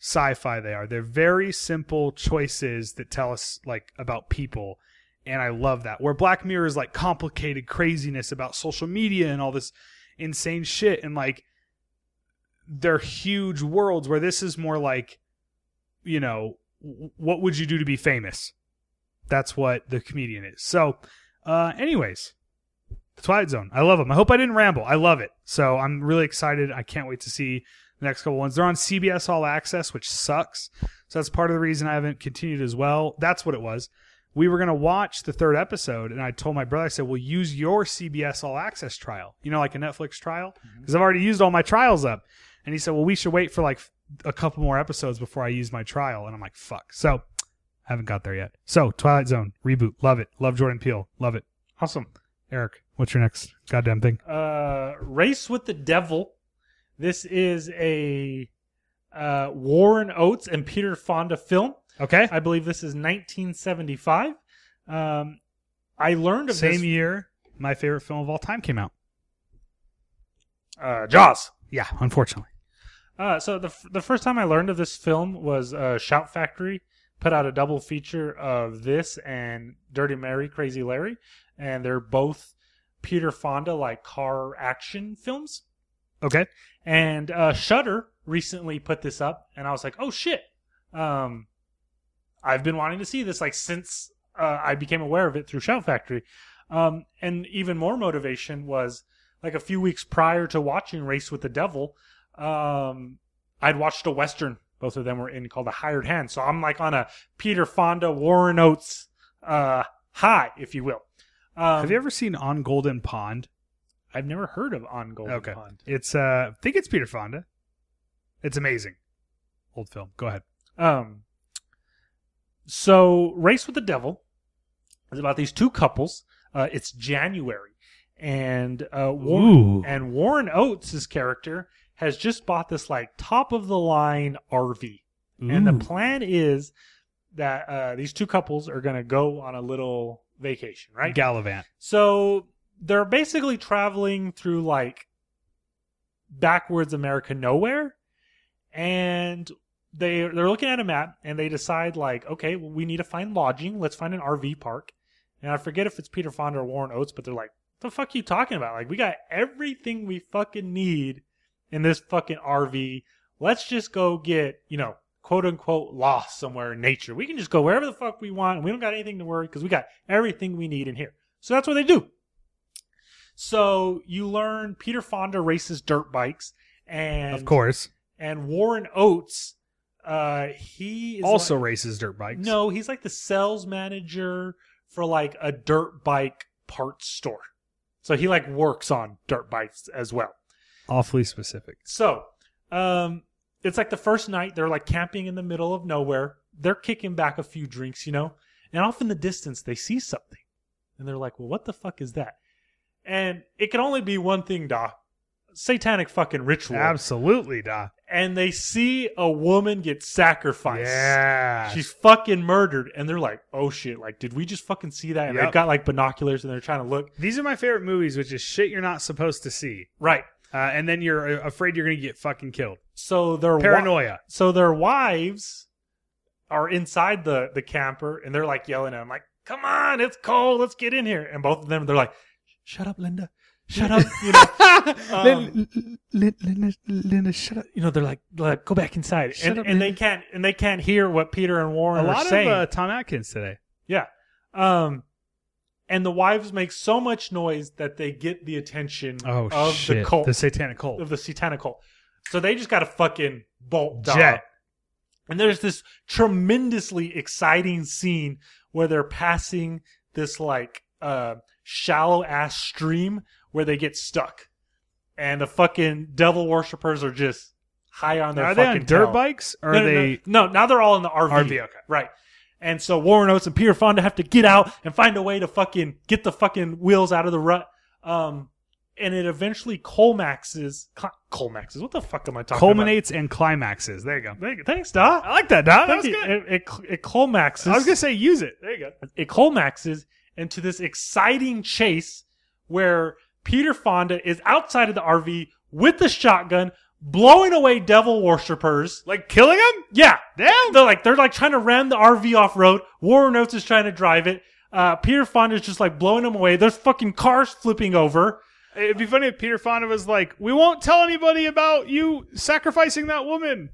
sci-fi they are. They're very simple choices that tell us like about people, and I love that. Where Black Mirror is like complicated craziness about social media and all this insane shit, and like they're huge worlds where this is more like, you know, w- what would you do to be famous? That's what the comedian is. So, uh, anyways, the Twilight Zone. I love them. I hope I didn't ramble. I love it. So I'm really excited. I can't wait to see the next couple ones. They're on CBS All Access, which sucks. So that's part of the reason I haven't continued as well. That's what it was. We were going to watch the third episode, and I told my brother, I said, well, use your CBS All Access trial, you know, like a Netflix trial, because I've already used all my trials up. And he said, well, we should wait for like a couple more episodes before I use my trial. And I'm like, fuck. So I haven't got there yet. So Twilight Zone, reboot. Love it. Love Jordan Peele. Love it. awesome. Eric, what's your next goddamn thing? uh, Race with the Devil. This is a uh, Warren Oates and Peter Fonda film. Okay. I believe this is 1975. Um, I learned of Same this. year, my favorite film of all time came out. Uh, Jaws. Yeah, unfortunately. Uh, so the f- the first time I learned of this film was uh, Shout Factory put out a double feature of this and Dirty Mary, Crazy Larry, and they're both Peter Fonda like car action films. Okay. And uh, Shutter recently put this up, and I was like, "Oh shit!" Um, I've been wanting to see this like since uh, I became aware of it through Shout Factory. Um, and even more motivation was like a few weeks prior to watching Race with the Devil. Um, I'd watched a western. Both of them were in called A Hired Hand. So I'm like on a Peter Fonda, Warren Oates uh, high, if you will. Um, Have you ever seen On Golden Pond? I've never heard of On Golden Okay. Pond. It's uh I think it's Peter Fonda. It's amazing. Old film. Go ahead. Um, so, Race with the Devil is about these two couples. Uh, it's January, and uh, Warren, Ooh. and Warren Oates' character has just bought this like top of the line RV, and the plan is that uh, these two couples are going to go on a little vacation, right? Gallivant. So they're basically traveling through like backwards America nowhere, and they they're looking at a map and they decide like, okay, well, we need to find lodging. Let's find an RV park. And I forget if it's Peter Fonda or Warren Oates, but they're like, the fuck you talking about? Like we got everything we fucking need in this fucking RV. Let's just go get you know quote unquote lost somewhere in nature. We can just go wherever the fuck we want. We don't got anything to worry because we got everything we need in here. So that's what they do. So you learn Peter Fonda races dirt bikes, and Of course. and Warren Oates, uh, he is Also like- races dirt bikes. no, he's like the sales manager for like a dirt bike parts store. So he like works on dirt bikes as well. Awfully specific. So, um, it's like the first night they're like camping in the middle of nowhere. They're kicking back a few drinks, you know, and off in the distance they see something, and they're like, "Well, what the fuck is that?" And it can only be one thing, Doc. Satanic fucking ritual. Absolutely, da. And they see a woman get sacrificed. Yeah. She's fucking murdered. And they're like, oh shit, like, did we just fucking see that? And Yep. they've got like binoculars and they're trying to look. These are my favorite movies, which is shit you're not supposed to see. Right. Uh, and then you're uh, afraid you're going to get fucking killed. So they're Paranoia. so their wives are inside the the camper and they're like yelling at them like come on it's cold let's get in here and both of them they're like shut up linda shut up. You know, Um, Lin- Lin- Lin- Linda, Linda, shut up. you know they're like, like go back inside, Shut and, up, man. and they can't and they can't hear what Peter and Warren A are lot of saying. uh, Tom Atkins today. yeah, um, and the wives make so much noise that they get the attention Oh of shit! the cult satanic cult. of the satanic cult. So they just got to fucking bolt Jet. dog. And there's this tremendously exciting scene where they're passing this like uh, shallow ass stream where they get stuck, and the fucking devil worshippers are just high on their Are they fucking on dirt tail. bikes? Or no, are no, they? No, no, now they're all in the RV. RV, okay. Right. And so Warren Oates and Peter Fonda have to get out and find a way to fucking get the fucking wheels out of the rut. Um, and it eventually colmaxes. cl- Colmaxes. What the fuck am I talking Culminates and climaxes. There you go. about? Thank- Thanks, Doc. I like Oh, that, Doc. That was Thank you. good. It, it, cl- it colmaxes. I was gonna say use it. There you go. it colmaxes into this exciting chase where Peter Fonda is outside of the RV with the shotgun, blowing away devil worshippers. Like killing him? Yeah, Damn. they're like they're like trying to ram the RV off road. Warren Oates is trying to drive it. Uh, Peter Fonda's just like blowing them away. There's fucking cars flipping over. It'd be funny if Peter Fonda was like, "We won't tell anybody about you sacrificing that woman."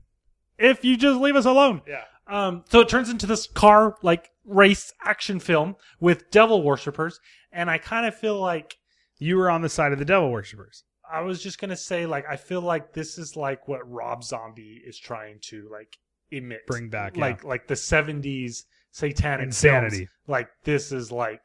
If you just leave us alone, Yeah. Um, so it turns into this car like race action film with devil worshippers, and I kind of feel like You were on the side of the devil worshippers. I was just gonna say like I feel like this is like what Rob Zombie is trying to like emit, Bring back, yeah. like like the '70s satanic films. Insanity. Like this is like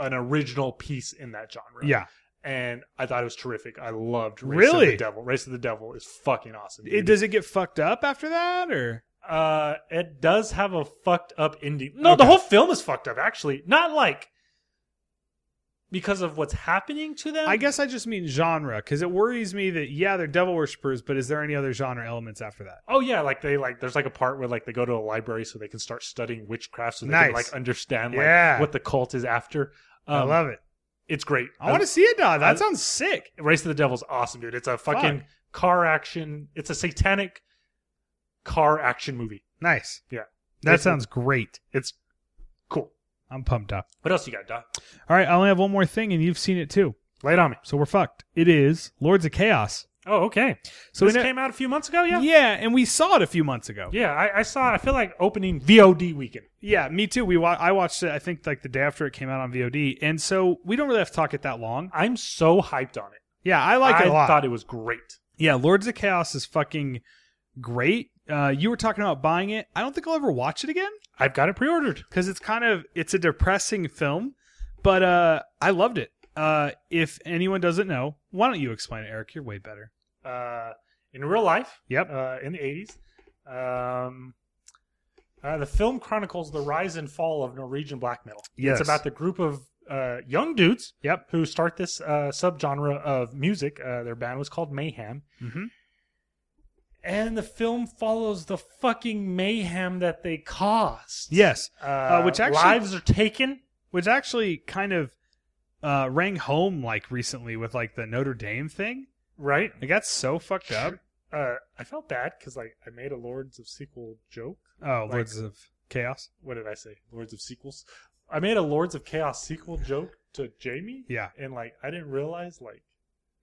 an original piece in that genre. Yeah. and I thought it was terrific. I loved Race of Really? the Devil. Race of the Devil is fucking awesome. It, dude. does it get fucked up after that, or Uh, it does have a fucked up ending. No, the Okay. whole film is fucked up. Actually, not like because of what's happening to them. I guess I just mean genre because it worries me that yeah, they're devil worshippers, but is there any other genre elements after that? Oh yeah, like they like there's like a part where like they go to a library so they can start studying witchcraft so they can Nice. like understand like Yeah. what the cult is after. I Um, love it. It's great. I want to see it now. That I- sounds sick. Race of the Devil's awesome, dude. It's a fucking Fuck. car action. It's a satanic car action movie. Nice. Yeah. That Nice sounds great. It's cool. I'm pumped up. What else you got, Doc? All right, I only have one more thing, and you've seen it too, Lay it on me. so we're fucked. It is Lords of Chaos. Oh, okay. So So this we know- came out a few months ago, yeah. and we saw it a few months ago. Yeah, I, I saw. I feel like opening VOD weekend. Yeah, me too. We wa- I watched it. I think like the day after it came out on VOD, and so we don't really have to talk it that long. I'm so hyped on it. Yeah, I like I it a lot. thought it was great. yeah, Lords of Chaos is fucking great. Uh, you were talking about buying it. I don't think I'll ever watch it again I've got it pre-ordered. because it's kind of it's a depressing film, but uh, I loved it. Uh, if anyone doesn't know, why don't you explain it, Eric? You're way better. Uh, in real life, Yep. uh, in the 80s. Um, uh, the film chronicles the rise and fall of Norwegian black metal. Yes. It's about the group of uh, young dudes Yep. who start this uh, subgenre of music. Uh, their band was called Mayhem. Mm-hmm. And the film follows the fucking mayhem that they caused. Yes. Uh, which actually- lives are taken. which actually kind of uh, rang home like recently with like the Notre Dame thing. Right. Like that's so fucked up. Uh, I felt bad because like I made a Lords of Sequel joke. Oh, Like- Lords of Chaos. What did I say? Lords of Sequels. I made a Lords of Chaos sequel joke to Jamie. Yeah, and like I didn't realize like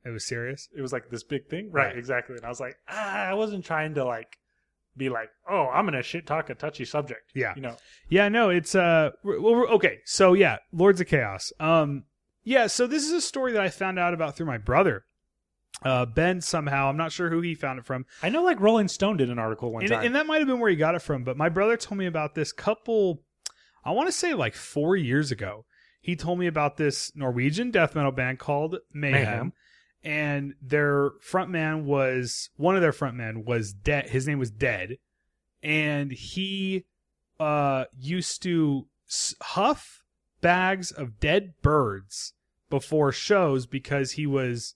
it was serious. it was like this big thing, right? Right. Exactly, and I was like, ah, I wasn't trying to like be like, oh, I'm gonna shit talk a touchy subject, Yeah. you know, Yeah, no, it's uh r- well r- okay. So yeah, Lords of Chaos. Um yeah, so this is a story that I found out about through my brother. Uh Ben somehow, I'm not sure who he found it from. I know like Rolling Stone did an article one And, time, and that might have been where he got it from, but my brother told me about this couple I want to say like 4 years ago. He told me about this Norwegian death metal band called Mayhem. Mayhem. And their front man was one of their front men was dead. His name was Dead. And he uh, used to s- huff bags of dead birds before shows because he was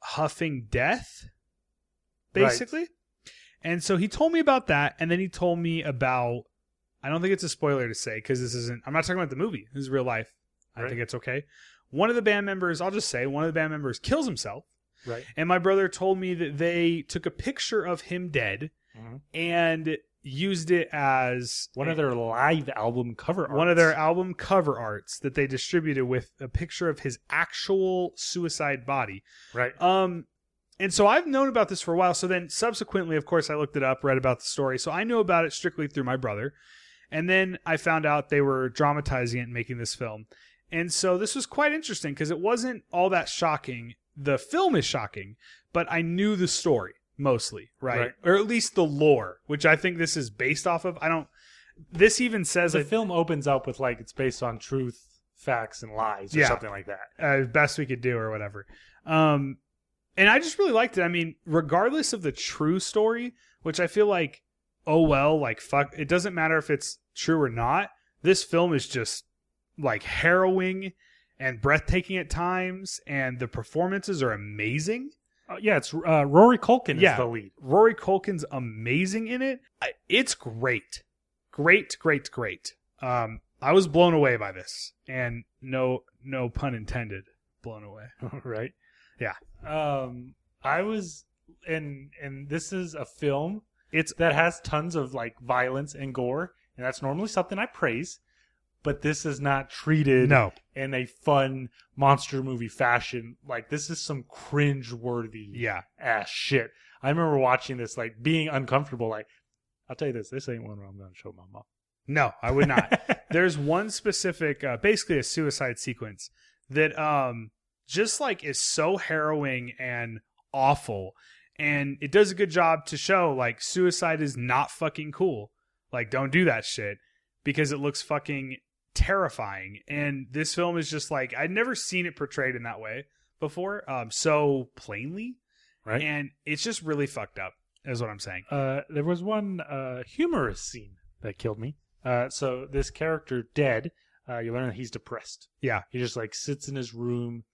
huffing death, Right. basically. And so he told me about that, and then he told me about. I don't think it's a spoiler to say because this isn't. I'm not talking about the movie. This is real life. I Right. think it's okay. One of the band members, I'll just say, one of the band members kills himself. right? And my brother told me that they took a picture of him dead Mhm. and used it as One of their live album cover arts. one of their album cover arts that they distributed with a picture of his actual suicide body. right. Um, and so I've known about this for a while. So then subsequently, of course, I looked it up, read about the story. So I know about it strictly through my brother. And then I found out they were dramatizing it and making this film. And so this was quite interesting because it wasn't all that shocking. The film is shocking, but I knew the story mostly, right? Right. Or at least the lore, which I think this is based off of. I don't. This even says the I- film opens up with like it's based on truth, facts, and lies, or Yeah. something like that. uh, best we could do or whatever. Um, and I just really liked it. I mean, regardless of the true story, which I feel like, oh well, like fuck, it doesn't matter if it's true or not. This film is just like harrowing and breathtaking at times, and the performances are amazing. Uh, yeah, it's uh, Rory Culkin Yeah. is the lead. Rory Culkin's amazing in it. I- It's great, great, great, great. Um, I was blown away by this, and no, no pun intended, blown away. right? Yeah. Um, I was, and and this is a film It's that has tons of like violence and gore, and that's normally something I praise, but this is not treated no. in a fun monster movie fashion. Like this is some cringe worthy Yeah. ass shit. I remember watching this, like being uncomfortable. Like, I'll tell you this, this ain't one where I'm gonna show my mom. No, I would not. There's one specific, uh, basically a suicide sequence that um, just like is so harrowing and awful. And it does a good job to show like suicide is not fucking cool. Like, don't do that shit because it looks fucking terrifying. And this film is just like, I'd never seen it portrayed in that way before, um, so plainly. Right. And it's just really fucked up, is what I'm saying. uh, there was one uh, humorous scene that killed me. Uh, so this character, dead, uh, you learn that he's depressed. Yeah. he just like sits in his room,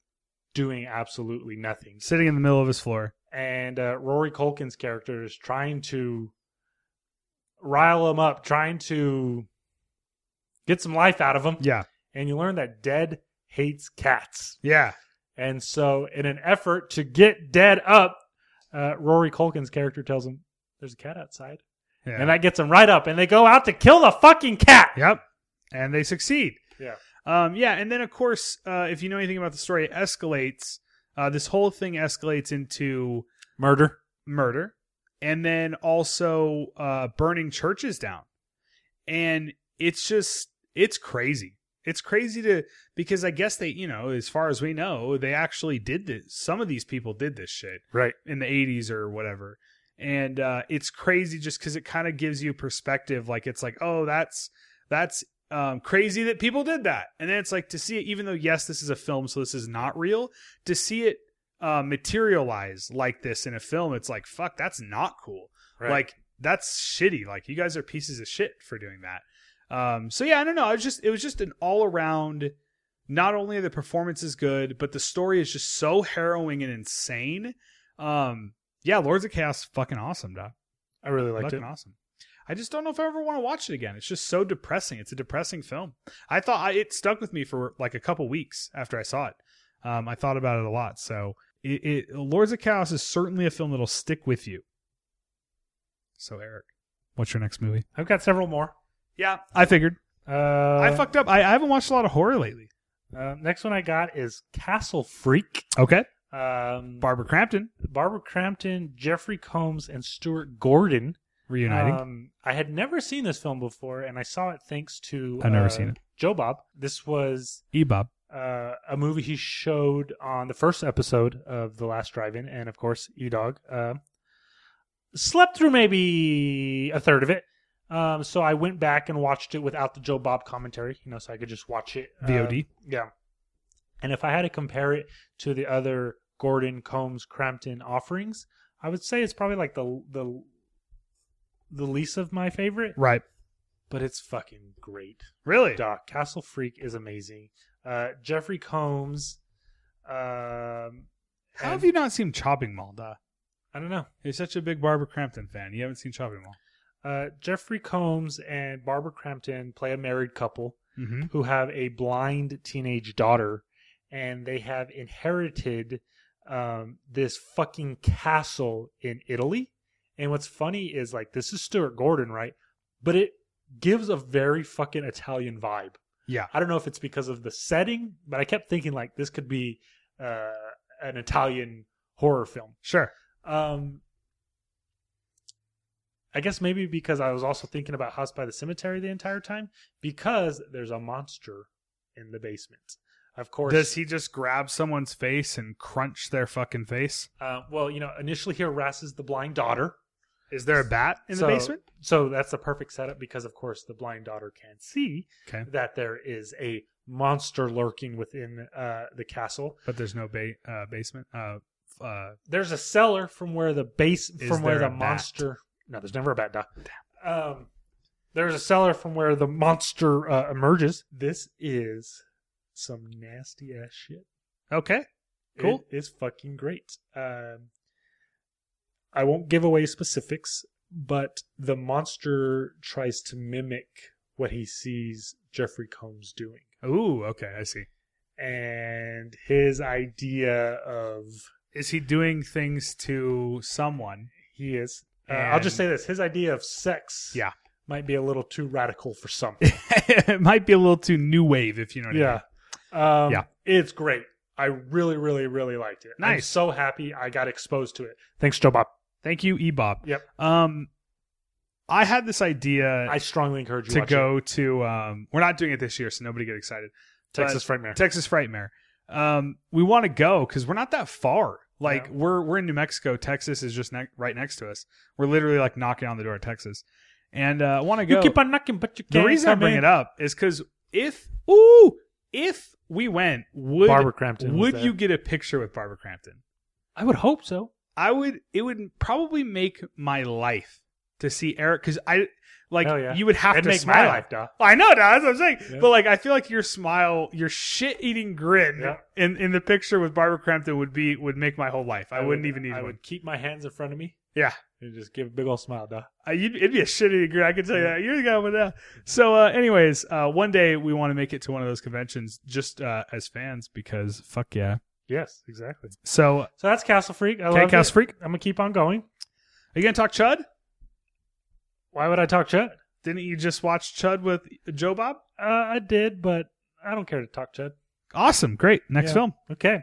doing absolutely nothing. Sitting in the middle of his floor. And uh, Rory Culkin's character is trying to rile him up, trying to get some life out of him. Yeah. And you learn that dead hates cats. Yeah. And so, in an effort to get Dead up, uh, Rory Culkin's character tells him, "There's a cat outside," Yeah. and that gets him right up. And they go out to kill the fucking cat. Yep. And they succeed. Yeah. Um, yeah. And then, of course, uh, if you know anything about the story, it escalates. Uh, this whole thing escalates into Murder. murder and then also uh, burning churches down. And it's just, it's crazy. It's crazy to, because I guess they, you know, as far as we know, they actually did this. Some of these people did this shit Right. in the 80s or whatever and uh, it's crazy just because it kind of gives you perspective like it's like oh that's that's um, crazy that people did that and then it's like to see it even though yes this is a film so this is not real to see it uh, materialize like this in a film it's like fuck that's not cool like that's shitty like you guys are pieces of shit for doing that um so yeah i don't know i was just it was just an all around not only are the performances good but the story is just so harrowing and insane um yeah lords of chaos is fucking awesome doc I really liked fucking it. awesome i just don't know if i ever want to watch it again it's just so depressing it's a depressing film i thought I, it stuck with me for like a couple weeks after i saw it um i thought about it a lot so it, it lords of chaos is certainly a film that'll stick with you so eric what's your next movie I've got several more. yeah i figured Uh, i fucked up I, I haven't watched a lot of horror lately uh, next one I got is Castle Freak. okay Um, barbara crampton Barbara Crampton, Jeffrey Combs, and Stuart Gordon. reuniting Um, I had never seen this film before, and I saw it thanks to I've never uh, seen it. Joe Bob. This was ebob uh, a movie he showed on the first episode of The Last Drive-In, and of course, E Dog uh, slept through maybe a third of it. Um, so I went back and watched it without the Joe Bob commentary, you know, so I could just watch it uh, vod yeah. And if I had to compare it to the other Gordon Combs Crampton offerings, I would say it's probably like the the the least of my favorite, right but it's fucking great. really Doc Castle Freak is amazing. Uh, Jeffrey Combs. Um, how and- have you not seen chopping mall doc I don't know. You're such a big Barbara Crampton fan. You haven't seen Chopping Mall. Uh, Jeffrey Combs and Barbara Crampton play a married couple Mm-hmm. who have a blind teenage daughter, and they have inherited um, this fucking castle in Italy, And what's funny is like this is Stuart Gordon, right? But it gives a very fucking Italian vibe. Yeah. I don't know if it's because of the setting, but I kept thinking like this could be uh, an Italian horror film. Sure. Um, I guess maybe because I was also thinking about House by the Cemetery the entire time because there's a monster in the basement. Of course, Does he just grab someone's face and crunch their fucking face? uh, well, you know, initially he harasses the blind daughter Is there a bat in So- the basement? So that's the perfect setup because, of course, the blind daughter can see Okay. that there is a monster lurking within uh, the castle. But there's no ba- uh, basement. Uh, f- uh, There's a cellar from where the base Is from where there the a bat? monster. No, there's never a bat. Duh. Um, there's a cellar from where the monster uh, emerges. This is some nasty ass shit. okay. Cool. It is fucking great. Um, I won't give away specifics, but the monster tries to mimic what he sees Jeffrey Combs doing. Ooh. Okay. I see. And his idea of Is he doing things to someone? he is, uh, I'll just say And- this his idea of sex Yeah. might be a little too radical for some. it might be a little too new wave, if you know what I yeah. mean. Um, Yeah. It's great. I really, really, really liked it. I'm Nice. so happy I got exposed to it. Thanks, Joe Bob. Thank you, Ebob. Yep. Um, I had this idea I strongly encourage you to watch it. go to. Um, we're not doing it this year, so nobody get excited. Texas Frightmare. Texas Frightmare. Um, we want to go because we're not that far. Like Yeah. we're we're in New Mexico. Texas is just ne- right next to us. We're literally like knocking on the door of Texas, and uh, I want to go. on knocking, but you the reason I bring it up is because if ooh if we went, would Barbara Crampton. would you get a picture with Barbara Crampton? I would hope so. I would. It would probably make my life to see Eric because I like Hell yeah. you would have It'd to make smile. my life, duh. I know, Dad, that's what I'm saying. Yeah. But like, I feel like your smile, your shit-eating grin Yeah. in in the picture with Barbara Crampton would be would make my whole life. I, wouldn't even need I one. would keep my hands in front of me. Yeah. And just give a big old smile, duh. I, you'd, it'd be a shitty grin. I can tell you that. You're the guy with that. So, uh, anyways, uh, one day we want to make it to one of those conventions just uh, as fans because fuck yeah. Yes, exactly. So, So that's Castle Freak. I okay, Cast love Castle Freak, are I'm gonna keep on going. you gonna talk Chud? Why would I talk Chud? Didn't you just watch Chud with Joe Bob? Uh, I did, but I don't care to talk Chud. Awesome, great. Next Yeah. film. Okay.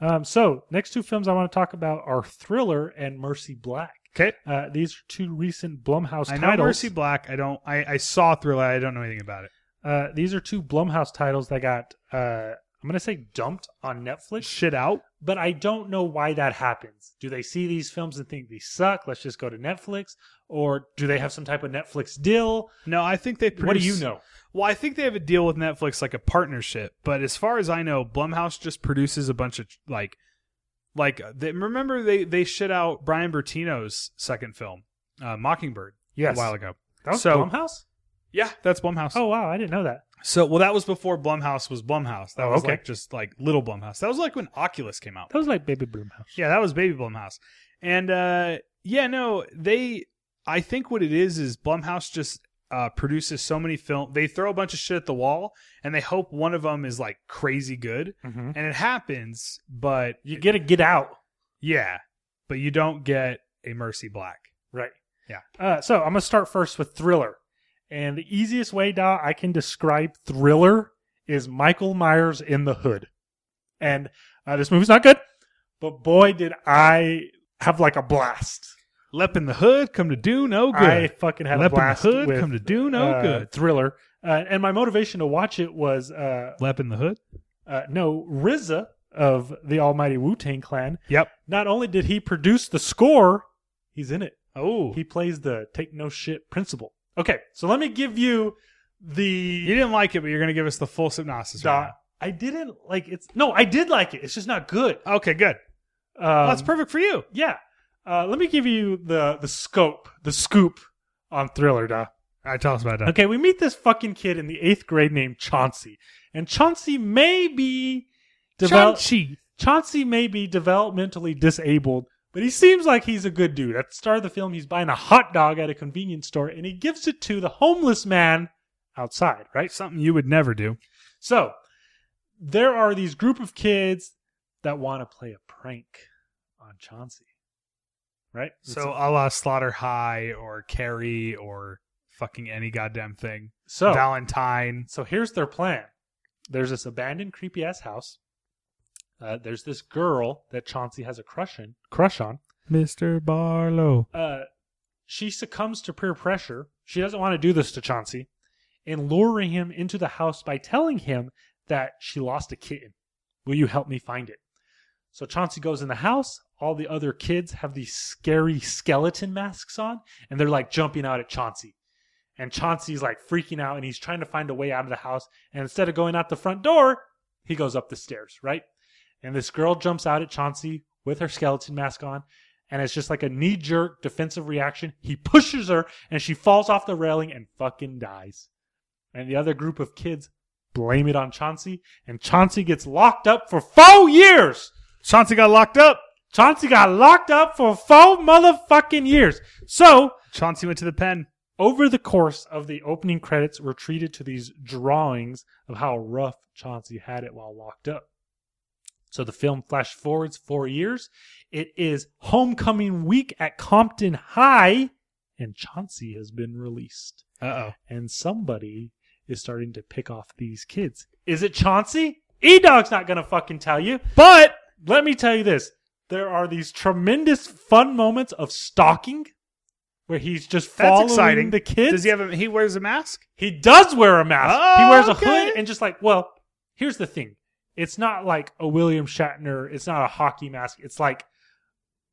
Um, so next two films I want to talk about are Thriller and Mercy Black. Okay. Uh, these are two recent Blumhouse I know titles. Mercy Black. I don't. I, I saw Thriller. I don't know anything about it. Uh, these are two Blumhouse titles that got uh, I'm gonna say dumped on Netflix. Shit out. but I don't know why that happens. Do they see these films and think these suck? Let's just go to Netflix, or do they have some type of Netflix deal? No, I think they. Produce, What do you know? Well, I think they have a deal with Netflix, like a partnership. But as far as I know, Blumhouse just produces a bunch of like, like uh, they, remember they they shit out Brian Bertino's second film, uh, Mockingbird, Yes, a while ago. that was So- Blumhouse. Yeah, that's Blumhouse. Oh wow, I didn't know that. So well, that was before Blumhouse was Blumhouse. That Oh, was okay. like just like little Blumhouse. That was like when Oculus came out. That was like Baby Blumhouse. Yeah, that was Baby Blumhouse. And uh yeah, no, they I think what it is is Blumhouse just uh produces so many film they throw a bunch of shit at the wall and they hope one of them is like crazy good Mm-hmm. and it happens, but You get a Get Out, yeah, but you don't get a Mercy Black. right? Yeah. Uh, so I'm gonna start first with Thriller, and the easiest way, Da, I can describe Thriller is Michael Myers in the Hood, and uh, this movie's not good, but boy, did I have like a blast. Lep in the hood, come to do no good. I fucking had Lep in the a blast hood, with come to do no uh, good. thriller. Uh, and my motivation to watch it was uh, Lep in the hood. uh, no RZA of the Almighty Wu Tang Clan. Yep. Not only did he produce the score, he's in it. Oh, He plays the take no shit principle. Okay, so let me give you you the didn't like it, but you're gonna give us the full synopsis. right dot. I didn't like it's no, I did like it. It's just not good. now. Okay, good. Um, Oh, That's perfect for you. Yeah. Uh, let me give you the the scope, the scoop on Thriller, duh. All right, tell us about that. Okay, we meet this fucking kid in the eighth grade named Chauncey, and Chauncey may be develop- Chauncey. Chauncey may be developmentally disabled, but he seems like he's a good dude. At the start of the film, he's buying a hot dog at a convenience store, and he gives it to the homeless man outside. Right. Something you would never do. So there are these group of kids that want to play a prank on Chauncey. right? So a la Slaughter High or Carrie or fucking any goddamn thing. so Valentine. so here's their plan. There's this abandoned creepy ass house. Uh, there's this girl that Chauncey has a crush in, crush on. Mr. Barlow. Uh, she succumbs to peer pressure. She doesn't want to do this to Chauncey, and luring him into the house by telling him that she lost a kitten. Will you help me find it? So Chauncey goes in the house. All the other kids have these scary skeleton masks on, and they're like jumping out at Chauncey. And Chauncey's like freaking out, and he's trying to find a way out of the house. And instead of going out the front door, he goes up the stairs, right? And this girl jumps out at Chauncey with her skeleton mask on, and it's just like a knee jerk defensive reaction. He pushes her, and she falls off the railing and fucking dies. And the other group of kids blame it on Chauncey, and Chauncey gets locked up for four years. Chauncey got locked up. Chauncey got locked up for four motherfucking years. So, Chauncey went to the pen. over the course of the opening credits, we're treated to these drawings of how rough Chauncey had it while locked up. So the film flash forwards four years. It is homecoming week at Compton High, and Chauncey has been released. Uh oh. And somebody is starting to pick off these kids. Is it Chauncey? E Dog's not going to fucking tell you. But Let me tell you this there are these tremendous fun moments of stalking where he's just that's following exciting. the kids. Does he have a? He wears a mask. He does wear a mask. Oh, he wears a okay. hood and just like, well, here's the thing. It's not like a William Shatner, it's not a hockey mask. It's like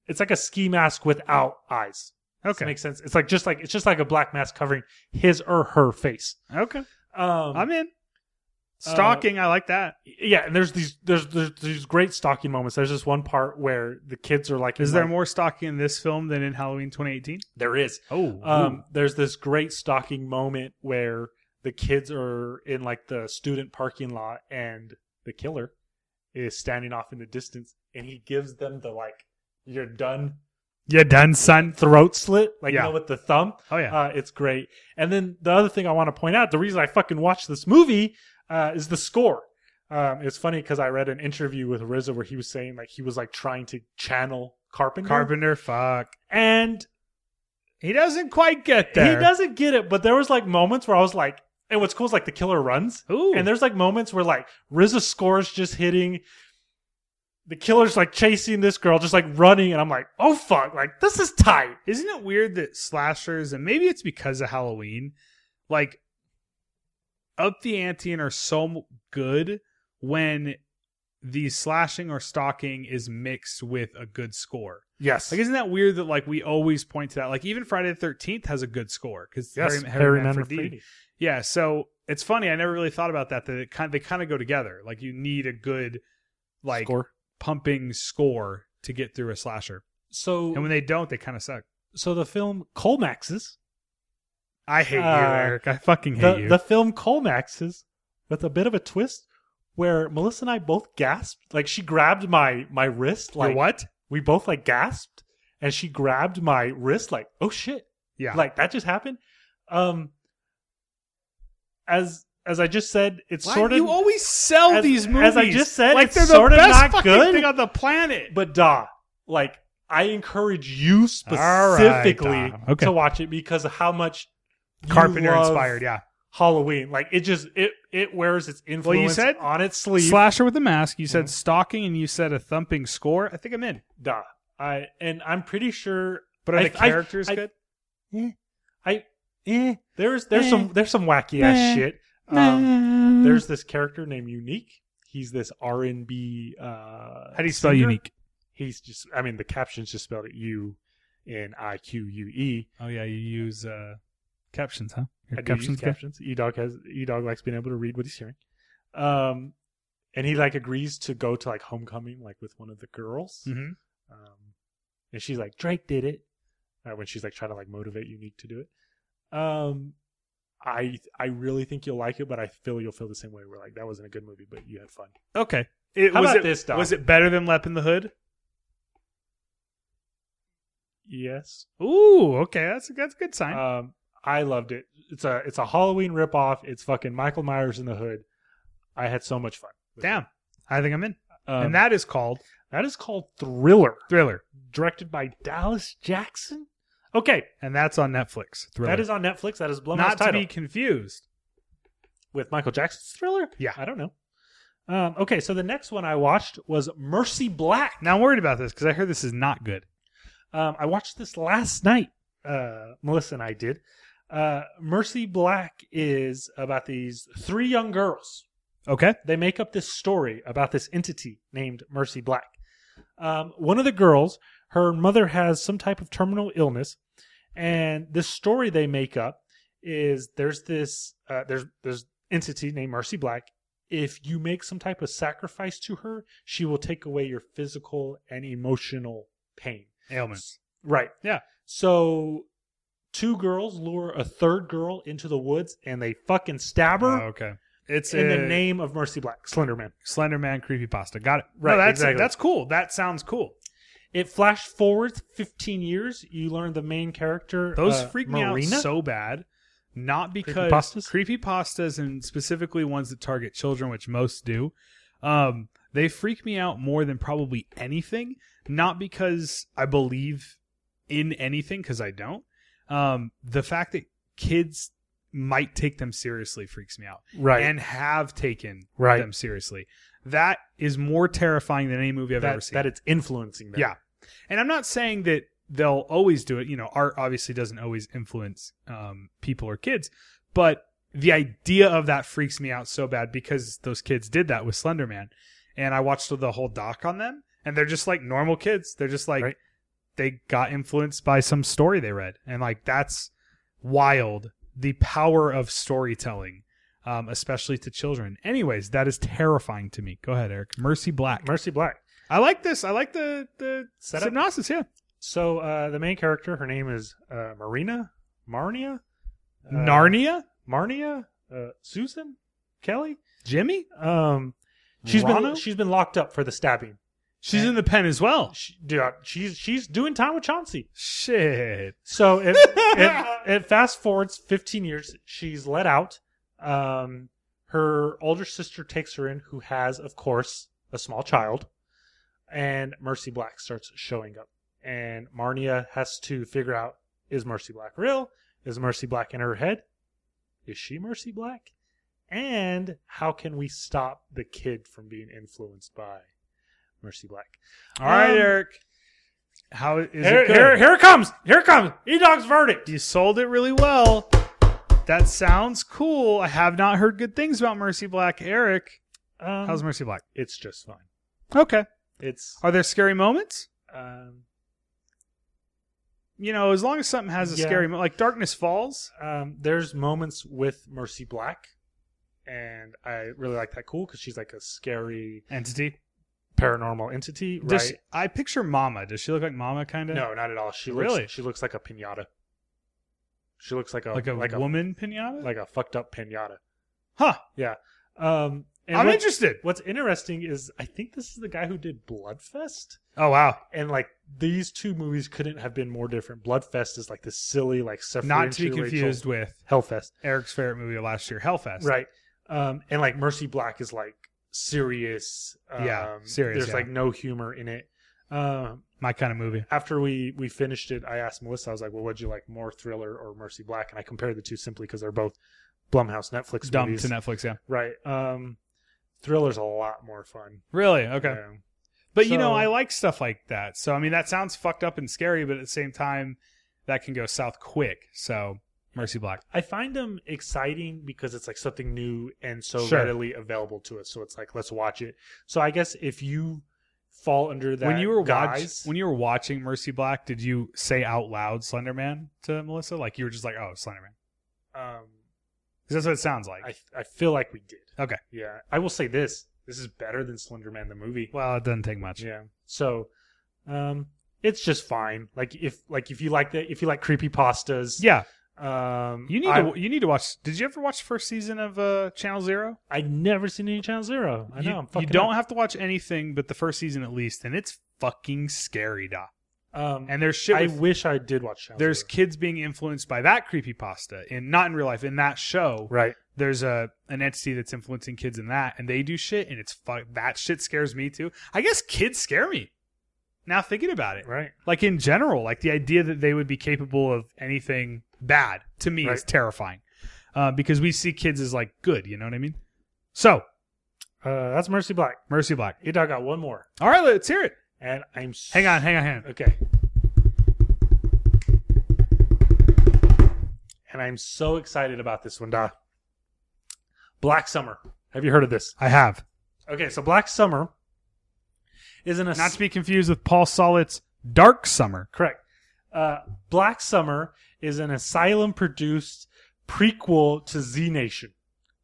it's like a ski mask without eyes. Does that Okay. make sense? It's like just like it's just like a black mask covering his or her face. Okay. Um I'm in. Stalking. I like that. yeah, and there's these there's there's these great stalking moments. There's this one part where the kids are like in, Is there like- more stalking in this film than in Halloween 2018? there is. Oh. um, there's this great stalking moment where the kids are in like the student parking lot and the killer is standing off in the distance and he gives them the like you're done you done, son. throat slit like Yeah. you know with the thumb Oh yeah. uh, it's great and then the other thing i want to point out the reason i fucking watched this movie uh, is the score um, it's funny because i read an interview with rizzo where he was saying like he was like trying to channel carpenter Carpenter. Fuck. and He doesn't quite get there. He doesn't get it, but there was like moments where I was like, and what's cool is like the killer runs, Ooh. and there's like moments where like RZA scores just hitting, the killer's like chasing this girl, just like running, and I'm like, oh fuck, like this is tight. Isn't it weird that slashers, and maybe it's because of Halloween, like up the ante and are so m- good when the slashing or stalking is mixed with a good score. Yes, Like, isn't that weird that like we always point to that? Like, even Friday the Thirteenth has a good score because yes, Harry, Harry Harry Manfredini. Manfredini. Yeah, so it's funny. I never really thought about that. That it kind they kind of go together. Like, you need a good like score. pumping score to get through a slasher, So and when they don't, they kind of suck. so the film Colmaxes, I hate you, Uh, Eric. I fucking hate the you. the film Colmaxes, with a bit of a twist. Where Melissa and I both gasped, like she grabbed my my wrist, Your like what? we both like gasped and she grabbed my wrist like oh shit Yeah. like that just happened um as as i just said it's Why sort of you always sell as- these as movies. I just said, like it's they're the sorta best not fucking good. thing on the planet. but da like i encourage you All right, specifically Dah. Okay. to watch it because of how much you Carpenter love inspired, yeah. halloween like it just it it wears its influence Well, you said on its sleeve Slasher with a mask. You said Mhm. stalking, and you said a thumping score. I think I'm in. da i and i'm pretty sure But are I- the I- characters I- good? I eh, there's there's Eh. some there's some wacky Nah. ass shit. Um, there's this character named Unique. He's this R and B. Uh, How How do you spell unique? He's just. I mean, the captions just spelled it U, N I Q U E. Oh yeah, you use uh, captions, huh? I do use captions. E dog has E dog likes being able to read what he's hearing. Um, and he like agrees to go to like homecoming like with one of the girls. hmm Um, and she's like, Drake did it. Uh, when she's like trying to like motivate Unique to do it. Um, I I really think you'll like it, but I feel you'll feel the same way. We're like, that wasn't a good movie, but you had fun. Okay. It, How was about it, this, Doc? Was it better than Lep in the Hood? Yes. Ooh, okay, that's that's a good sign. Um, I loved it. It's a it's a Halloween ripoff. It's fucking Michael Myers in the hood. I had so much fun. with Damn, I think I'm in. it. Um, and that is called that is called Thriller. Thriller. directed by Dallas Jackson. Okay, and that's on Netflix. Thriller. that is on Netflix. That is Blumhouse not to title be confused. with Michael Jackson's Thriller. Yeah. I don't know. Um, okay, so the next one I watched was Mercy Black. Now I'm worried about this because I heard this is not good. Um, I watched this last night. Uh, Melissa and I did. Uh, Mercy Black is about these three young girls Okay. they make up this story about this entity named Mercy Black. Um, one of the girls, her mother has some type of terminal illness, and this story they make up is there's this uh, there's there's entity named Mercy Black. If you make some type of sacrifice to her, she will take away your physical and emotional pain. Ailments. Right. Yeah. So two girls lure a third girl into the woods and they fucking stab her okay. It's in a the name of Mercy Black, Slender Man. Slender Man creepypasta. Got it. Right, No, that's exactly. that's cool. That sounds cool. It flashed forward 15 years. You learn the main character. Those uh, freak me Marina. out so bad. Not because Creepypastas? creepypastas and specifically ones that target children, which most do, um, they freak me out more than probably anything. Not because I believe in anything, because I don't. Um, the fact that kids might take them seriously freaks me out. right. And have taken Right. them seriously. That is more terrifying than any movie I've that, ever seen. that it's influencing them. Yeah. And I'm not saying that they'll always do it. You know, art obviously doesn't always influence um, people or kids, but the idea of that freaks me out so bad because those kids did that with Slender Man. And I watched the whole doc on them, and they're just like normal kids. They're just like, Right. they got influenced by some story they read. And like, that's wild. The power of storytelling. Um, especially to children. Anyways, that is terrifying to me. Go ahead, Eric. Mercy Black. Mercy Black. I like this. I like the the Setup? synopsis. Yeah, So uh, the main character, her name is uh, Marina, Marnia, uh, Narnia, Marnia, uh, Susan, Kelly. Jimmy. Um, she's been Rana? she's been locked up for the stabbing. She's in the pen as well. She, yeah, she's she's doing time with Chauncey. Shit. So it, it, it fast forwards 15 years. She's let out. Um, her older sister takes her in, who has, of course, a small child. And Mercy Black starts showing up. And Marnia has to figure out is Mercy Black real? Is Mercy Black in her head? Is she Mercy Black? And how can we stop the kid from being influenced by Mercy Black? All right, Um, Eric. How is Here, it? Good? here, here it comes! Here it comes! E Dog's verdict! You sold it really well. That sounds cool. I have not heard good things about Mercy Black. Eric, Um, how's Mercy Black? it's just fine. Okay. It's Are there scary moments? um, You know, as long as something has a Yeah. scary moment, like Darkness Falls. um, there's moments with Mercy Black, and I really like that cool because she's like a scary Entity. paranormal entity, right? Does she- I picture Mama. Does she look like Mama? Kind of. no, not at all. She Really? looks she looks like a pinata. She looks like a Like a woman pinata. like a fucked up pinata. huh. Um, and I'm what- interested. What's interesting is I think this is the guy who did Bloodfest. Oh wow. and like these two movies couldn't have been more different. Bloodfest is like this silly, like Not to be Sephiroth confused with Hellfest, Eric's favorite movie of last year, Hellfest. right? Um, and like Mercy Black is like serious. Um, Yeah, serious, There's yeah. like no humor in it. Um, My kind of movie. after we we finished it, I asked Melissa, I was like, "Well, what'd you like more, Thriller or Mercy Black?" And I compared the two simply because they're both Blumhouse Netflix Dumb movies, to Netflix, yeah. right? Um, Thriller's a lot more fun. Really? Okay. Yeah. But you know, So- I like stuff like that. So I mean, that sounds fucked up and scary, but at the same time, that can go south quick. So Mercy Black. I find them exciting because it's like something new and so Sure. readily available to us. So it's like let's watch it. So I guess if you fall under that when you were watching, guise, when you were watching Mercy Black, did you say out loud Slender Man to Melissa? Like you were just like, "Oh, Slender Man," um, 'Cause that's what it sounds like. I I feel like we did. Okay. Yeah, I will say this: this is better than Slender Man the movie. well, it doesn't take much. Yeah. So, um, it's just fine. Like if like if you like that, if you like creepy pastas, Yeah, Um, you need I, to you need to watch. Did you ever watch the first season of uh, Channel Zero? I've never seen any Channel Zero. I know. you, I'm you fucking don't have to watch anything but the first season at least, and it's fucking scary, doc. Have, um, And there's shit. I with- wish I did watch Channel there's Zero. kids being influenced by that creepypasta and not in real life in that show right. there's a an entity that's influencing kids in that and they do shit and it's fuck that shit scares me too i guess kids scare me Now thinking about it, Right. like in general, like the idea that they would be capable of anything bad to me is Right. terrifying, uh, because we see kids as like good. You know what I mean? So Uh, that's Mercy Black. Mercy Black. You dog got one more, All right, let's hear it. and I'm s- Hang on, hang on, hang on. Okay. And I'm so excited about this one, Da. Black Summer. Have you heard of this? I have Okay, so Black Summer is an ass- not to be confused with Paul Solit's Dark Summer. correct. Uh, Black Summer is an asylum produced prequel to Z Nation.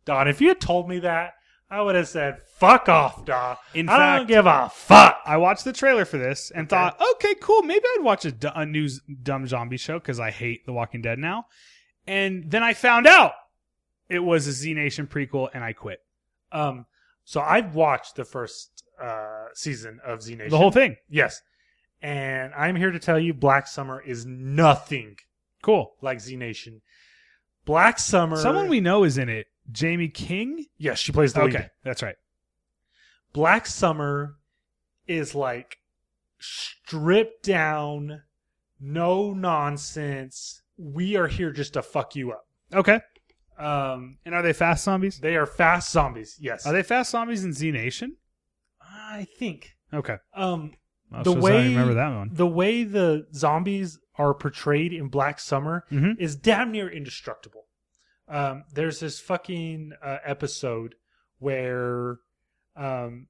Don, if you had told me that, I would have said, fuck off, Da. In I fact- don't give a fuck. I watched the trailer for this and Okay. thought, okay, cool. Maybe I'd watch a, d- a new z- dumb zombie show because I hate The Walking Dead now. And then I found out it was a Z Nation prequel, and I quit Um, so I've watched the first uh, season of Z Nation. the whole thing. Yes. And I'm here to tell you Black Summer is nothing Cool. like Z Nation. Black Summer. Someone we know is in it. Jamie King. Yes, she plays the Okay, lead. that's right. Black Summer is like stripped down, no nonsense. We are here just to fuck you up. Okay. Um, And are they fast zombies? they are fast zombies. Yes. Are they fast zombies in Z Nation? I think. Okay. Um, Well, The shows I way- remember that one. the way the zombies are portrayed in Black Summer Mhm. is damn near indestructible. Um, there's this fucking uh, episode where um,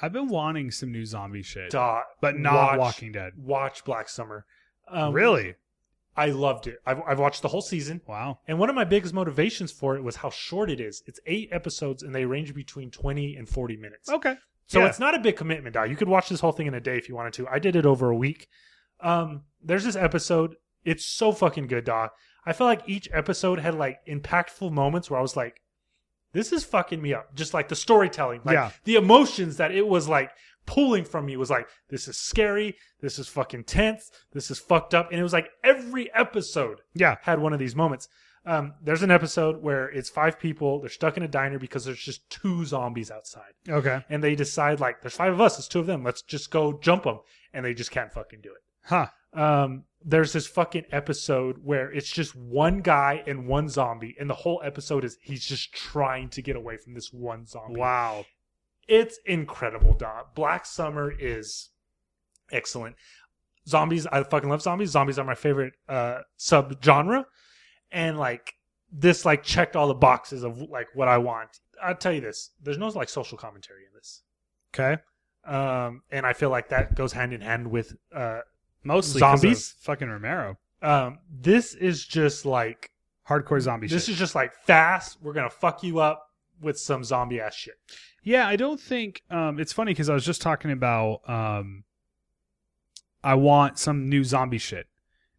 I've been wanting some new zombie shit, Dot but not watch, Walking Dead. Watch Black Summer. Um, really? I loved it. I've, I've watched the whole season, Wow. and one of my biggest motivations for it was how short it is. It's eight episodes, and they range between twenty and forty minutes. Okay. So Yeah. it's not a big commitment, Dow. You could watch this whole thing in a day if you wanted to. I did it over a week. Um, there's this episode. It's so fucking good, Doc. I felt like each episode had like impactful moments where I was like, this is fucking me up. Just like the storytelling, like Yeah. the emotions that it was like pulling from me was like, this is scary. This is fucking tense. This is fucked up. And it was like every episode Yeah. had one of these moments. Um, there's an episode where it's five people. They're stuck in a diner because there's just two zombies outside Okay. and they decide like there's five of us it's two of them let's just go jump them and they just can't fucking do it Huh. um there's this fucking episode where it's just one guy and one zombie and the whole episode is he's just trying to get away from this one zombie Wow. it's incredible dot black summer is excellent zombies i fucking love zombies zombies are my favorite uh sub genre and like this like checked all the boxes of like what i want i'll tell you this there's no like social commentary in this Okay. um, and I feel like that goes hand in hand with uh, Mostly 'cause Zombies? of Fucking Romero. um, this is just like Hardcore zombie this shit. is just like fast. We're gonna fuck you up with some zombie ass shit. yeah, I don't think um, it's funny because I was just talking about um, I want some new zombie shit,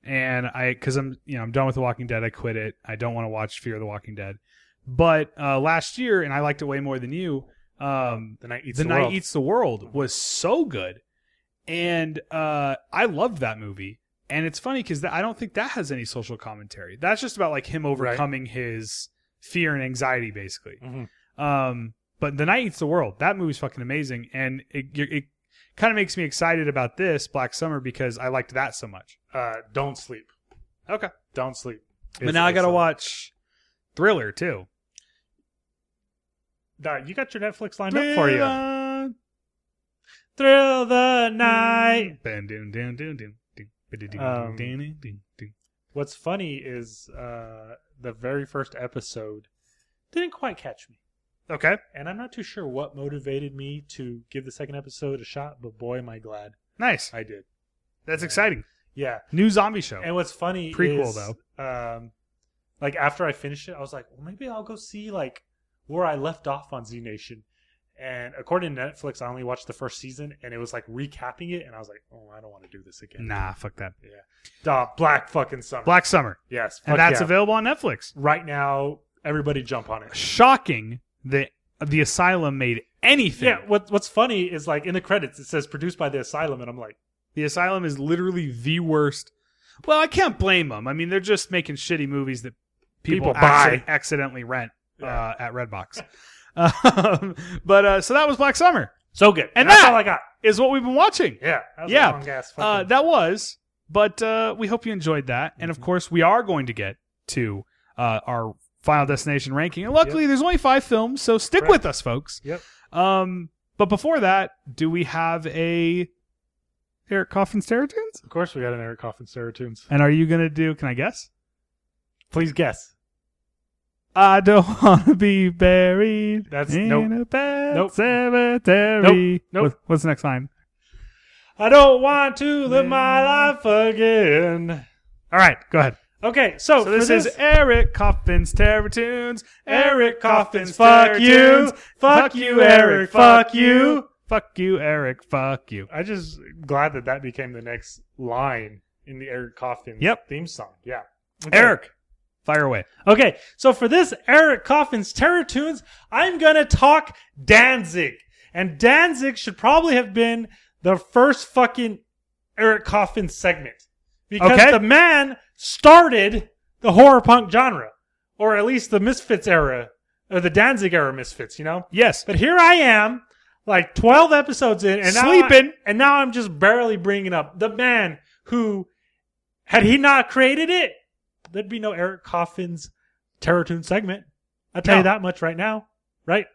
and I because I'm you know I'm done with The Walking Dead. I quit it. I don't want to watch Fear of the Walking Dead. But uh, last year, and I liked it way more than you. Um, The night eats the, the, night world. eats the world Mm-hmm. was so good and uh i loved that movie and it's funny because i don't think that has any social commentary that's just about like him overcoming his fear and anxiety basically Mhm. um but the night eats the world that movie's fucking amazing and it, it, it kind of makes me excited about this black summer because i liked that so much Uh, don't sleep. okay Don't sleep. but It's- now i gotta it's, uh, watch thriller too Nah, you got your Netflix lined up for you. Thriller. Thrill the night. Dun, dun, dun, dun, dun, dun, dun, dun, Um, dun, dun, dun. What's funny is uh, the very first episode didn't quite catch me. Okay. And I'm not too sure what motivated me to give the second episode a shot, but boy, am I glad Nice. I did. That's exciting. Yeah. New zombie show. And what's funny Oh. Prequel, is, um, like after I finished it, I was like, well, maybe I'll go see like where I left off on Z Nation. And according to Netflix, I only watched the first season, and it was like recapping it, and I was like, oh, I don't want to do this again. Nah, fuck that. Duh, Black fucking summer. Black Summer. yes, And fuck that's yeah. available on Netflix. right now. Everybody jump on it. Shocking that the asylum made anything. Yeah, what what's funny is like in the credits it says produced by the Asylum, and I'm like, The asylum is literally the worst. Well, I can't blame them. I mean, they're just making shitty movies that people, People buy. acci- accidentally rent Yeah. uh, at Redbox. um, but uh, so that was Black Summer. So good. And that's that- all I got. Is what we've been watching. Yeah. That was a Yeah. long ass Uh, fucking- that was, but uh, we hope you enjoyed that. And Mm-hmm. of course, we are going to get to uh, our Final Destination ranking. And luckily, there's only five films, so stick Correct. with us, folks. Yep. Um, but before that, do we have a Eric Coffin's Terror Tunes? of course, we got an Eric Coffin Sarah tunes. And are you gonna do? Can I guess? Please guess. I don't want to be buried That's- in nope. a bad Nope. cemetery. Nope. Nope. What- what's the next line? I don't want to live my life again. All right, go ahead. Okay, so, So this, for this e- is Eric Coffin's Terror Tunes. Eric Coffin's Terror Fuck You. Tunes. Fuck you, Eric. Fuck you. Fuck you, Eric. Fuck you. I just glad that that became the next line in the Eric Coffin Yep. theme song. Yeah. Okay. Eric, fire away. Okay, so for this Eric Coffin's Terror Tunes, I'm gonna talk Danzig. And Danzig should probably have been the first fucking Eric Coffin segment. Because Okay. the man started the horror punk genre. Or at least the Misfits era, or the Danzig era Misfits, you know? Yes. But here I am, like 12 episodes in, and now I- Sleeping. and now I'm just barely bringing up the man who, had he not created it, there'd be no Eric Coffin's Terror Tune segment. I'll tell No. you that much right now, right?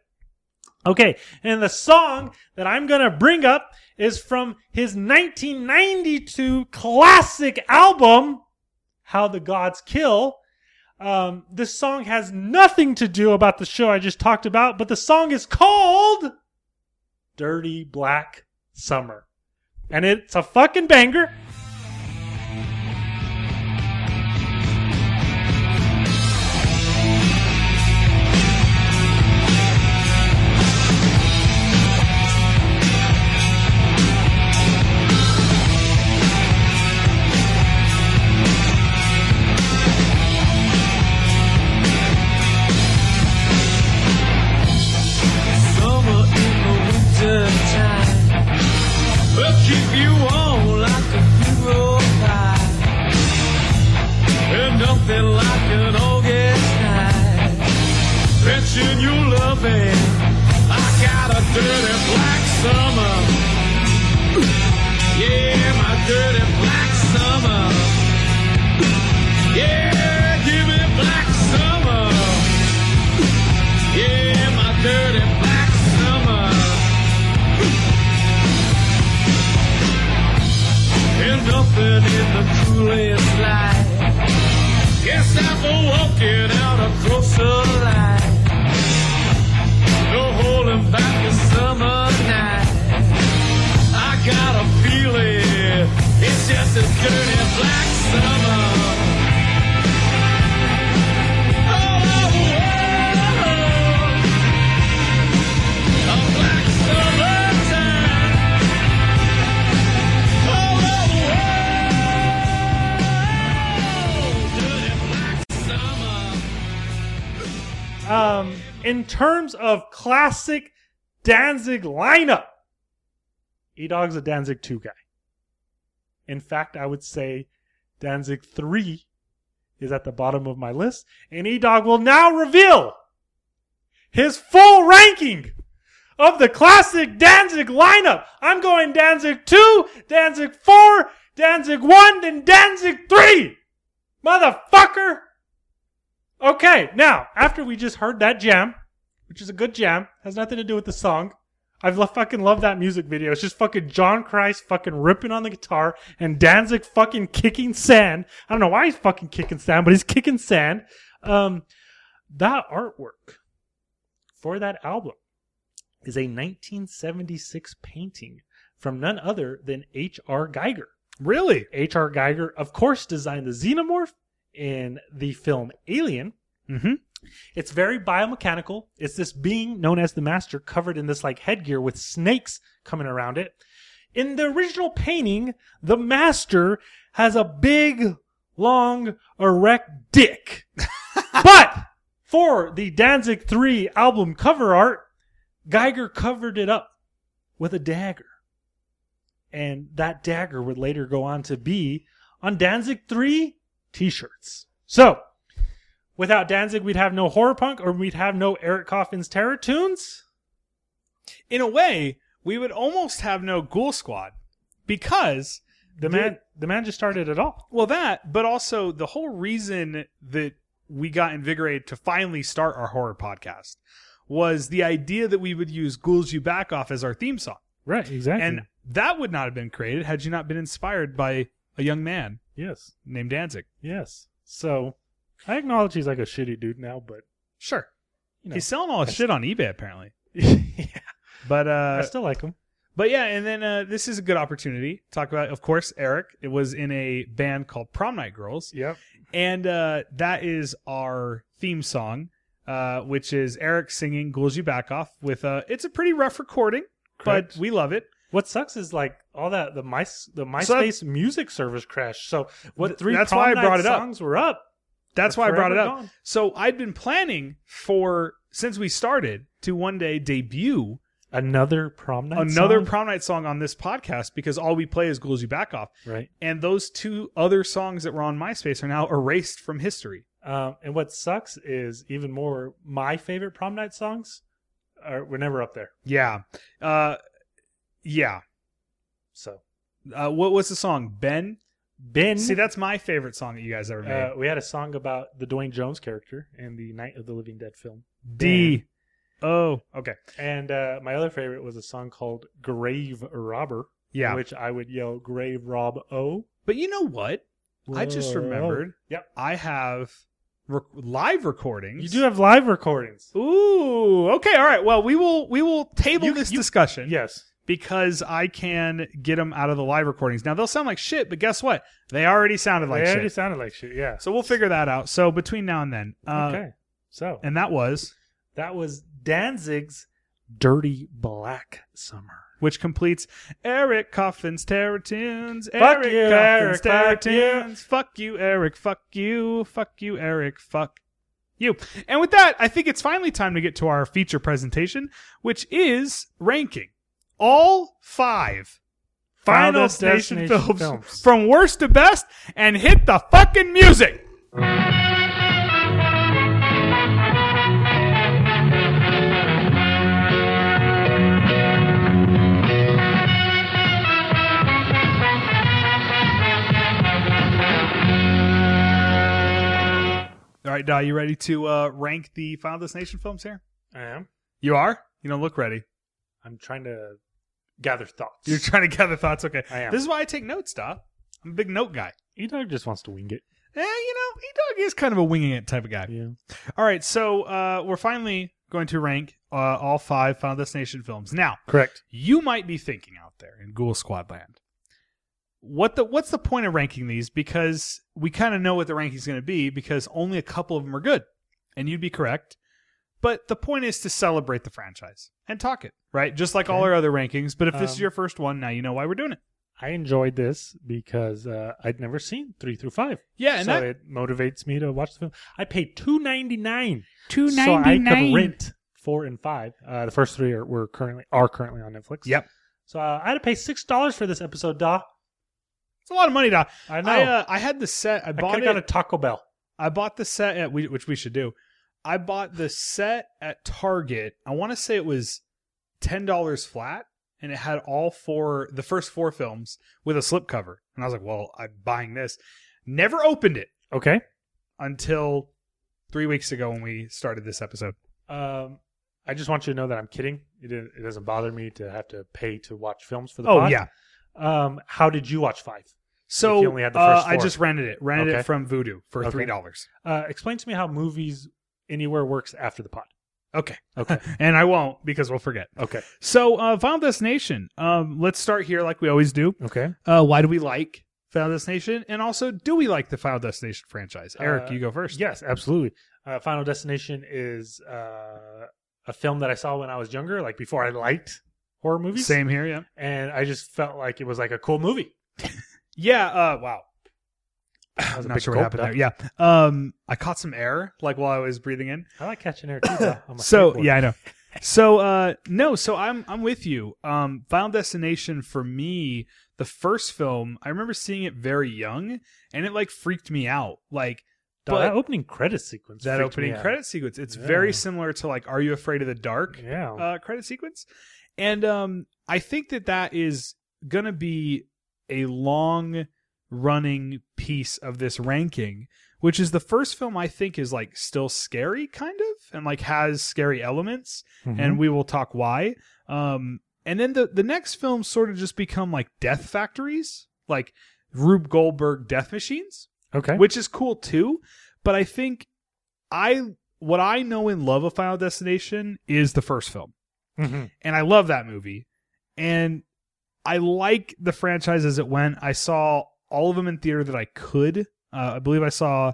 Okay, and the song that I'm going to bring up is from his 1992 classic album, How the Gods Kill. Um, this song has nothing to do about the show I just talked about, but the song is called Dirty Black Summer. And it's a fucking banger. summer in the winter time. We'll keep you warm like a good old pie. And nothing like an August night. Pinching you loving. I got a dirty black summer. Yeah, my dirty black summer. Yeah, give me black summer. Yeah, my dirty black summer. There's nothing in the coolest light. Guess after walking out a closer light. No holding back the summer night. I got a feeling it's just a dirty black summer. Oh, Oh, Um, in terms of classic Danzig lineup, E Dog's a Danzig 2 guy. In fact, I would say Danzig 3 is at the bottom of my list. And E Dog will now reveal his full ranking of the classic Danzig lineup. I'm going Danzig 2, Danzig 4, Danzig 1, and Danzig 3! Motherfucker! Okay, now after we just heard that jam, which is a good jam, has nothing to do with the song. I've lo- fucking loved that music video. It's just fucking John Christ fucking ripping on the guitar and Danzig fucking kicking sand. I don't know why he's fucking kicking sand, but he's kicking sand. Um, that artwork for that album is a 1976 painting from none other than H.R. Geiger. Really? H.R. Geiger, of course, designed the xenomorph in the film Alien. Mm-hmm. It's very biomechanical. It's this being known as the Master covered in this like headgear with snakes coming around it. In the original painting, the Master has a big, long, erect dick. but for the Danzig 3 album cover art, Geiger covered it up with a dagger. And that dagger would later go on to be on Danzig 3 t shirts. So, without Danzig, we'd have no horror punk or we'd have no Eric Coffin's terror tunes. In a way, we would almost have no Ghoul Squad because The man, the man just started it all. well, that, but also the whole reason that we got invigorated to finally start our horror podcast was the idea that we would use Ghouls You Back Off as our theme song. Right, exactly. And that would not have been created had you not been inspired by a young man yes, named Danzig. yes. So I acknowledge he's like a shitty dude now, but Sure. you know, He's selling all his shit on eBay apparently. yeah, But I uh still like him. but yeah, and then uh this is a good opportunity to talk about of course Eric. It was in a band called Prom Night Girls. Yep. And uh, that is our theme song, uh, which is Eric singing Ghouls You Back Off with uh, it's a pretty rough recording, Correct. but we love it. What sucks is like all that the mice the So that- MySpace music service crashed. So what three that's prom why I night brought it up. songs were up. That's They're why I brought it forever up. gone. So I'd been planning for since we started to one day debut Another prom night. another song? prom night song on this podcast because all we play is Ghouls You Back Off. right. And those two other songs that were on MySpace are now erased from history. Um, and what sucks is even more. My favorite prom night songs are were never up there. Yeah. Uh, yeah. So Uh, what was the song? Ben? Ben, See, that's my favorite song that you guys ever made. uh, we had a song about the Dwayne Jones character in the Night of the Living Dead film. D O. Okay. And uh, my other favorite was a song called Grave Robber, Yeah. which I would yell Grave Rob O. But you know what? I just Whoa. remembered. Yep. I have rec- live recordings. You do have live recordings. Ooh. Okay. All right. Well, we will we will table You- this you- discussion Yes. because I can get them out of the live recordings. Now they'll sound like shit, but guess what? They already sounded like they shit. already sounded like shit. Yeah. so we'll figure that out. So between now and then. Uh, okay. So And that was that was Danzig's Dirty Black Summer. which completes Eric Coffin's Terror Tunes. Fuck Eric you, Coffin's Eric, Terror fuck you. Tunes. Fuck you, Eric. Fuck you. Fuck you, Eric. Fuck you. And with that, I think it's finally time to get to our feature presentation, which is ranking all five Final Final Destination, Destination films, films. from worst to best and hit the fucking music. All right, Dow, you ready to uh, rank the Final Destination films here? I am. You are? You don't look ready. I'm trying to gather thoughts. You're trying to gather thoughts. Okay. I am. This is why I take notes, Doc. I'm a big note guy. E-Dog just wants to wing it. Eh, you know, E-Dog is kind of a winging it type of guy. Yeah. All right, so uh, we're finally going to rank uh, all five Final Destination films. Now, Correct. you might be thinking out there in Ghoul Squad land, what the what's the point of ranking these? Because we kind of know what the ranking's going to be because only a couple of them are good, and you'd be correct. But the point is to celebrate the franchise and talk it, right? Just like all Okay. our other rankings. But if this is Um, your first one, now you know why we're doing it. I enjoyed this because uh, I'd never seen three through five. Yeah, and so that, it motivates me to watch the film. I paid two ninety nine. two So I could rent four and five. Uh, the first three are were currently are currently on Netflix. Yep. So uh, I had to pay six dollars for this episode, da. It's a lot of money, Doc. I know. I, I, uh, I had the set. I bought could it. have got a Taco Bell. I bought the set at we- which we should do. I bought the set at Target. I want to say it was ten dollars flat, and it had all four the first four films with a slipcover. And I was like, "Well, I'm buying this." Never opened it Okay. until three weeks ago when we started this episode. Um, I just want you to know that I'm kidding. It, it doesn't bother me to have to pay to watch films for the. Oh pod. yeah. Um, how did you watch five? So If you only had the first uh, I four. just rented it. Rented it Okay. from Voodoo for Okay. three dollars. Uh, explain to me how movies anywhere works after the pod. Okay. Okay. and I won't because we'll forget. okay. So uh, Final Destination. Um, let's start here like we always do. Okay. uh, why do we like Final Destination, and also do we like the Final Destination franchise? Eric, Uh, you go first. Yes, absolutely. Uh, Final Destination is uh, a film that I saw when I was younger, like before I liked horror movies. same here. Yeah, And I just felt like it was like a cool movie. yeah. Uh, wow. I'm was a not big sure what gulp happened there. Yeah. Um, I caught some air like while I was breathing in. I like catching air too. though. I'm a So skateboarder. yeah, I know. So uh, no, so I'm I'm with you. Um, Final Destination for me, the first film, I remember seeing it very young, and it like freaked me out. Like Duh, but- that opening credit sequence. that freaked me opening out. credit sequence, it's Yeah. very similar to like Are You Afraid of the Dark? Yeah. uh, credit sequence. And um, I think that that is going to be a long running piece of this ranking, which is the first film I think is like still scary, kind of, and like has scary elements. And we will talk why. Um, and then the, the next films sort of just become like death factories, like Rube Goldberg death machines okay. which is cool too. But I think I what I know and love of Final Destination is the first film, Mhm. and I love that movie, and I like the franchise as it went. I saw all of them in theater that I could. Uh, I believe I saw.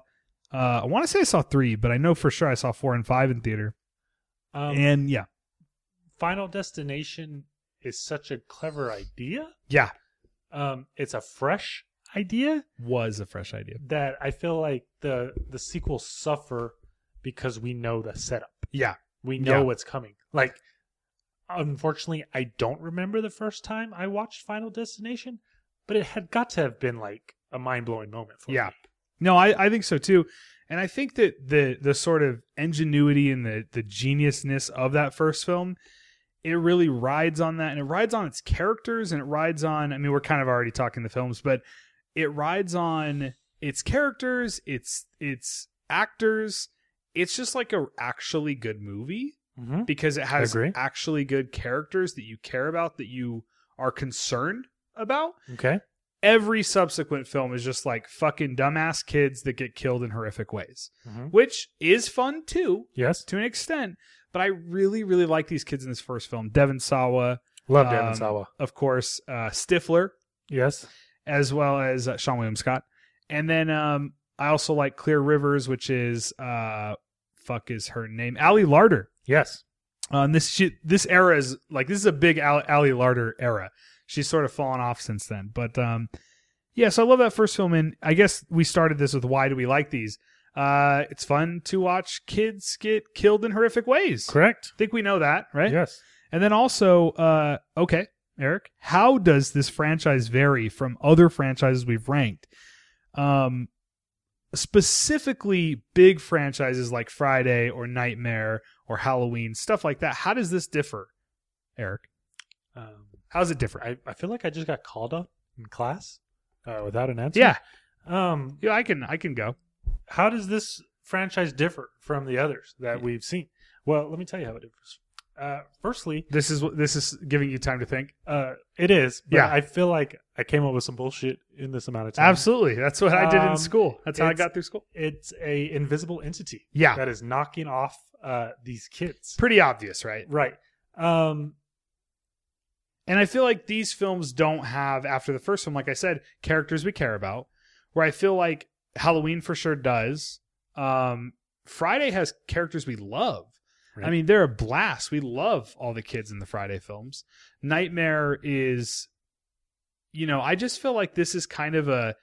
Uh, I want to say I saw three, but I know for sure I saw four and five in theater. Um, and yeah, Final Destination is such a clever idea. yeah, Um, it's a fresh idea was a fresh idea. that I feel like the the sequel suffer because we know the setup. Yeah, We know Yeah. what's coming. Like, unfortunately, I don't remember the first time I watched Final Destination, but it had got to have been like a mind blowing moment for Yeah. me. No, I, I think so too. And I think that the the sort of ingenuity and the the geniusness of that first film, it really rides on that and it rides on its characters and it rides on I mean, we're kind of already talking the films, but it rides on its characters, its its actors. It's just like a actually good movie Mm-hmm. because it has Agree. actually good characters that you care about, that you are concerned about Okay. every subsequent film is just like fucking dumbass kids that get killed in horrific ways, Mhm. which is fun too, Yes. to an extent. But I really, really like these kids in this first film. Devin Sawa, Love Um, Devin Sawa. of course, uh, Stifler, Yes. as well as uh, Sean William Scott. And then um, I also like Clear Rivers, which is, uh, fuck is her name? Allie Larder. Yes. Um, this she, this era is like this is a big Al- Allie Larder era. She's sort of fallen off since then, but um, yeah. So I love that first film, and I guess we started this with why do we like these? Uh, it's fun to watch kids get killed in horrific ways. Correct. I think we know that, right? Yes. And then also, uh, okay, Eric, how does this franchise vary from other franchises we've ranked? Um, specifically, big franchises like Friday or Nightmare or Halloween, stuff like that. How does this differ, Eric? Um, How's it different? I, I feel like I just got called up in class uh, without an answer. yeah, Um, yeah, I can, I can go. how does this franchise differ from the others that we've seen? Well, let me tell you how it differs. Uh, firstly, This is what this is giving you time to think. uh, it is. But Yeah. I feel like I came up with some bullshit in this amount of time. Absolutely, that's what I did in Um, school. That's how I it's- got through school. It's a invisible entity Yeah, that is knocking off uh, these kids. pretty obvious, right? Right. Um, And I feel like these films don't have, after the first one, like I said, characters we care about. Where I feel like Halloween for sure does. Um, Friday has characters we love. I Right. mean, they're a blast. We love all the kids in the Friday films. Nightmare is, you know, I just feel like this is kind of a.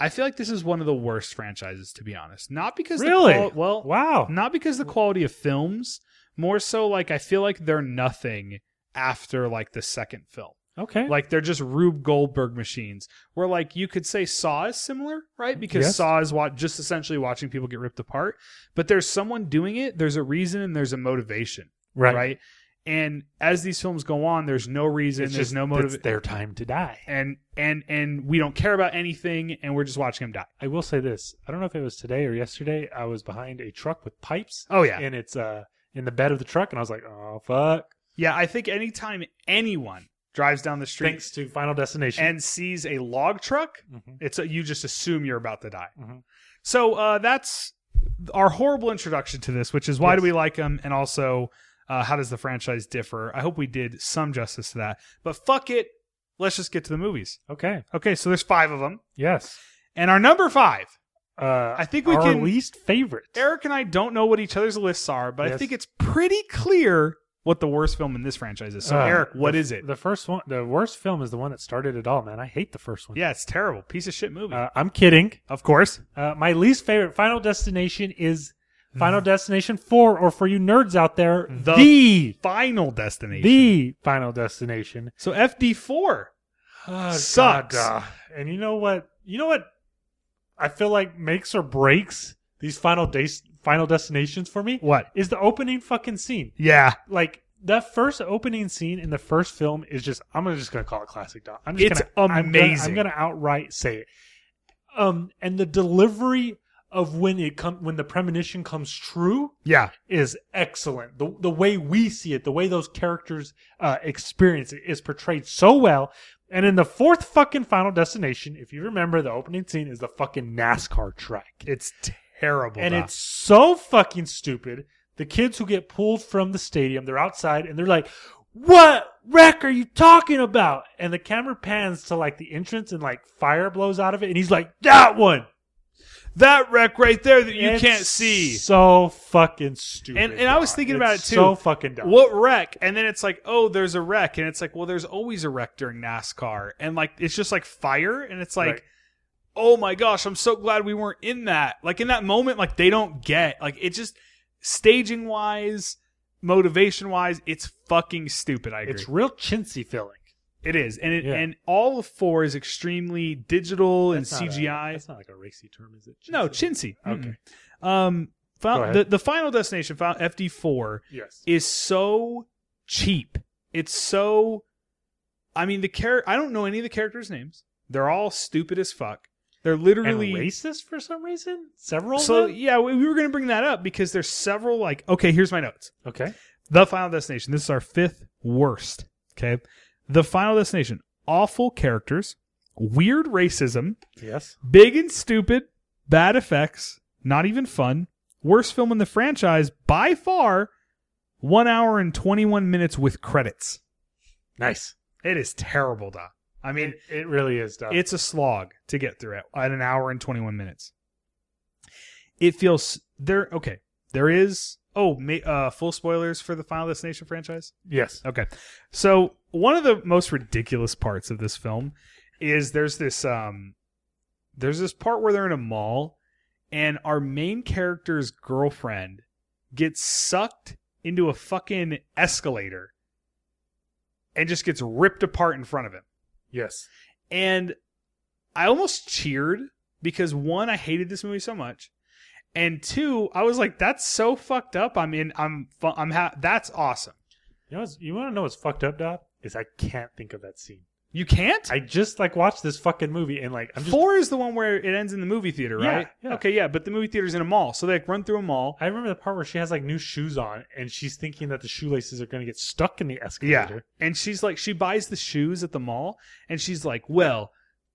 I feel like this is one of the worst franchises, to be honest. Not because Really? the quali- well, wow. not because the quality of films, more so like I feel like they're nothing after like the second film. Okay. Like they're just Rube Goldberg machines. Where like you could say Saw is similar, right? Because Yes. Saw is wa- just essentially watching people get ripped apart. But there's someone doing it. There's a reason and there's a motivation, right? right. And as these films go on, there's no reason. It's there's just no It's motivation. their time to die. And and and we don't care about anything, and we're just watching him die. I will say this. I don't know if it was today or yesterday. I was behind a truck with pipes. Oh yeah, and it's uh in the bed of the truck, and I was like, oh fuck. yeah. I think anytime anyone drives down the street Thanks to Final Destination. and sees a log truck, Mhm. it's a, you just assume you're about to die. Mhm. So uh, that's our horrible introduction to this, which is why do Yes. we like them, and also uh, how does the franchise differ? I hope we did some justice to that. But fuck it, let's just get to the movies. okay, Okay, so there's five of them, yes. and our number five, Uh, I think we our can- least favorite. Eric and I don't know what each other's lists are, but I Yes. think it's pretty clear what the worst film in this franchise is. So Uh, Eric, what the- is it? The first one, the worst film is the one that started it all, man. I hate the first one. yeah, it's terrible, piece of shit movie. Uh, I'm kidding. of course, Uh, my least favorite Final Destination is Mm. Final Destination 4, or for you nerds out there, Mm-hmm. The- the, Final Destination. the Final Destination. so FD four. Ah, Oh, Sucks. God, uh, And you know what? You know what? I feel like makes or breaks these final days, final destinations for me What? is the opening fucking scene. Yeah. Like that first opening scene in the first film is just I'm gonna just gonna call it classic Don. I'm just It's gonna, I'm gonna- amazing. I'm gonna, outright say it. Um, and the delivery of when it come when the premonition comes true Yeah. is excellent. The the way we see it, the way those characters uh, experience it is portrayed so well. And in the fourth fucking Final Destination, if you remember, the opening scene is the fucking NASCAR track. It's terrible. And Doc. it's so fucking stupid. The kids who get pulled from the stadium, they're outside and they're like, What wreck are you talking about? And the camera pans to like the entrance and like fire blows out of it. And he's like, That one. that wreck right there that you It's can't see. So fucking stupid. And- and I was dog. thinking about It's it, too. So fucking dumb. What wreck? And then it's like, oh, there's a wreck, and it's like, well, there's always a wreck during NASCAR, and like it's just like fire, and it's like, Right. oh my gosh, I'm so glad we weren't in that. Like in that moment, like they don't get like it just staging wise, motivation wise, it's fucking stupid. I agree. It's real chintzy feeling. It is, and it, Yeah. and all of four is extremely digital and That's not a- CGI. that's not like a racy term, is it? no, Chintzy? chintzy. Okay. Mm-mm. Um, fi- Go ahead. the the final destination, fi- FD4, Yes. is so cheap. It's so. I mean, the character. I don't know any of the characters' names. They're all stupid as fuck. They're literally and racist for some reason? Several so. of them? Yeah, we, we were gonna bring that up because there's several. Like, okay, here's my notes. Okay. The Final Destination. This is our fifth worst. Okay. The Final Destination. Awful characters, weird racism, Yes. big and stupid, bad effects, not even fun. Worst film in the franchise by far. One hour and 21 minutes with credits. Nice. It is terrible, Doc. I mean, It, it really is dumb. it's a slog to get through it at an hour and 21 minutes. It feels there. Okay. There is. Oh, ma- uh, full spoilers for the Final Destination franchise? yes. Okay. So one of the most ridiculous parts of this film is there's this um there's this part where they're in a mall and our main character's girlfriend gets sucked into a fucking escalator and just gets ripped apart in front of him. Yes. And I almost cheered because one, I hated this movie so much, and two, I was like, "That's so fucked up." I mean, I'm, fu- I'm, ha- that's awesome. You know, what's- you want to know what's fucked up, Doc? Is I can't think of that scene. You can't. I just like watched this fucking movie and like I'm just. Four is the one where it ends in the movie theater, Yeah, right? yeah. Okay, yeah, but the movie theater's in a mall, so they like run through a mall. I remember the part where she has like new shoes on and she's thinking that the shoelaces are going to get stuck in the escalator. and she's like, she buys the shoes at the mall, and she's like, well,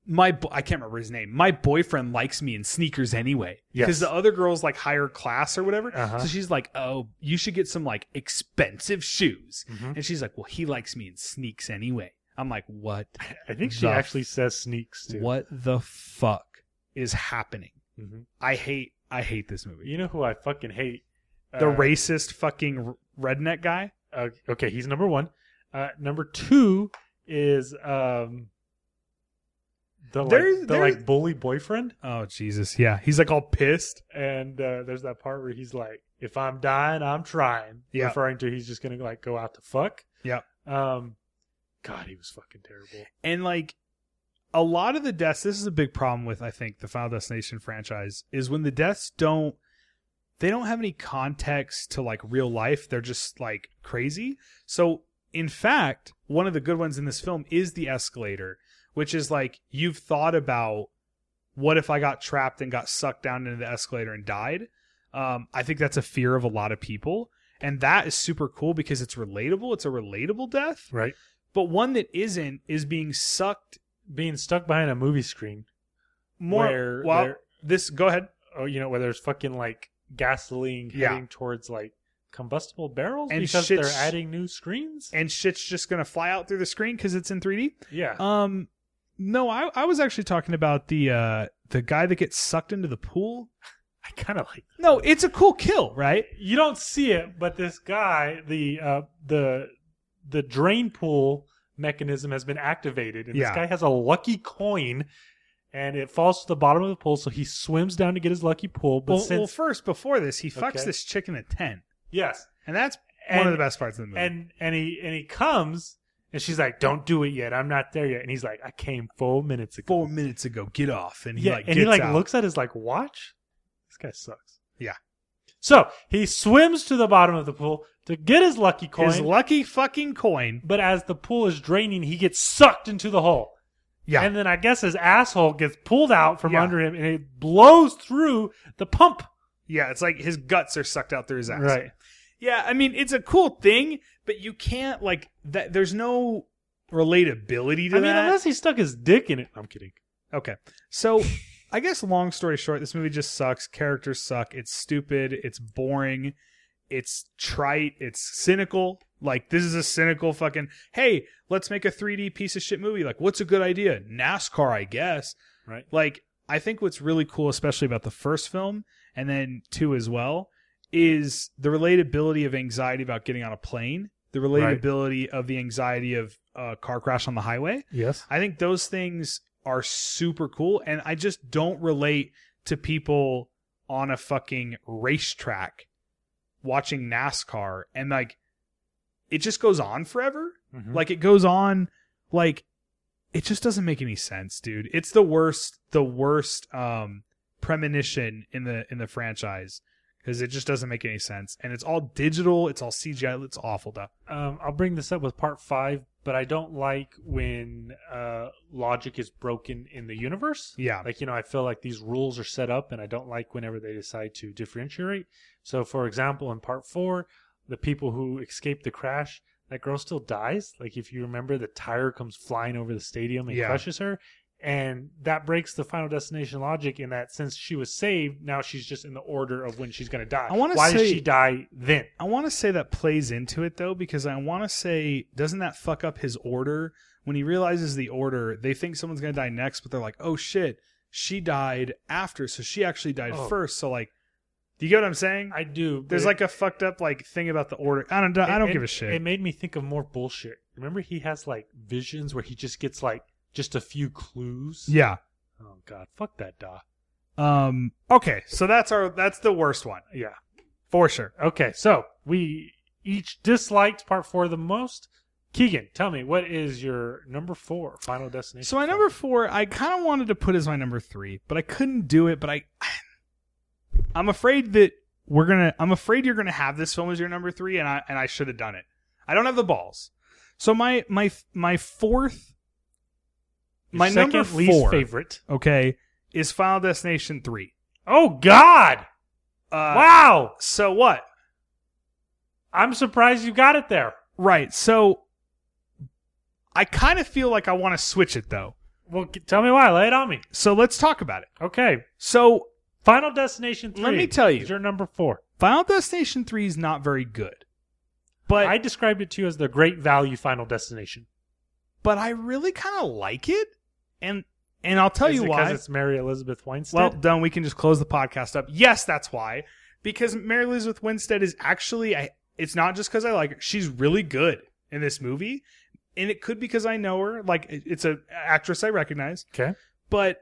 my bo- I can't remember his name. My boyfriend likes me in sneakers anyway, Yes. because the other girl's like higher class or whatever. Uh-huh. So she's like, oh, you should get some like expensive shoes, Mhm. and she's like, well, he likes me in sneaks anyway. I'm like, what? I think she The- actually says sneaks too. What the fuck is happening? hmm I hate, I hate this movie. You know who I fucking hate? the Uh, racist fucking r- redneck guy. uh, okay, he's number one. Uh, number two is um, the, There's- like, the there's- like bully boyfriend, Oh Jesus, yeah, he's like all pissed. and uh, there's that part where he's like, "If I'm dying, I'm trying," Yeah. referring to he's just gonna like go out to fuck. Yeah. Um, God, he was fucking terrible. And like a lot of the deaths, this is a big problem with I think the Final Destination franchise is when the deaths don't they don't have any context to like real life. They're just like crazy. So in fact, one of the good ones in this film is the escalator, which is like you've thought about what if I got trapped and got sucked down into the escalator and died? Um, I think that's a fear of a lot of people. And that is super cool because it's relatable. It's a relatable death. Right. But one that isn't is being sucked Being stuck behind a movie screen. more. Where- well, where- this go ahead. Oh, you know where there's fucking like gasoline Yeah. heading towards like combustible barrels And because shit's- they're adding new screens. And shit's just gonna fly out through the screen because it's in 3D. yeah. Um, no, I I was actually talking about the uh the guy that gets sucked into the pool. I kind of like. No, it's a cool kill, right? you don't see it, but this guy, the uh, the the drain pool mechanism has been activated, and Yeah. this guy has a lucky coin, and it falls to the bottom of the pool, so he swims down to get his lucky pool. But Well, since well, first before this, he fucks Okay. this chick in a tent, yes, and that's one And- of the best parts of the movie. and and he and he comes, and she's like, "Don't do it yet, I'm not there yet," and he's like, "I came four minutes ago." Four minutes ago, get off, and he yeah, like and gets he like out. looks at his like watch. This guy sucks. Yeah. So he swims to the bottom of the pool. to get his lucky coin. His lucky fucking coin. but as the pool is draining, he gets sucked into the hole. Yeah. And then I guess his asshole gets pulled out from Yeah. under him and it blows through the pump. yeah, it's like his guts are sucked out through his ass. Yeah, I mean, it's a cool thing, but you can't, like, that. there's no relatability to I mean, that. unless he stuck his dick in it. I'm kidding. Okay. So I guess long story short, this movie just sucks. Characters suck. It's stupid. It's boring. It's trite. It's cynical. Like this is a cynical fucking hey, let's make a 3D piece of shit movie. Like, what's a good idea? NASCAR, I guess. Right. Like, I think what's really cool, especially about the first film and then two as well, is the relatability of anxiety about getting on a plane, the Right. relatability of the anxiety of a car crash on the highway. Yes. I think those things are super cool, and I just don't relate to people on a fucking racetrack watching NASCAR, and like it just goes on forever. Mm-hmm. Like it goes on, like it just doesn't make any sense, dude. It's the worst, the worst um, premonition in the in the franchise because it just doesn't make any sense, and it's all digital, it's all CGI, it's awful, though. um, I'll bring this up with part five, but I don't like when uh, logic is broken in the universe. Yeah, Like, you know, I feel like these rules are set up and I don't like whenever they decide to differentiate. So, for example, in part four, the people who escape the crash, that girl still dies. Like, if you remember, the tire comes flying over the stadium and Yeah. crushes her. And that breaks the final destination logic in that since she was saved, now she's just in the order of when she's going to die. I wanna Why say- did she die then? I want to say that plays into it though, because I want to say, doesn't that fuck up his order? When he realizes the order, they think someone's gonna die next, but they're like, oh shit, she died after, so she actually died Oh. first. So like, do you get what I'm saying? I do. There's but- like a fucked up like thing about the order. I don't. I don't It- give a it- shit. It made me think of more bullshit. Remember, he has like visions where he just gets like just a few clues. yeah. Oh God, fuck that da. Um. Okay. So that's our. That's the worst one Yeah. for sure. Okay, so we each disliked part four the most. Keegan, tell me what is your number four final destination? So my number four, I kind of wanted to put as my number three, but I couldn't do it. But I, I'm afraid that we're gonna. I'm afraid you're gonna have this film as your number three, and I and I should have done it. I don't have the balls. So my my my fourth, Your my second number least four, favorite. okay, is Final Destination three. Oh God! Uh, wow, So what? I'm surprised you got it there. Right. So I kind of feel like I want to switch it though. Well, c- tell me why. Lay it on me. So let's talk about it. Okay, So final destination three. Let me tell you. is your number four. Final Destination three is not very good, but I described it to you as the great value final destination. but I really kind of like it, and and I'll tell Is you it why. Because it's Mary Elizabeth Weinstein. Well done. We can just close the podcast up. Yes, that's why. Because Mary Elizabeth Winstead is actually, I. It's not just because I like her. She's really good in this movie, and it could because I know her. Like it- it's a actress I recognize, okay. but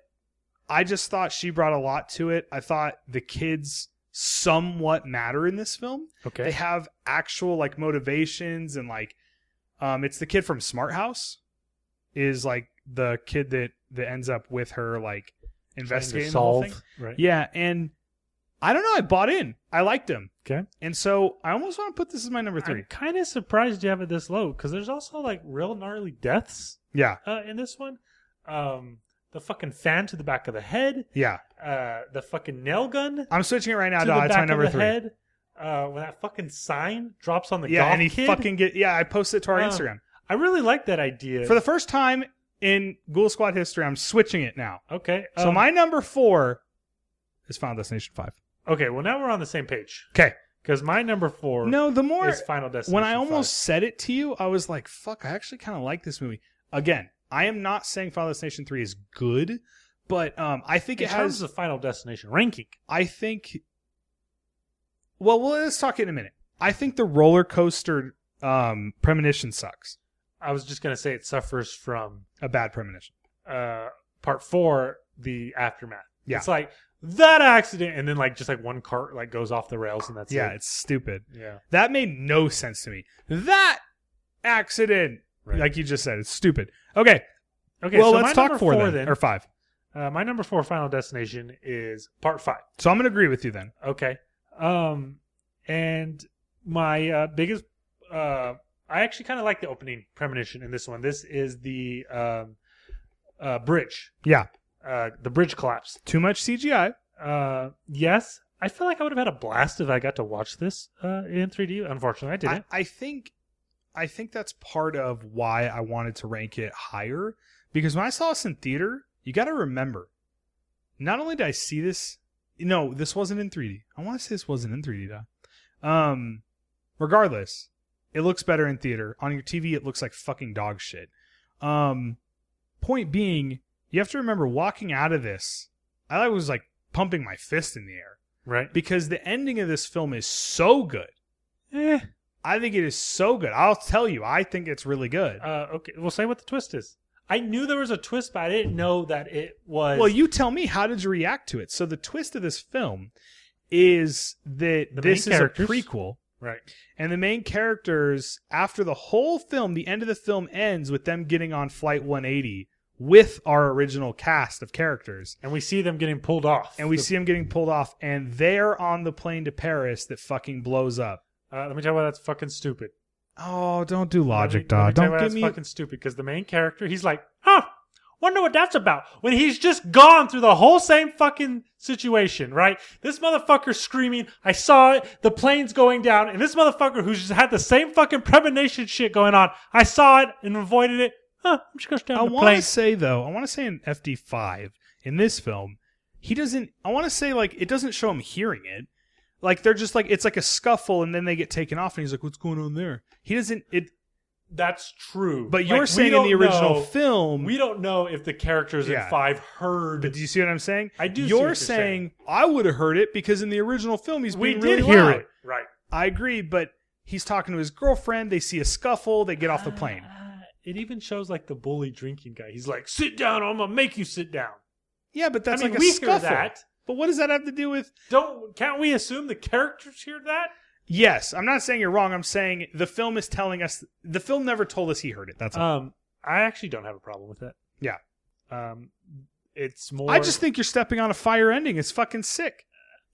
I just thought she brought a lot to it. I thought the kids somewhat matter in this film. Okay. They have actual like motivations and like um it's the kid from Smart House is like the kid that that ends up with her like investigating the whole thing. Right. Yeah, and I don't know, I bought in. I liked him. Okay. And so I almost want to put this as my number 3. I'm kind of surprised you have it this low because there's also like real gnarly deaths yeah. uh, in this one. Um, the fucking fan to the back of the head, Yeah. uh, the fucking nail gun to I'm switching it right now. the To uh, it's my back number of the 3. head. Uh, when that fucking sign drops on the Yeah, golf and he kid. fucking get Yeah, I posted it to our Oh. Instagram. I really like that idea. For the first time in Ghoul Squad history, I'm switching it now. okay, So um, my number 4 is Final Destination 5. okay. Well, now we're on the same page Okay. because my number four No, the more is Final Destination. when I five. almost said it to you, I was like, fuck, I actually kind of like this movie. Again, I am not saying Final Destination 3 is good, but um, I think in it terms has. of Final Destination ranking, I think. Well, well, let's talk in a minute. I think the roller coaster um, premonition sucks. I was just gonna say it suffers from A bad premonition. uh, part four, the aftermath. Yeah. It's like that accident, and then like just like one cart like goes off the rails, and that's yeah, it. it's stupid. yeah, That made no sense to me. That accident, right. like you just said, it's stupid. Okay. okay, well, so my let's talk number four, four then, or five. uh, my number four final destination is part five. So I'm gonna agree with you then. Okay, um, and my uh, biggest uh, i actually kind of like the opening premonition in this one this is the um, uh, bridge Yeah. uh, the bridge collapse Too much CGI. uh, yes i feel like i would have had a blast if i got to watch this uh, in 3d unfortunately i I, didn't I think I think that's part of why I wanted to rank it higher because when I saw this in theater, you got to remember, not only did I see this, no, this wasn't in 3D. I want to say this wasn't in 3D. though. Um, regardless, it looks better in theater. On your TV, it looks like fucking dog shit. Um, point being, you have to remember walking out of this, I was like pumping my fist in the air right because the ending of this film is so good. Eh, I think it is so good. I'll tell you, I think it's really good. uh, okay well say what the twist is i knew there was a twist but i didn't know that it was well, you tell me, how did you react to it? So the twist of this film is that The main this is a characters. prequel, right and the main characters, after the whole film, the end of the film ends with them getting on Flight 180 with our original cast of characters. and we see them getting pulled off And we The- see them getting pulled off, and they're on the plane to Paris that fucking blows up. uh, let me tell you why that's fucking stupid Oh, don't do logic, Let me- let me dog. tell you Don't why give that's me. fucking stupid because the main character, he's like, huh, wonder what that's about. When he's just gone through the whole same fucking situation, right? This motherfucker screaming, I saw it, the plane's going down, and this motherfucker who's just had the same fucking premonition shit going on, I saw it and avoided it. Huh, I'm just gonna stay I on the want plane. to say though, I want to say in FD five in this film, he doesn't. I want to say like it doesn't show him hearing it. Like they're just like it's like a scuffle, and then they get taken off, and he's like, "What's going on there?" He doesn't. It. That's true. But Like, you're we saying in the don't original know- film, We don't know if the characters Yeah. in five but heard. do you see what I'm saying? I do see You're what you're saying, saying. I would have heard it because in the original film he's We being did really hear loud." it. Right. I agree, but he's talking to his girlfriend. They see a scuffle. They get off the plane. Uh, it even shows like the bully drinking guy. He's like, "Sit down, I'm gonna make you sit down." Yeah, but that's I mean, like a we hear scuffle. that. But what does that have to do with? Don't can't we assume the characters hear that? Yes, I'm not saying you're wrong. I'm saying the film is telling us the film never told us he heard it. That's all. Um, I actually don't have a problem with that. Yeah. Um, it's more. I just think you're stepping on a fire ending. It's fucking sick.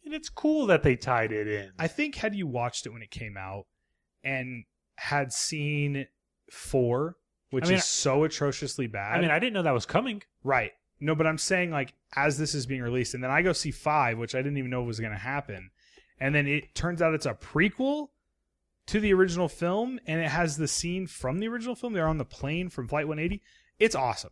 and it's cool that they tied it in. I think had you watched it when it came out and had seen 4, which I mean, is so atrociously bad. I mean, I didn't know that was coming. right. No, but I'm saying like as this is being released and then I go see 5, which I didn't even know was going to happen. And then it turns out it's a prequel to the original film and it has the scene from the original film. They're on the plane from Flight 180. It's awesome.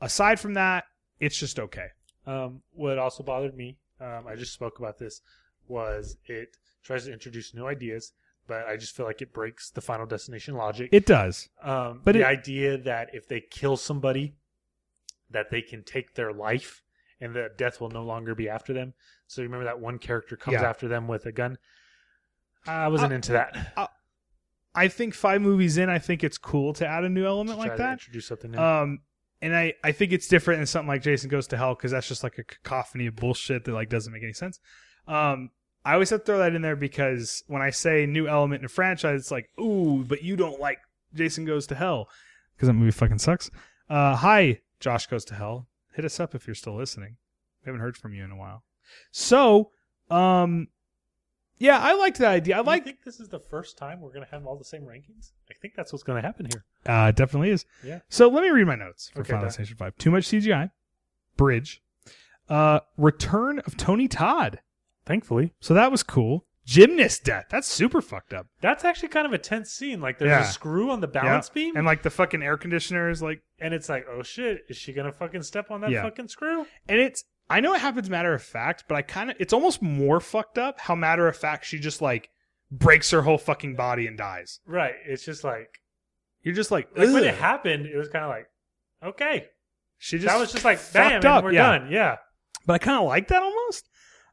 Aside from that, it's just okay. Um, what also bothered me, um, I just spoke about this, was it tries to introduce new ideas, but I just feel like it breaks the final destination logic. It does. Um, But the it- idea that if they kill somebody, that they can take their life and that death will no longer be after them. So you remember that one character comes Yeah. after them with a gun. I wasn't Uh, into that. I think five movies in, I think it's cool to add a new To element try like to that. Introduce something new. Um, and I, I think it's different than something like Jason Goes to Hell because that's just like a cacophony of bullshit that like doesn't make any sense. Um, I always have to throw that in there because when I say new element in a franchise, it's like, ooh, but you don't like Jason Goes to Hell because that movie fucking sucks. Uh, hi, Josh Goes to Hell. Hit us up if you're still listening. We haven't heard from you in a while. So, um, yeah, I liked that idea. I I like think this is the first time we're going to have all the same rankings. I think that's what's going to happen here. Uh, it definitely is. Yeah. So let me read my notes for Okay, Final doc. Destination Five. Too much CGI. Bridge. Uh, return of Tony Todd. Thankfully, So that was cool. Gymnast death. That's super fucked up. that's actually kind of a tense scene. Like there's Yeah. a screw on the Yeah. balance beam, and like the fucking air conditioner is like, and it's like, oh shit, is she going to fucking step on that Yeah. fucking screw? and it's. I know it happens matter of fact, but I kind of it's almost more fucked up how matter of fact she just like breaks her whole fucking body and dies. Right. It's just like You're just like, like when "Ugh." it happened, it was kind of like, okay, she just that was just like, fucked bam, and up, we're yeah. done. Yeah, but I kind of like that almost.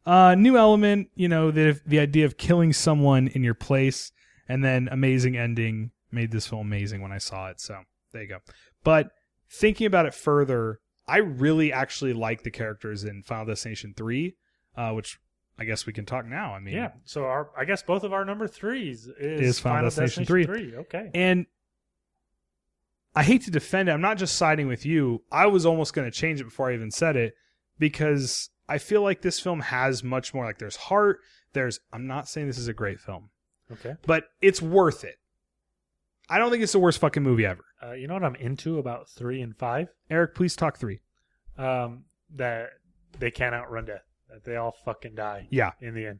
Uh, new element, you know, the the idea of killing someone in your place, and then amazing ending made this film amazing when I saw it. So there you go. But thinking about it further, I really actually like the characters in Final Destination Three, uh, which I guess we can talk now. I mean, yeah. So our, I guess both of our number threes is, Is Final Destination three. Okay, And I hate to defend it. I'm not just siding with you. I was almost going to change it before I even said it because I feel like this film has much more. Like there's heart. There's. I'm not saying this is a great film. Okay. but it's worth it. I don't think it's the worst fucking movie ever. Uh, you know what I'm into about three and five? Eric, please talk three. Um, that they can't outrun death. That they all fucking die Yeah, in the end.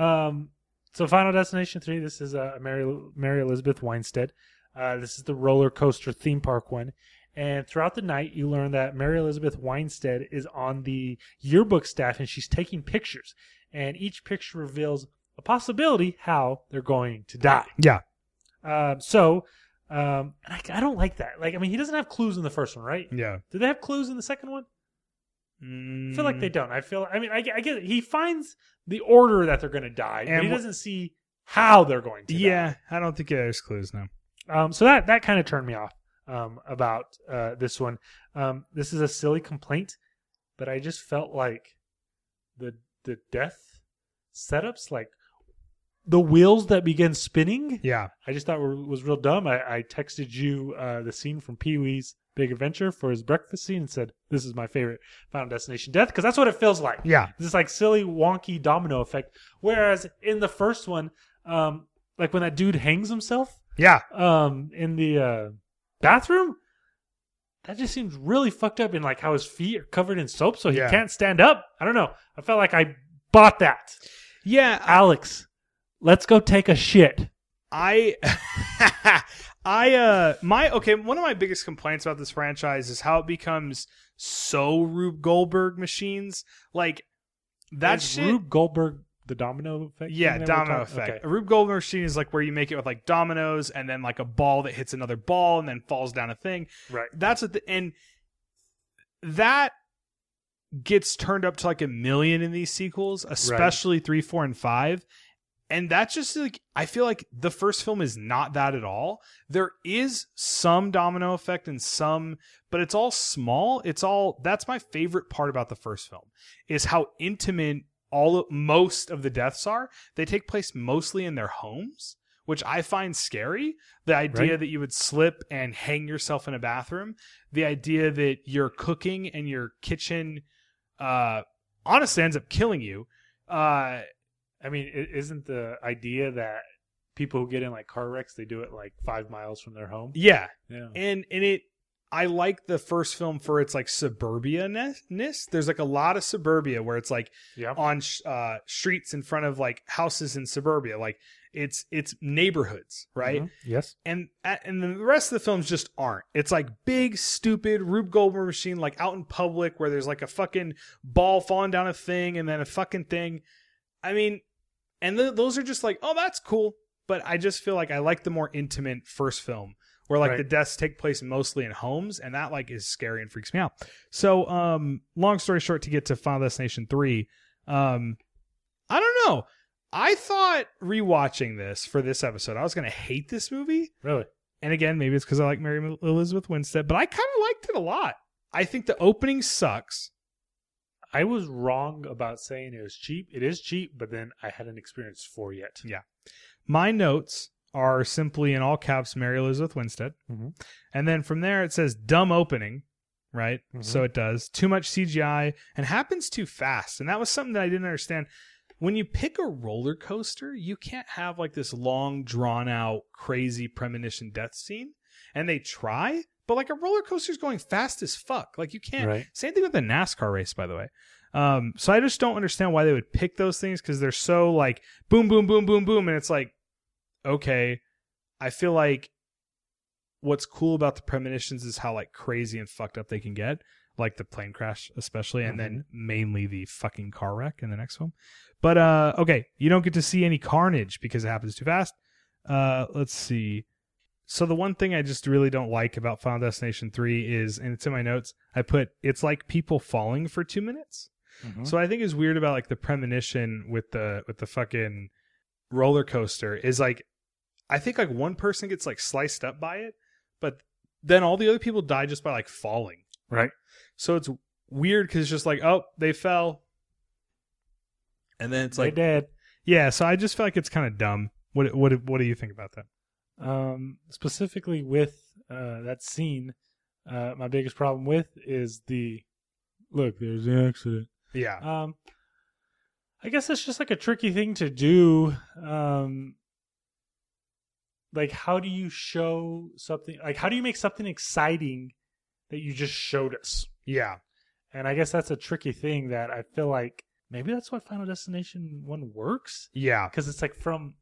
Um, so Final Destination three. This is uh, Mary Mary Elizabeth Weinstead. Uh, this is the roller coaster theme park one. And throughout the night, you learn that Mary Elizabeth Weinstead is on the yearbook staff and she's taking pictures. And each picture reveals a possibility how they're going to die. yeah. Um, so, um, and I, I don't like that. Like, I mean, he doesn't have clues in the first one, right? Yeah. Do they have clues in the second one? I feel Mm, like they don't. I feel. I mean, I, get- I get. It. He finds the order that they're going to die, And but he wh- doesn't see how they're going to. Yeah, I don't think there's clues now. Die. Um. So that that kind of turned me off. Um. About uh this one. Um. This is a silly complaint, but I just felt like the the death setups like the wheels that began spinning. Yeah, I just thought were, was real dumb. I, I texted you uh, the scene from Pee Wee's Big Adventure for his breakfast scene and said, "This is my favorite Final Destination death" because that's what it feels like. yeah, This like silly, wonky domino effect. Whereas in the first one, um, like when that dude hangs himself yeah. um, in the uh, bathroom, that just seems really fucked up. In like how his feet are covered in soap, so he Yeah. can't stand up. I don't know. I felt like I bought that. Yeah, Alex, let's go take a shit. I I uh my okay, one of my biggest complaints about this franchise is how it becomes so Rube Goldberg machines. Like that Is shit Rube Goldberg the domino effect. Yeah, thing that we're domino talking- effect. A okay. Rube Goldberg machine is like where you make it with like dominoes and then like a ball that hits another ball and then falls down a thing. Right. That's what the and that gets turned up to like a million in these sequels, especially three, four, and five. And that's just like I feel like the first film is not that at all. There is some domino effect and some, but it's all small. It's all that's my favorite part about the first film is how intimate all of, most of the deaths are. They take place mostly in their homes, which I find scary. The idea Right. that you would slip and hang yourself in a bathroom, the idea that you're cooking and your kitchen uh honestly ends up killing you. Uh I mean, i- isn't the idea that people who get in like car wrecks they do it like five miles from their home? yeah. Yeah. And and it I like the first film for its like suburbia-ness. There's like a lot of suburbia where it's like Yeah. on sh- uh, streets in front of like houses in suburbia. Like it's it's neighborhoods, right? Mhm. Yes. And a- and then the rest of the films just aren't. It's like big stupid Rube Goldberg machine like out in public where there's like a fucking ball falling down a thing and then a fucking thing. I mean, and th- those are just like oh that's cool. But I just feel like I like the more intimate first film where like Right. the deaths take place mostly in homes and that like is scary and freaks me out. So, um, long story short, to get to Final Destination three, um, I don't know. I thought rewatching this for this episode, I was going to hate this movie. Really. And again, maybe it's because I like Mary Elizabeth Winstead, but I kind of liked it a lot. I think the opening sucks. I was wrong about saying it was cheap. It is cheap, but then I hadn't experienced four yet. My notes are simply in all caps Mary Elizabeth Winstead. Mhm. And then from there, it says dumb opening, right? Mhm. So it does. Too much CGI and happens too fast. And that was something that I didn't understand. When you pick a roller coaster, you can't have like this long, drawn out, crazy premonition death scene. And they try, but like a roller coaster is going fast as fuck. Like you can't. Right. Same thing with the NASCAR race, by the way. Um, so I just don't understand why they would pick those things because they're so like boom, boom, boom, boom, boom, and it's like, okay, I feel like what's cool about the premonitions is how like crazy and fucked up they can get, like the plane crash especially, and then mainly the fucking car wreck in the next film. But uh, okay, you don't get to see any carnage because it happens too fast. Uh, let's see. So the one thing I just really don't like about Final Destination 3 is and it's in my notes, I put it's like people falling for 2 minutes. Mhm. So I think is weird about like the premonition with the with the fucking roller coaster is like I think like one person gets like sliced up by it, but then all the other people die just by like falling. Right. So it's weird cuz it's just like, oh, they fell. And then it's They like did. yeah, so I just feel like it's kind of dumb. What what what do you think about that? um, specifically with uh, that scene, uh, my biggest problem with is the look. There's the accident. Yeah. Um, I guess that's just like a tricky thing to do. Um, like how do you show something like how do you make something exciting that you just showed us Yeah. and i guess that's a tricky thing that i feel like maybe that's why final destination one works Yeah. because it's like from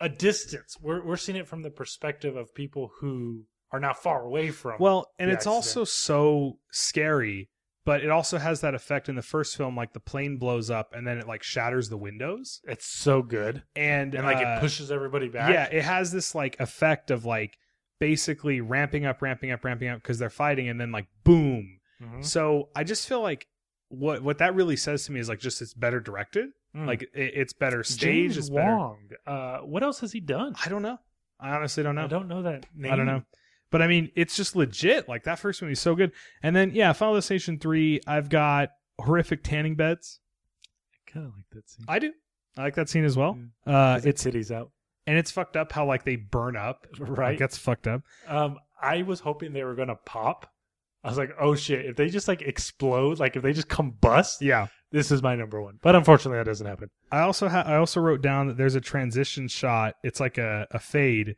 a distance we're, we're seeing it from the perspective of people who are not far away from Well, and the it's also so scary, but it also has that effect in the first film, like the plane blows up and then it like shatters the windows it's so good and and like uh, it pushes everybody back Yeah, it has this like effect of like basically ramping up, ramping up, ramping up because they're fighting, and then like boom. Mhm. So I just feel like what what that really says to me is like just it's better directed, Mm. like it, it's better staged, James it's better. Wong. Uh, what else has he done? I don't know. I honestly don't know. I don't know that name. I don't know. But I mean, it's just legit. Like that first movie is so good, and then yeah, Final Destination three. I've got horrific tanning beds. I kind of like that scene. I do. I like that scene as Uh, well. Uh, His it's titties out. and it's fucked up how like they burn up. Right. like, that's fucked up. Um, I was hoping they were gonna pop. I was like, oh shit! If they just like explode, like if they just combust, Yeah. this is my number one. But unfortunately, that doesn't happen. I also ha- I also wrote down that there's a transition shot. It's like a, a fade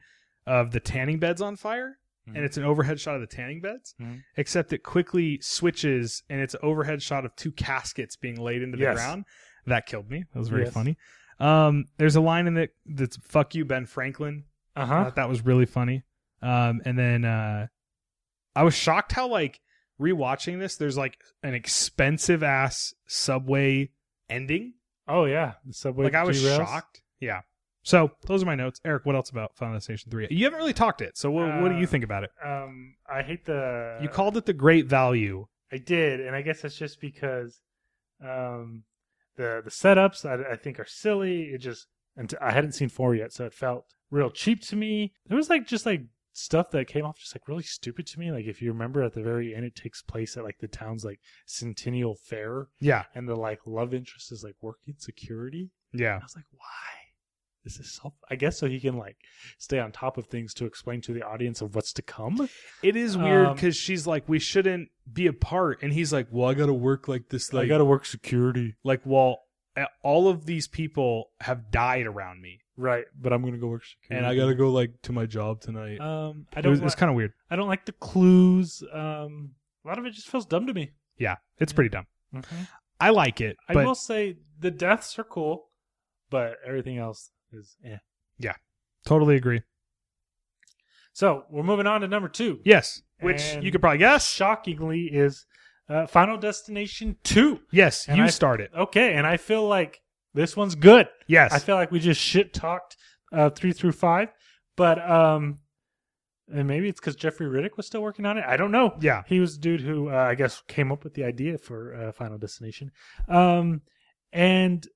of the tanning beds on fire, Mhm. and it's an overhead shot of the tanning beds. Mhm. Except it quickly switches, and it's an overhead shot of two caskets being laid into the Yes. ground. That killed me. That was very Yes. funny. Um, there's a line in it that's "fuck you, Ben Franklin." Uh I huh. thought that was really funny. Um, and then uh, I was shocked how like rewatching this. There's like an expensive ass subway ending Oh yeah, the subway. like I was derails. shocked. Yeah. So those are my notes. Eric, what else about Final Destination Three? You haven't really talked it, so what, what do you Uh, think about it? Um, I hate the You called it the Great Value. I did, and I guess that's just because um, the the setups I, I think are silly. It just and t- I hadn't seen four yet, so it felt real cheap to me. There was like just like stuff that came off just like really stupid to me. Like if you remember at the very end, it takes place at like the town's like centennial fair, Yeah, and the like love interest is like working security. yeah, I was like, why? This is so. I guess so he can like stay on top of things to explain to the audience of what's to come. it is weird Um, because she's like, "We shouldn't be apart," and he's like, "Well, I got to work like this." Like, I got to work security, like, well, uh, all of these people have died around me, right? But I'm gonna go work security, and I got to go like to my job tonight. Um, Mm-hmm. I it don't. was, li- it's kind of weird. I don't like the clues. Um, a lot of it just feels dumb to me. Yeah, it's pretty dumb. I like it, I but will say the deaths are cool, but everything else is eh. totally agree. So we're moving on to number two. Yes, which And- you could probably guess. Shockingly, is uh, Final Destination two. Yes, And you I- start it. Okay, and I feel like this one's good. Yes, I feel like we just shit talked uh, three through five, but um, and maybe it's because Jeffrey Riddick was still working on it. I don't know. yeah, He was the dude who uh, I guess came up with the idea for uh, Final Destination. Um, and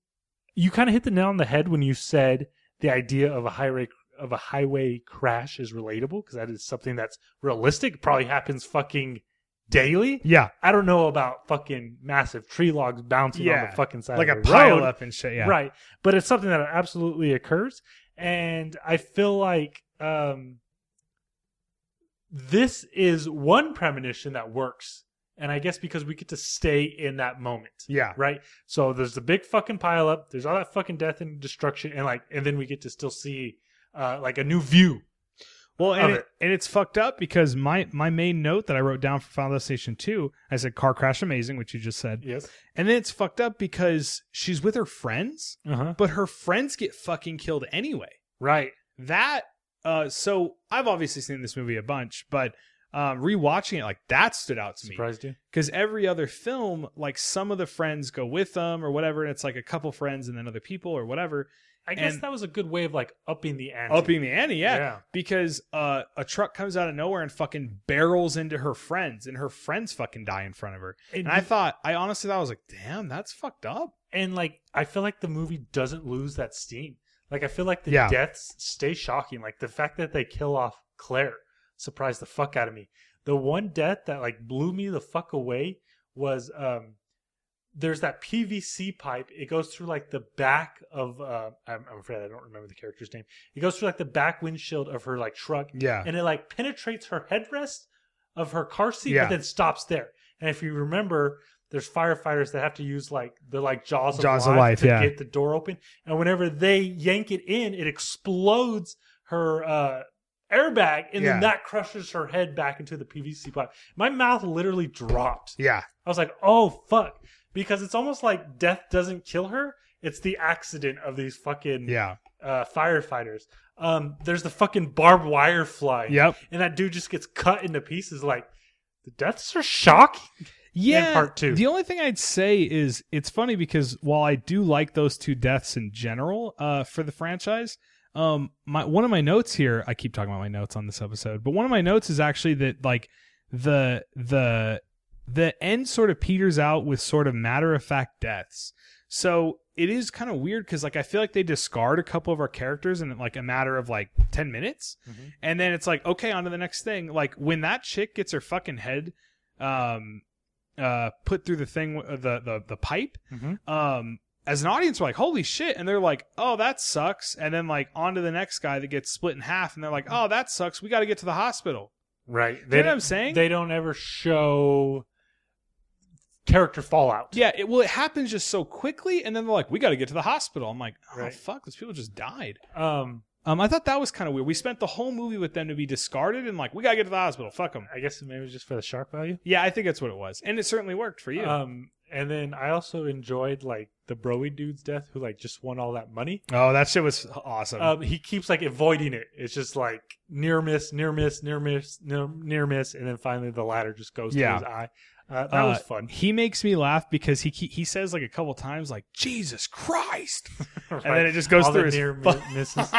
you kind of hit the nail on the head when you said the idea of a highway of a highway crash is relatable because that is something that's realistic. Probably happens fucking daily. yeah, I don't know about fucking massive tree logs bouncing on Yeah. the fucking side like a of the pile road. up and shit. Yeah, Right. But it's something that absolutely occurs. And I feel like um, this is one premonition that works. And I guess because we get to stay in that moment. Yeah. Right. So there's the big fucking pile up. There's all that fucking death and destruction. And like, and then we get to still see uh, like a new view. Well, and, of it- it. and it's fucked up because my my main note that I wrote down for Final Destination 2, I said car crash amazing, which you just said. Yes. And then it's fucked up because she's with her friends, Uh huh. but her friends get fucking killed anyway. Right. That uh so I've obviously seen this movie a bunch, but um rewatching it like that stood out to me Surprised you? because every other film like some of the friends go with them or whatever and it's like a couple friends and then other people or whatever I guess And- that was a good way of like upping the ante. upping the ante yeah, Yeah. because uh, a truck comes out of nowhere and fucking barrels into her friends and her friends fucking die in front of her and i thought i honestly thought i was like damn that's fucked up and like I feel like the movie doesn't lose that steam. Like I feel like the Yeah. deaths stay shocking. Like the fact that they kill off Claire surprised the fuck out of me. The one death that like blew me the fuck away was um there's that PVC pipe. It goes through like the back of uh, I'm, I'm afraid I don't remember the character's name. It goes through like the back windshield of her like truck, yeah and it like penetrates her headrest of her car seat, Yeah. but then stops there. And if you remember, there's firefighters that have to use like the like jaws of Jaws of life, life, to yeah. get the door open, and whenever they yank it in, it explodes her uh, airbag, and Yeah. then that crushes her head back into the PVC pipe. My mouth literally dropped. Yeah. I was like, oh fuck, because it's almost like death doesn't kill her. It's the accident of these fucking Yeah. uh, firefighters. Um, there's the fucking barbed wire fly. Yep. And that dude just gets cut into pieces. Like, the deaths are shocking. Yeah. part two. The only thing I'd say is it's funny because while I do like those two deaths in general uh, for the franchise, um, my one of my notes here, I keep talking about my notes on this episode, but one of my notes is actually that like the the the end sort of peters out with sort of matter of fact deaths. So it is kind of weird because like I feel like they discard a couple of our characters in like a matter of like ten minutes, Mhm. and then it's like okay on to the next thing. Like when that chick gets her fucking head um uh put through the thing uh, the the the pipe Mhm. um as an audience we're like holy shit and they're like oh that sucks and then like on to the next guy that gets split in half and they're like oh that sucks we got to get to the hospital Right. you know what i'm saying They don't ever show character fallout. yeah it, well it happens just so quickly and then they're like we got to get to the hospital i'm like oh Right. fuck those people just died Um, um i thought that was kind of weird we spent the whole movie with them to be discarded and like we got to get to the hospital fuck them I guess maybe just for the shock value. yeah i think that's what it was and it certainly worked for you Um, and then I also enjoyed like the broy dude's death, who like just won all that money. oh that shit was awesome Um, he keeps like avoiding it. It's just like near miss, near miss, near miss, near, near miss, and then finally the ladder just goes Yeah. to his eye. Uh, that Uh, was fun. He makes me laugh because he he says like a couple times like Jesus Christ, and then it just goes All the through his. near fu- mi- misses.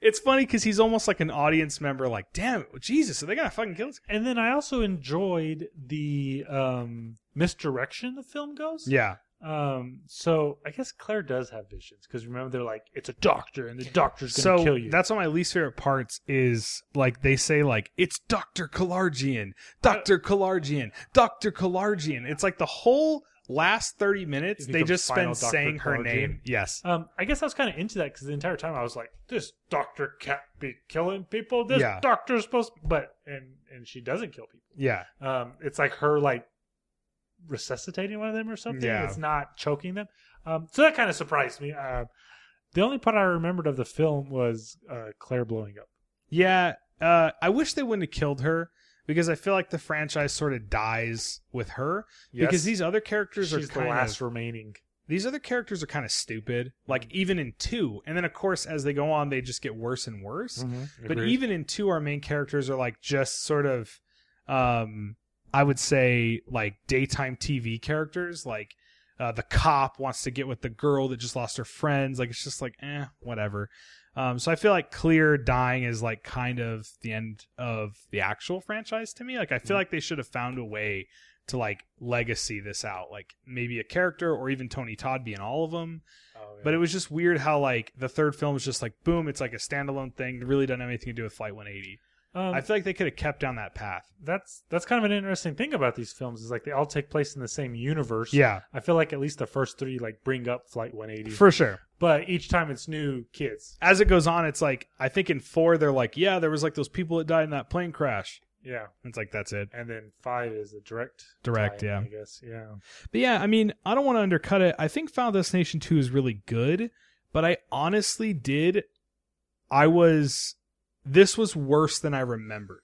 it's funny because he's almost like an audience member. Like, damn, Jesus, are they gonna fucking kill us? and then I also enjoyed the um, misdirection the film goes. Yeah, Um, so I guess Claire does have visions because remember they're like it's a doctor and the doctor's gonna so kill you. that's one of my least favorite parts is like they say like it's Doctor Kalargian, Doctor Kalargian, Doctor Kalargian. It's like the whole last thirty minutes It they becomes just final spend Dr. saying her Kalarjian. name. Yes. Um, I guess I was kind of into that because the entire time I was like, "This doctor can't be killing people. This Yeah. doctor's supposed, but and and she doesn't kill people. Yeah. Um, it's like her like resuscitating one of them or something. Yeah. It's not choking them. Um, so that kind of surprised me. Um, the only part I remembered of the film was uh, Claire blowing up. Yeah, uh, I wish they wouldn't have killed her because I feel like the franchise sort of dies with her because these other characters she's are the kind last Mm. of remaining. these other characters are kind of stupid. Like even in two, and then of course as they go on, they just get worse and worse. Mm-hmm. But even in two, our main characters are like just sort of, um, I would say like daytime TV characters. Like uh, the cop wants to get with the girl that just lost her friends. Like it's just like eh, whatever. Um, so I feel like Clear dying is like kind of the end of the actual franchise to me. Like I feel like they should have found a way to like legacy this out. Like maybe a character or even Tony Todd be in all of them. But it was just weird how like the third film is just like boom, it's like a standalone thing. It really doesn't have anything to do with Flight 180. um, I feel like they could have kept down that path. that's that's kind of an interesting thing about these films is like they all take place in the same universe. Yeah, I feel like at least the first three like bring up Flight 180, for sure. but each time it's new kids. As it goes on, it's like I think in four they're like, yeah, there was like those people that died in that plane crash. Yeah, It's like that's it. and then five is the direct, Direct, tie-in, yeah. I guess, yeah. But yeah, I mean, I don't want to undercut it. I think Final Destination 2 is really good, but I honestly did. I was. This was worse than I remembered.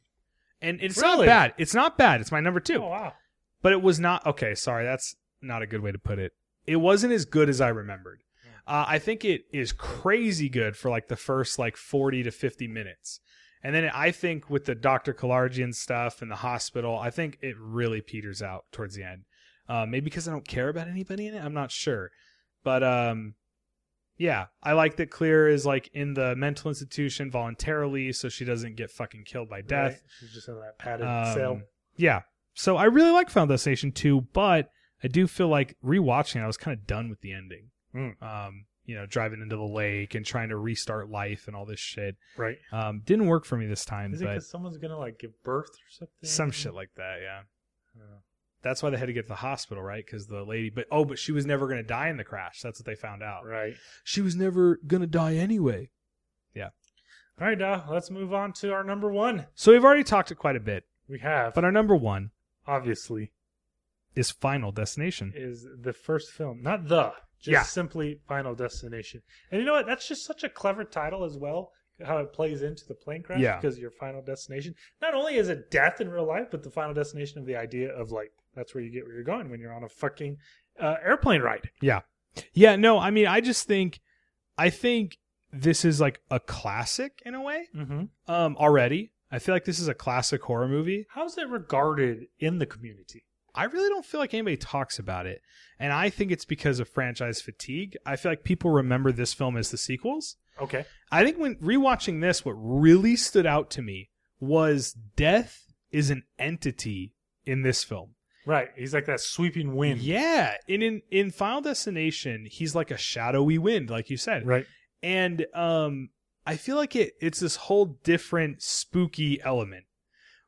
And it's not Really? bad. It's not bad. It's my number two. Oh wow, But it was not. Okay, sorry. That's not a good way to put it. It wasn't as good as I remembered. Uh, I think it is crazy good for like the first like 40 to 50 minutes. And then I think with the Dr. Kalargian stuff and the hospital, I think it really peters out towards the end. Uh, maybe because I don't care about anybody in it. I'm not sure. But um, yeah, I like that Clear is like in the mental institution voluntarily so she doesn't get fucking killed by death. Right? She's just in that padded Um, cell. Yeah. So I really like Final Destination 2, but I do feel like rewatching, it, I was kind of done with the ending. Mm. Um, you know, driving into the lake and trying to restart life and all this shit. Right? Um, didn't work for me this time, Is it but because someone's gonna like give birth or something? some shit like that, yeah. Oh. That's why they had to get to the hospital, right? Because the lady, but oh, but she was never going to die in the crash. That's what they found out. right. She was never going to die anyway. All right, now let's move on to our number one. So we've already talked it quite a bit, We have, but uh, our number one obviously, is Final Destination. is the first film, not the, just Yeah. simply Final Destination. And you know what? That's just such a clever title as well. how it plays into the plane crash Yeah. because your final destination not only is it death in real life, but the final destination of the idea of like that's where you get where you're going when you're on a fucking uh, airplane ride. Yeah, no, I mean, I just think, I think this is like a classic in a way Mm-hmm. um, already. I feel like this is a classic horror movie. How's it regarded in the community? I really don't feel like anybody talks about it. And I think it's because of franchise fatigue. I feel like people remember this film as the sequels. Okay, I think when rewatching this, what really stood out to me was death is an entity in this film. right. He's like that sweeping wind. Yeah, and in in Final Destination, he's like a shadowy wind, like you said, Right. and um, I feel like it it's this whole different spooky element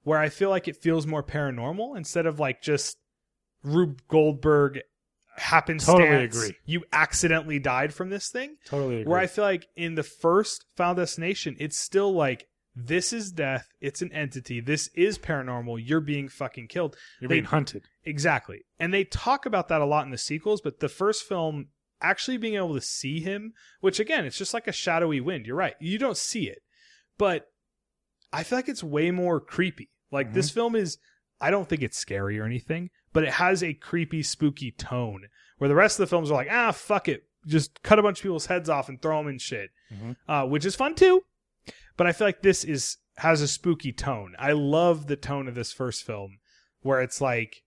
where I feel like it feels more paranormal instead of like just Rube Goldberg happenstance. Totally agree. You accidentally died from this thing. Totally agree. Where I feel like in the first Final Destination, it's still like this is death. It's an entity. This is paranormal. You're being fucking killed. You're they- being hunted. Exactly. And they talk about that a lot in the sequels, but the first film actually being able to see him, which again, it's just like a shadowy wind. You're right. You don't see it. But I feel like it's way more creepy. Like this film is I don't think it's scary or anything, but it has a creepy, spooky tone where the rest of the films are like, ah, fuck it. Just cut a bunch of people's heads off and throw them in shit, Mhm. uh, which is fun too. But I feel like this is has a spooky tone. I love the tone of this first film where it's like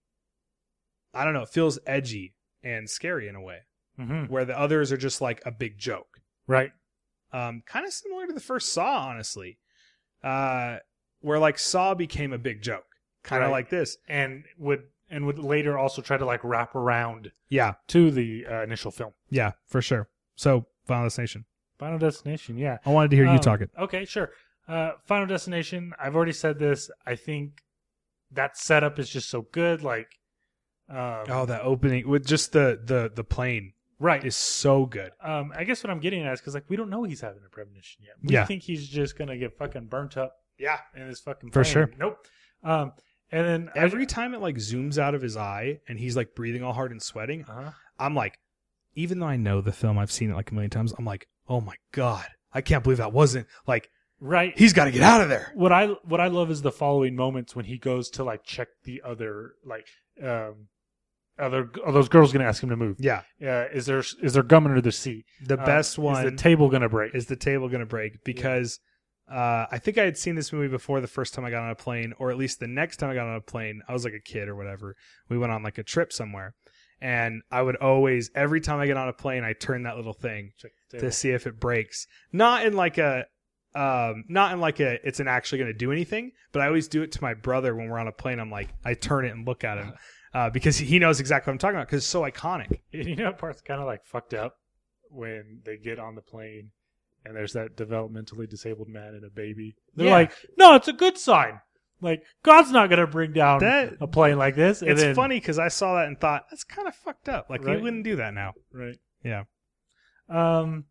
I don't know, it feels edgy and scary in a way, Mm-hmm. where the others are just like a big joke. Right. Um, kind of similar to the first Saw, honestly, uh, where like Saw became a big joke, kind of Right. like this. And would and would later also try to like wrap around Yeah, to the uh, initial film. yeah, for sure. So Final Destination. Final Destination, yeah. I wanted to hear you Um, talk it. Okay, sure. Uh, Final Destination. I've already said this. I think that setup is just so good. Like, um, Oh, that opening with just the the the plane right. is so good. um, I guess what I'm getting at is because like we don't know he's having a premonition yet. We Yeah. think he's just gonna get fucking burnt up Yeah, in his fucking For plane. sure. Nope. Um, and then every time it like zooms out of his eye and he's like breathing all hard and sweating. uh I'm like, even though I know the film, I've seen it like a million times. I'm like, oh my god, I can't believe that wasn't like right. he's got to get out of there. what I what I love is the following moments when he goes to like check the other like um other are those girls gonna ask him to move? Yeah, Yeah, is there is there gum under the seat? Uh, the Um, best one is the table gonna break. table going to break because uh, I think I had seen this movie before the first time I got on a plane, or at least the next time I got on a plane. I was like a kid or whatever. We went on like a trip somewhere, and I would always every time I get on a plane, I turn that little thing check the table. to see if it breaks. Not in like a um not in like a it's an actually going to do anything, but I always do it to my brother when we're on a plane. I'm like I turn it and look at him uh, because he knows exactly what I'm talking about because it's so iconic. And you know that part's kind of like fucked up when they get on the plane and there's that developmentally disabled man and a baby. They're Yeah. like, no, it's a good sign. Like God's not gonna bring down That- a plane like this. And it's then- funny because I saw that and thought that's kind of fucked up. Like we Right. wouldn't do that now. right? Yeah. Um,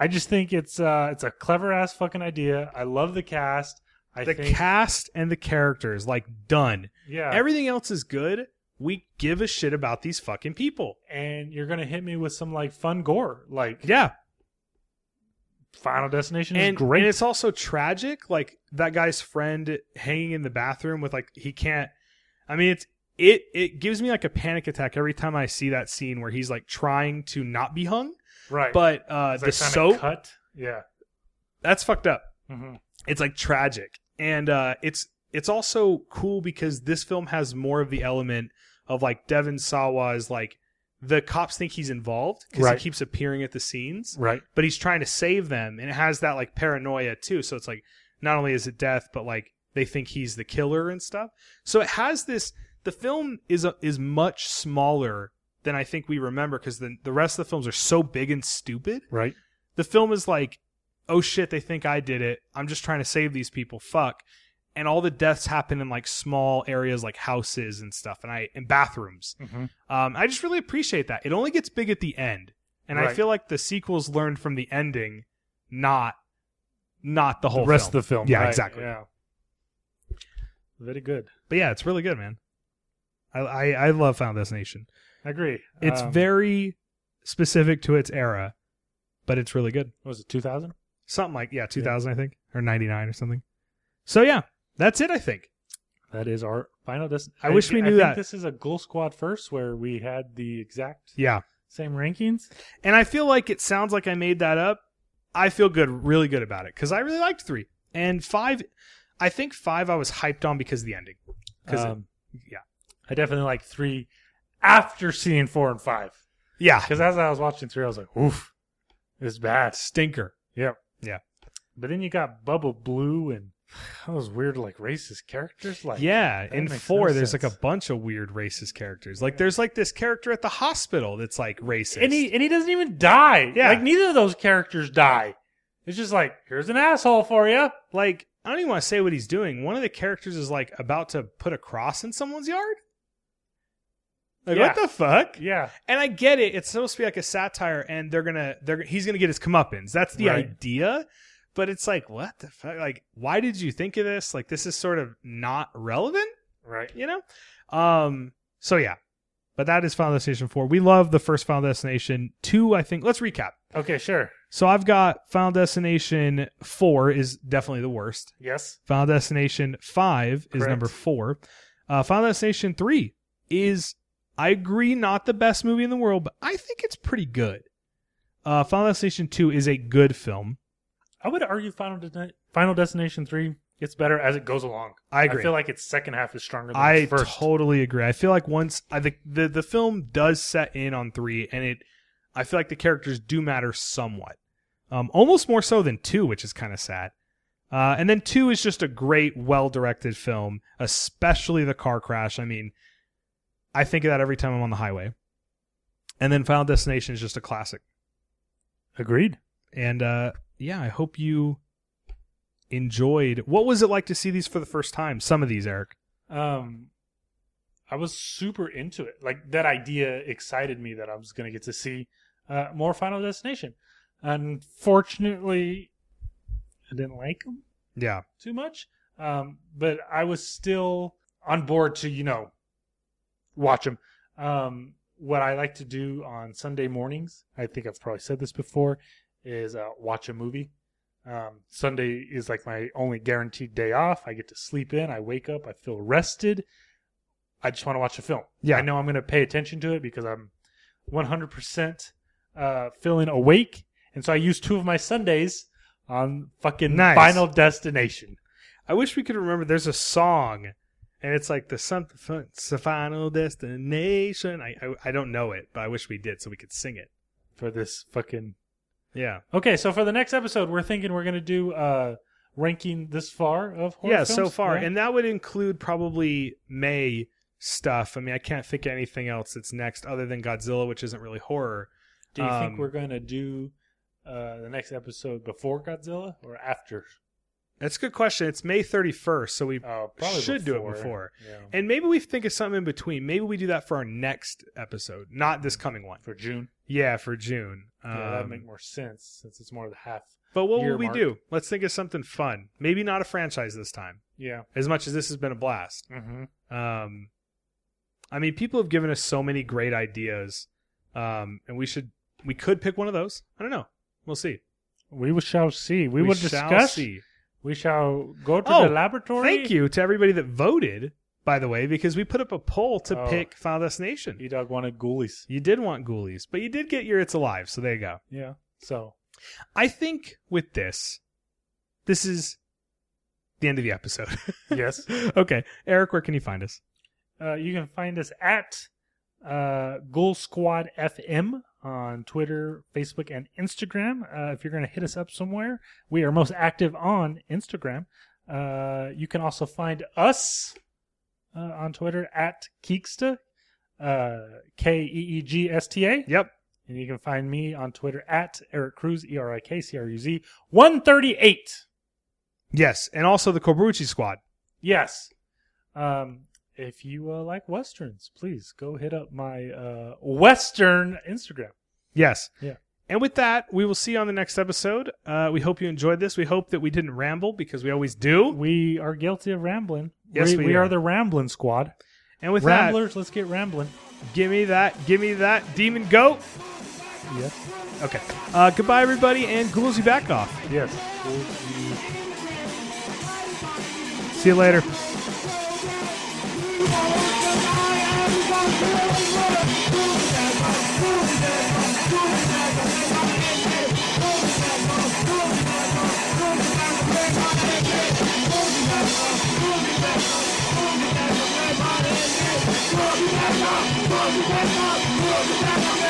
I just think it's uh, it's a clever ass fucking idea. I love the cast. I the think, cast and the characters, like done. yeah. Everything else is good. We give a shit about these fucking people. and you're gonna hit me with some like fun gore, like Yeah, Final Destination and, is great. and it's also tragic. Like that guy's friend hanging in the bathroom with like he can't. I mean, it's it it gives me like a panic attack every time I see that scene where he's like trying to not be hung, right, but uh, It's the like trying to soap cut. Yeah, that's fucked up. hmm It's like tragic, and uh, it's it's also cool because this film has more of the element of like Devin Sawa is like the cops think he's involved because Right. he keeps appearing at the scenes right. but he's trying to save them and it has that like paranoia too so it's like not only is it death but like they think he's the killer and stuff so it has this the film is a, is much smaller than i think we remember because the, the rest of the films are so big and stupid Right. the film is like oh shit they think i did it i'm just trying to save these people fuck and all the deaths happen in like small areas like houses and stuff and i and bathrooms Mhm. um, i just really appreciate that it only gets big at the end and i Right. feel like the sequels learned from the ending not not the whole the rest film. of the film. yeah right, exactly Yeah. Very good. but yeah it's really good man i i, I love final destination I agree. it's Um, very specific to its era but it's really good what was it 2000? something like yeah, 2000 I think or 99 or something. So yeah, that's it I think. That is our final destination. I wish we knew that. this is a goal squad first where we had the exact Yeah. same rankings. And I feel like it sounds like I made that up. I feel good, really good about it because I really liked three and five. I think five I was hyped on because of the ending. Because Um, yeah. I definitely like three after seeing four and five. yeah, Because as I was watching three, I was like, oof, it's bad. stinker. Yep. Yeah. But then you got Bubble Blue and all those weird, like, racist characters. Like, yeah, that in makes four no there's like sense. a bunch of weird racist characters. Like there's like this character at the hospital that's like racist. And he, and he doesn't even die. Yeah. Like, neither of those characters die. It's just like, here's an asshole for you. like I don't even want to say what he's doing. One of the characters is like about to put a cross in someone's yard. Like Yeah. what the fuck? Yeah. and I get it. It's supposed to be like a satire, and they're gonna they're he's gonna get his comeuppance. That's the Right. idea. But it's like, what the fuck? Like, why did you think of this? Like, this is sort of not relevant, Right. you know? Um. So yeah, but that is Final Destination Four. We love the first Final Destination Two. I think. Let's recap. Okay, sure. So I've got Final Destination Four is definitely the worst. Yes. Final Destination Five is Correct. number four. Uh, Final Destination Three is, I agree, not the best movie in the world, but I think it's pretty good. Uh, Final Destination Two is a good film. I would argue Final, De- Final Destination 3 gets better as it goes along. I agree. I feel like its second half is stronger than I its first. totally agree. I feel like once I think the the film does set in on three, and it, I feel like the characters do matter somewhat, um, almost more so than two, which is kind of sad. Uh, and then two is just a great, well directed film, especially the car crash. I mean, I think of that every time I'm on the highway. And then Final Destination is just a classic. Agreed. And uh, yeah, I hope you enjoyed. What was it like to see these for the first time? Some of these, Eric. um i was super into it like that idea excited me that i was going to get to see uh, more final destination unfortunately i didn't like them Yeah. too much um, but i was still on board to you know watch them um, what i like to do on sunday mornings i think i've probably said this before is uh, watch a movie um, sunday is like my only guaranteed day off i get to sleep in i wake up i feel rested i just want to watch a film Yeah. i know i'm going to pay attention to it because i'm 100% uh, feeling awake and so i use two of my sundays on fucking Nice. final destination I wish we could remember. There's a song, and it's like the something fun- it's the final destination. I, I I don't know it, but I wish we did so we could sing it. for this fucking Yeah, okay so for the next episode we're thinking we're gonna do uh ranking this far of horror yeah. So films? far, Yeah. and that would include probably May stuff. I mean, I can't think of anything else that's next other than Godzilla, which isn't really horror. do you um, think we're gonna do uh the next episode before godzilla or after That's a good question. It's May 31st, so we uh probably should do it before. before. yeah. and maybe we think of something in between. Maybe we do that for our next episode, not this coming one. for june Yeah, for June. yeah that'd Um, make more sense since it's more of the half But what year will we mark. do? Let's think of something fun. Maybe not a franchise this time. yeah As much as this has been a blast. mm-hmm. Um, I mean, people have given us so many great ideas, um, and we should we could pick one of those. I don't know. We'll see. we shall see we, will shall discuss see. we shall go to Oh, the laboratory Thank you to everybody that voted, by the way, because we put up a poll to Oh. pick Final Destination. You, e-dog wanted ghoulies did want Ghoulies, but you did get your It's Alive, so there you go. yeah so I think with this, this is the end of the episode. yes okay, Eric, where can you find us? Uh, you can find us at uh, Ghoul Squad FM on Twitter, Facebook, and Instagram. Uh, if you're going to hit us up somewhere, we are most active on Instagram. Uh, you can also find us uh, on Twitter at Keeksta, uh, K E E G S T A. Yep. And you can find me on Twitter at Eric Cruz, E R I K C R U Z, 138. Yes, and also the Corbucci Squad. Yes. Um, if you uh, like westerns, please go hit up my uh, western Instagram. Yes. Yeah. And with that, we will see you on the next episode. Uh, we hope you enjoyed this. We hope that we didn't ramble because we always do. We are guilty of rambling. Yes, we we are. are the rambling squad. And with Ramblers, let's get rambling. that, give me that, give me that demon goat. Yes. All Okay. Uh, goodbye, everybody, and ghouls you back off. Yes. See you later. Thank you.